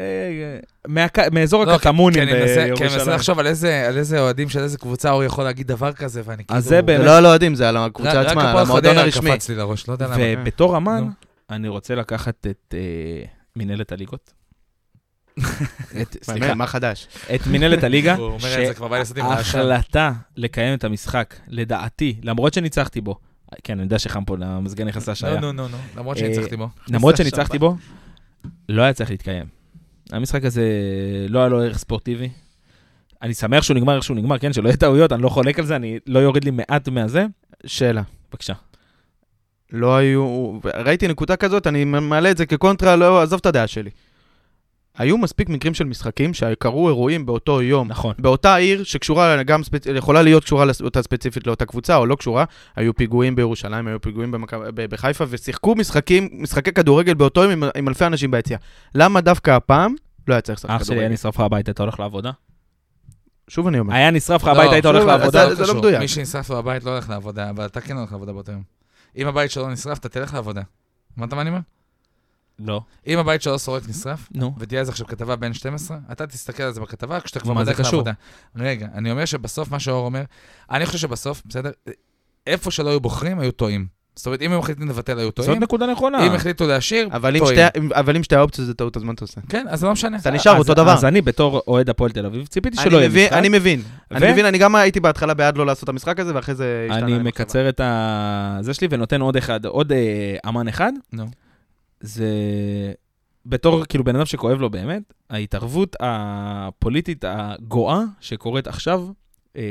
אה, אה, מהק- מאזור לא, כי הקטמונים אני מנסה- כי אני מנסה בירושלים. לחשוב על איזה- על איזה אוהדים של איזה קבוצה הוא יכול להגיד דבר כזה, ואני כאילו... אז זה באמת- זה לא על אוהדים, זה על רק- הקבוצה עצמה, רק על הפועל המועדון חדרה הרשמי. קפץ לי לראש, לא יודע למה. ובתור אמן, נו. אני רוצה לקחת את אה, מינהלת <laughs> הליגות. את, סליחה, סליחה, מה חדש? את מינהלת הליגה, הוא אומר את זה כבר בא לסדים רעשן. שההחלטה לקיים את המשחק, לדעתי, למרות שניצחתי בו, כן, אני יודע שחם פה למזגן נכנסה שהיה, לא, נו, נו, נו, נו, למרות אה, שניצחתי בו. למרות נכנסה שניצחתי שם. בו, לא היה צריך להתקיים. המשחק הזה לא היה לו ערך ספורטיבי. אני שמח שהוא נגמר איך שהוא נגמר, כן, שלא יהיה טעויות, אני לא חולק על זה, אני לא יורד לי מעט מהזה. שאלה. בבקשה. לא היו... ראיתי נקודה כזאת, אני מעלה את זה כקונטרה, לא, עזוב את הדעה שלי. היו מספיק מקרים של משחקים שקרו אירועים באותו יום. נכון. באותה עיר שקשורה גם, ספצ... יכולה להיות קשורה לאותה ספציפית לאותה קבוצה או לא קשורה, היו פיגועים בירושלים, היו פיגועים במק... ב- בחיפה, ושיחקו משחקים, משחקי כדורגל באותו יום עם, עם אלפי אנשים ביציאה. למה דווקא הפעם לא היה צריך לשחק אח שלי היה כדורגל? נשרף לך הביתה, אתה הולך לעבודה? שוב אני אומר. היה נשרף לך הביתה, היית שוב, הולך אז לעבודה? זה- זה לא קשור. מדויק. מי שנשרף לו הבית לא הולך לעבודה, אבל אתה כן הולך לעבודה באותו יום. אם הבית שלו נשרף, אתה תלך לעבודה. הבנת מה אני אומר? לא. אם הבית שלו סורק נשרף, נו. ותהיה אז עכשיו כתבה בין 12, אתה תסתכל על זה בכתבה כשאתה כבר מה זה בדרך קשור? לעבודה. רגע, אני אומר שבסוף, מה שאור אומר, אני חושב שבסוף, בסדר, איפה שלא היו בוחרים, היו טועים. זאת אומרת, אם הם החליטים לבטל, היו זאת טועים. נקודה נכונה. אם החליטו להשאיר, אבל אם, טועים. שתי, אבל אם שתי האופציות זה טעות, אז מה אתה עושה? כן, אז זה לא משנה. אתה נשאר אז- אותו דבר. אז אני בתור אוהד הפועל תל אביב ציפיתי אני שלא יהיה מבין- משחק. אני מבין, אני ו- מבין, אני גם הייתי בהתחלה בעד לא לעשות את המשחק הזה, ואחרי זה השתנה. אני לי מחשבה. מקצר את ה- זה שלי ונותן עוד אחד, עוד אה, אמן אחד. נו. זה בתור, כאילו, בן אדם שכואב לו באמת, ההתערבות הפוליטית הגואה שקורית עכשיו, אה,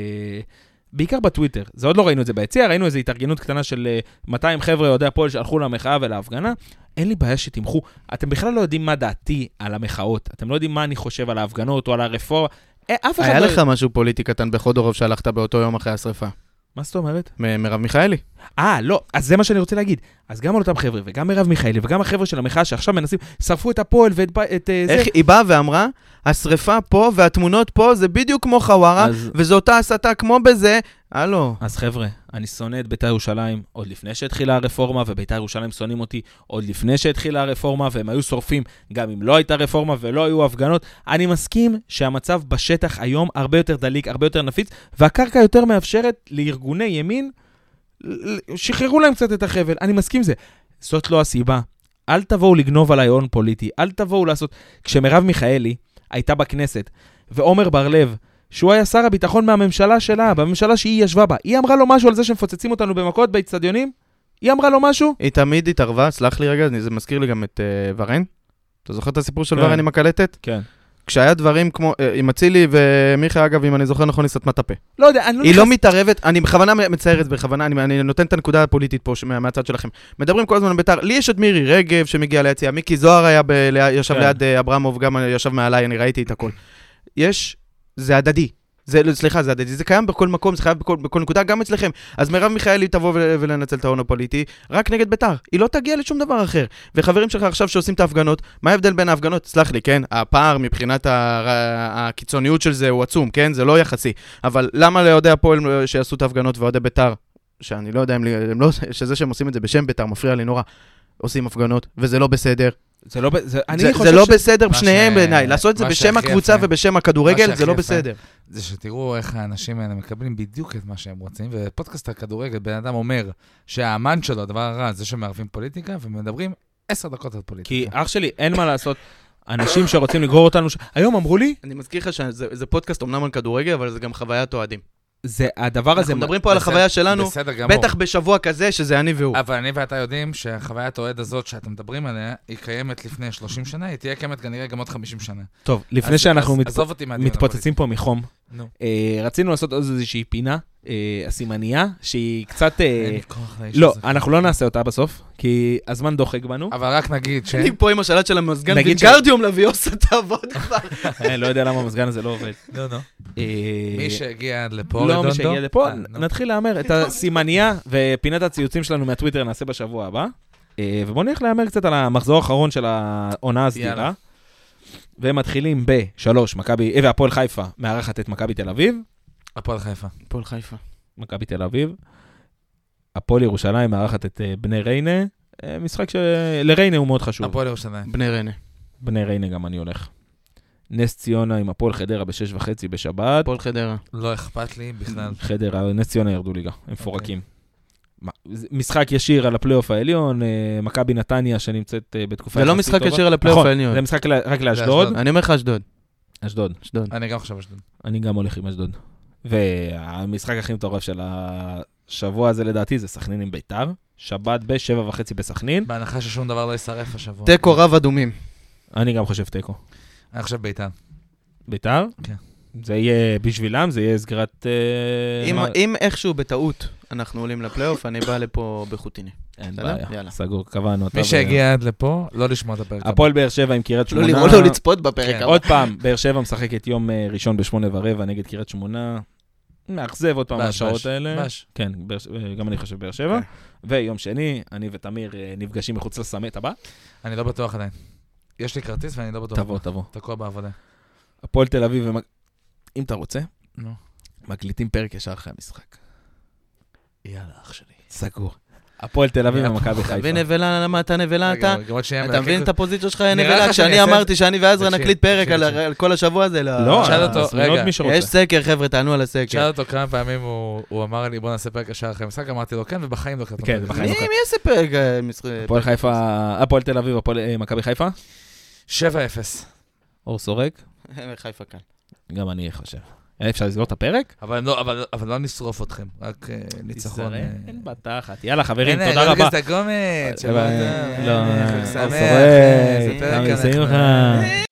בעיקר בטוויטר, זה עוד לא ראינו את זה ביציע, ראינו איזו התארגנות קטנה של אה, 200 חבר'ה אוהדי הפועל שהלכו למחאה ולהפגנה. אין לי בעיה שתמחו. אתם בכלל לא יודעים מה דעתי על המחאות, אתם לא יודעים מה אני חושב על ההפגנות או על הרפורמה. אה, אף אחד היה לא... לך משהו פוליטי קטן בחודורוב שהלכת באותו יום אחרי השרפה. מה זאת אומרת? מ- מרב מיכאלי. אה, לא, אז זה מה שאני רוצה להגיד. אז גם על אותם חבר'ה, וגם מרב מיכאלי, וגם החבר'ה של המחאה שעכשיו מנסים, שרפו את הפועל ואת ב- את, אה, זה. איך היא באה ואמרה, השריפה פה והתמונות פה זה בדיוק כמו חווארה, אז- וזו אותה הסתה כמו בזה. הלו. אז חבר'ה, אני שונא את בית"ר ירושלים עוד לפני שהתחילה הרפורמה, ובית"ר ירושלים שונאים אותי עוד לפני שהתחילה הרפורמה, והם היו שורפים גם אם לא הייתה רפורמה ולא היו הפגנות. אני מסכים שהמצב בשטח היום הרבה יותר דליק, הרבה יותר נפיץ, והקרקע יותר מאפשרת לארגוני ימין, ל- ל- שחררו להם קצת את החבל, אני מסכים עם זה. זאת לא הסיבה. אל תבואו לגנוב עליי הון פוליטי, אל תבואו לעשות... כשמרב מיכאלי הייתה בכנסת, ועמר בר-לב, שהוא היה שר הביטחון מהממשלה שלה, בממשלה שהיא ישבה בה, היא אמרה לו משהו על זה שמפוצצים אותנו במכות באצטדיונים? היא אמרה לו משהו? היא תמיד התערבה, סלח לי רגע, אני- זה מזכיר לי גם את אה, ורן. אתה זוכר את הסיפור של כן. ורן עם הקלטת? כן. כשהיה דברים כמו, אה, עם אצילי ומיכה, אגב, אם אני זוכר נכון, היא סתמה את הפה. לא יודע, אני לא היא לא נכנס- מתערבת, אני בכוונה מציירת, בכוונה, אני, אני נותן את הנקודה הפוליטית פה ש- מה- מהצד שלכם. מדברים כל הזמן על בית"ר, לי יש את מירי רגב שמגיעה ליציאה, מיקי זוהר היה ב, ל, ישב כן. ליד אה, אברמוב, גם אה, ישב מעליי, אני ראיתי את הכל. יש, זה הדדי. זה, לא, סליחה, זה הדדי, זה קיים בכל מקום, זה חייב בכל, בכל נקודה, גם אצלכם. אז מרב מיכאלי תבוא ול, ולנצל את ההון הפוליטי, רק נגד בית"ר. היא לא תגיע לשום דבר אחר. וחברים שלך עכשיו שעושים את ההפגנות, מה ההבדל בין ההפגנות? סלח לי, כן? הפער מבחינת הר- הקיצוניות של זה הוא עצום, כן? זה לא יחסי. אבל למה לאוהדי הפועל שיעשו את ההפגנות ואוהדי בית"ר, שאני לא יודע אם... לי- הם לא, שזה שהם עושים את זה בשם בית"ר מפריע לי נורא, עושים הפגנות, וזה לא בסדר. זה לא... ב- זה- אני זה, חושב זה לא ש- בסדר מה שניהם ש- בעיניי, לעשות את זה מה בשם שהכי הקבוצה יפה- ובשם מה הכדורגל, שהכי זה לא יפה- בסדר. זה שתראו איך האנשים האלה מקבלים בדיוק את מה שהם רוצים, ובפודקאסט הכדורגל בן אדם אומר שהאמן שלו, הדבר הרע, זה שמערבים פוליטיקה, ומדברים עשר דקות על כי פוליטיקה. אח שלי, אין מה לעשות. אנשים שרוצים לגרור אותנו... ש- היום אמרו לי, אני מזכיר לך שזה פודקאסט אמנם על כדורגל, אבל זה גם חוויית אוהדים. זה הדבר הזה... אנחנו מדברים פה על בסדר, החוויה שלנו, בסדר גמור. בטח לא. בשבוע כזה שזה אני והוא. אבל אני ואתה יודעים שהחוויית אוהד הזאת שאתם מדברים עליה, היא קיימת לפני 30 שנה, היא תהיה קיימת כנראה גם עוד 50 שנה. טוב, לפני אז- שאנחנו אז מת- עזוב אותי מהדיון מתפוצצים פה מחום, הפוליטי. נו, אה, רצינו לעשות עוד איזושהי פינה, אה, הסימנייה, שהיא קצת... אה, אין לי כוח לאיש לא, הזה. אנחנו לא נעשה אותה בסוף, כי הזמן דוחק בנו. אבל רק נגיד ש... אני פה עם השלט של המזגן, נגיד ש- גינגרדיום לוויוסה תעבוד כבר. אני לא יודע למה המזגן הזה לא עובד. נו, נו. אה, מי שהגיע עד לפה, לא, לדונדו? מי שהגיע לפה, אה, נו. נתחיל להמר את הסימניה ופינת הציוצים שלנו מהטוויטר נעשה בשבוע הבא. אה, ובואו נלך להמר קצת על המחזור האחרון של העונה הסדירה. יאללה. ומתחילים בשלוש, מכבי, אה, והפועל חיפה מארחת את מכבי תל אביב. הפועל חיפה. הפועל חיפה. מכבי תל אביב. הפועל ירושלים מארחת את אה, בני ריינה. אה, משחק שלריינה הוא מאוד חשוב. הפועל ירושלים. בני ריינה. בני ריינה גם אני הולך. נס ציונה עם הפועל חדרה בשש וחצי בשבת. הפועל חדרה. לא אכפת לי בכלל. חדרה, נס ציונה ירדו ליגה, אוקיי. הם מפורקים. מה, זה משחק ישיר על הפלייאוף העליון, אה, מכבי נתניה שנמצאת אה, בתקופה... זה לא יחסית משחק טובה. ישיר על הפלייאוף נכון, העליון. זה משחק ל- רק לאשדוד. לאשדוד. אני אומר לך אשדוד. אשדוד. אשדוד. אני גם חושב אשדוד. אני גם הולך עם אשדוד. והמשחק הכי מטורף של השבוע הזה לדעתי זה סכנין עם ביתר. שבת בשבע וחצי בסכנין. בהנחה ששום דבר לא יישרף השבוע. תיקו רב אדומים. אני גם חושב תיקו. אני חושב ביתר. ביתר? כן. זה יהיה בשבילם, זה יהיה סגירת... אה, אם- מה- אם איכשהו בטעות אנחנו עולים לפלייאוף, אני בא לפה בחוטיני. אין בסדר? בעיה, יאללה. סגור, קבענו אותה. מי ו- שהגיע עד לפה, לא לשמוע את הפרק הבא. הפועל באר שבע עם קריית לא שמונה. לראות, לא לצפות בפרק כן, הבא. עוד פעם, באר שבע משחקת יום אה, ראשון בשמונה ורבע נגד קריית שמונה. מאכזב עוד פעם בש, בש, השעות האלה. בש. כן, באר ש- אה, גם אני חושב באר שבע. ויום שני, אני ותמיר אה, נפגשים מחוץ לסמט הבא. אני לא בטוח עדיין. יש לי כרטיס ואני לא בטוח. תבוא, תבוא. תקוע בעבודה. הפועל תל אביב, ומק- אם אתה רוצה, נו. מקליטים פרק ישר אחרי המשחק. יאללה, אח שלי. סגור. הפועל תל אביב ומכבי חיפה. ונבלה, למה אתה נבלה אתה? רגע, גם עוד שנייה אתה מלקק מבין את אותו. הפוזיציה שלך, נראה לך נבלה? שאני כשאני אעשה- אמרתי שאני ועזרא תקשיב, נקליט פרק תקשיב, על תקשיב. על כל השבוע הזה, לא... לא, שאל אותו, אז מאוד רגע, מי שרוצה. יש סקר, חבר'ה, תענו על הסקר. שאל אותו כמה פעמים הוא הוא אמר לי, בוא נעשה פרק השעה אחרי המשחק, אמרתי לו כן, ובחיים לא כתבתי. כן, מי בחיים. מי יעשה פרק? אה, משחק- הפועל חיפה, הפועל תל אביב, הפועל אה, מכבי חיפה. 7-0. אור סורק. חיפה כאן. גם אני חושב. אה, אפשר לסגור את הפרק? אבל לא- אבל- אבל לא נשרוף אתכם, רק אה, ניצחון. אה, אין בתחת. יאללה, חברים, הנה, תודה רגע, רבה. זה הגומץ, שבוע לא, טוב, לא, אה, חג אור שמח, סורק, איזה פרק עמי אנחנו. שמחה.